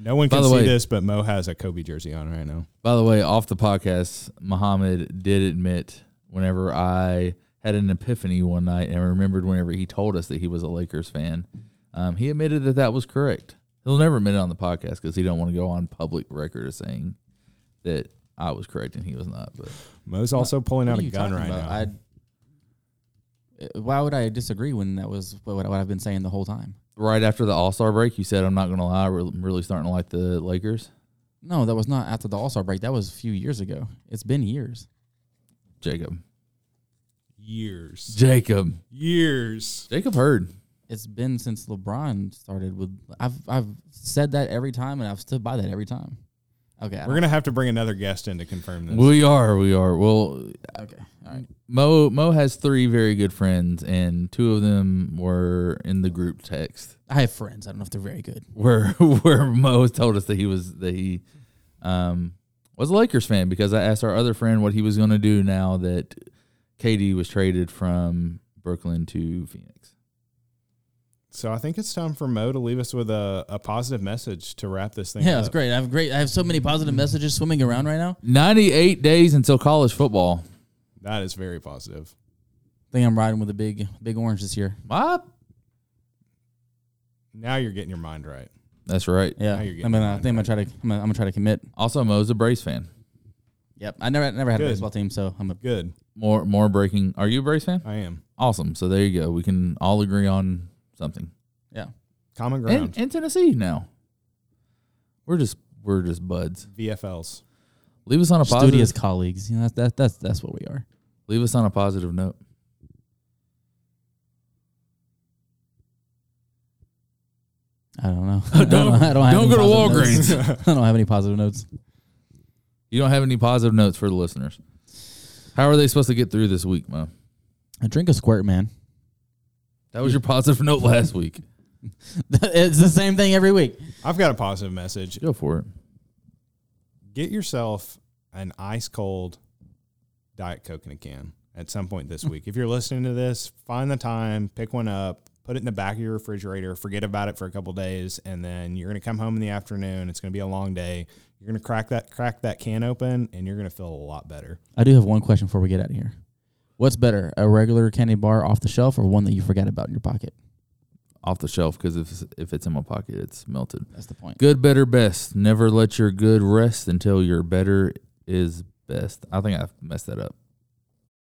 Speaker 7: No one
Speaker 6: By
Speaker 7: can
Speaker 6: the
Speaker 7: see
Speaker 6: way-
Speaker 7: this, but Mo has a Kobe jersey on right now.
Speaker 6: By the way, off the podcast, Muhammad did admit whenever I had an epiphany one night and remembered whenever he told us that he was a Lakers fan, um, he admitted that that was correct. He'll never admit it on the podcast because he don't want to go on public record as saying that I was correct and he was not. But
Speaker 7: Mo's also pulling
Speaker 5: What
Speaker 7: out
Speaker 5: are
Speaker 7: a
Speaker 5: you
Speaker 7: gun right
Speaker 5: talking about?
Speaker 7: now.
Speaker 5: I- uh, why would I disagree when that was what, what I've been saying the whole time?
Speaker 6: right after the All Star break, you said I'm not going to lie, we're- I'm really starting to like the Lakers.
Speaker 5: No, that was not after the All Star break. That was a few years ago. It's been years.
Speaker 6: Jacob,
Speaker 7: years,
Speaker 6: Jacob,
Speaker 7: years.
Speaker 6: Jacob heard.
Speaker 5: It's been since LeBron started with. I've I've said that every time, and I've stood by that every time. Okay, I
Speaker 7: We're
Speaker 5: don't-
Speaker 7: gonna have to bring another guest in to confirm this.
Speaker 6: We are, we are. Well,
Speaker 5: okay, all right.
Speaker 6: Mo Mo has three very good friends, and two of them were in the group text
Speaker 5: I have friends. I don't know if they're very good.
Speaker 6: where where Mo told us that he was that he um was a Lakers fan because I asked our other friend what he was going to do now that KD was traded from Brooklyn to Phoenix.
Speaker 7: So I think it's time for Mo to leave us with a, a positive message to wrap this thing
Speaker 5: Yeah,
Speaker 7: up.
Speaker 5: it's great. I have great. I have so many positive messages swimming around right now.
Speaker 6: 98 days until college football.
Speaker 7: That is very positive.
Speaker 5: I think I'm riding with a big, big orange this year.
Speaker 6: What?
Speaker 7: Now you're getting your mind right.
Speaker 6: That's right.
Speaker 5: Yeah,
Speaker 7: Now
Speaker 5: I
Speaker 7: you're
Speaker 5: mean,
Speaker 7: getting
Speaker 5: I think I'm gonna try to. I'm gonna, I'm gonna try to commit.
Speaker 6: Also, Mo's a Braves fan.
Speaker 5: Yep, I never, never had
Speaker 7: Good.
Speaker 5: a baseball team, so I'm a.
Speaker 7: Good.
Speaker 6: More more breaking. Are you a Braves fan?
Speaker 7: I am.
Speaker 6: Awesome. So there you go. We can all agree on something.
Speaker 5: Yeah,
Speaker 7: Common
Speaker 6: In,
Speaker 7: ground.
Speaker 6: in Tennessee now. We're just we're just buds.
Speaker 7: VFLs.
Speaker 6: Leave us on a positive.
Speaker 5: studious colleagues. You know, that's that, that's that's what we are.
Speaker 6: Leave us on a positive note.
Speaker 5: I don't know.
Speaker 6: Don't-
Speaker 5: I don't, I don't, have
Speaker 6: don't
Speaker 5: any
Speaker 6: go to
Speaker 5: positive
Speaker 6: Walgreens.
Speaker 5: notes. I don't have any positive notes.
Speaker 6: You don't have any positive notes for the listeners. How are they supposed to get through this week, Mo?
Speaker 5: I drink a squirt, man.
Speaker 6: That was your positive note last week.
Speaker 5: it's the same thing every week.
Speaker 7: I've got a positive message.
Speaker 6: Go for it.
Speaker 7: Get yourself an ice cold Diet Coke in a can at some point this week. if you're listening to this, find the time, pick one up, put it in the back of your refrigerator, forget about it for a couple days, and then you're gonna come home in the afternoon. It's gonna be a long day. You're gonna crack that crack that can open, and you're gonna feel a lot better.
Speaker 5: I do have one question before we get out of here. What's better, a regular candy bar off the shelf or one that you forgot about in your pocket?
Speaker 6: Off the shelf because if if it's in my pocket, it's melted.
Speaker 5: That's the point.
Speaker 6: Good, better, best. Never let your good rest until your better is best. I think I messed that up.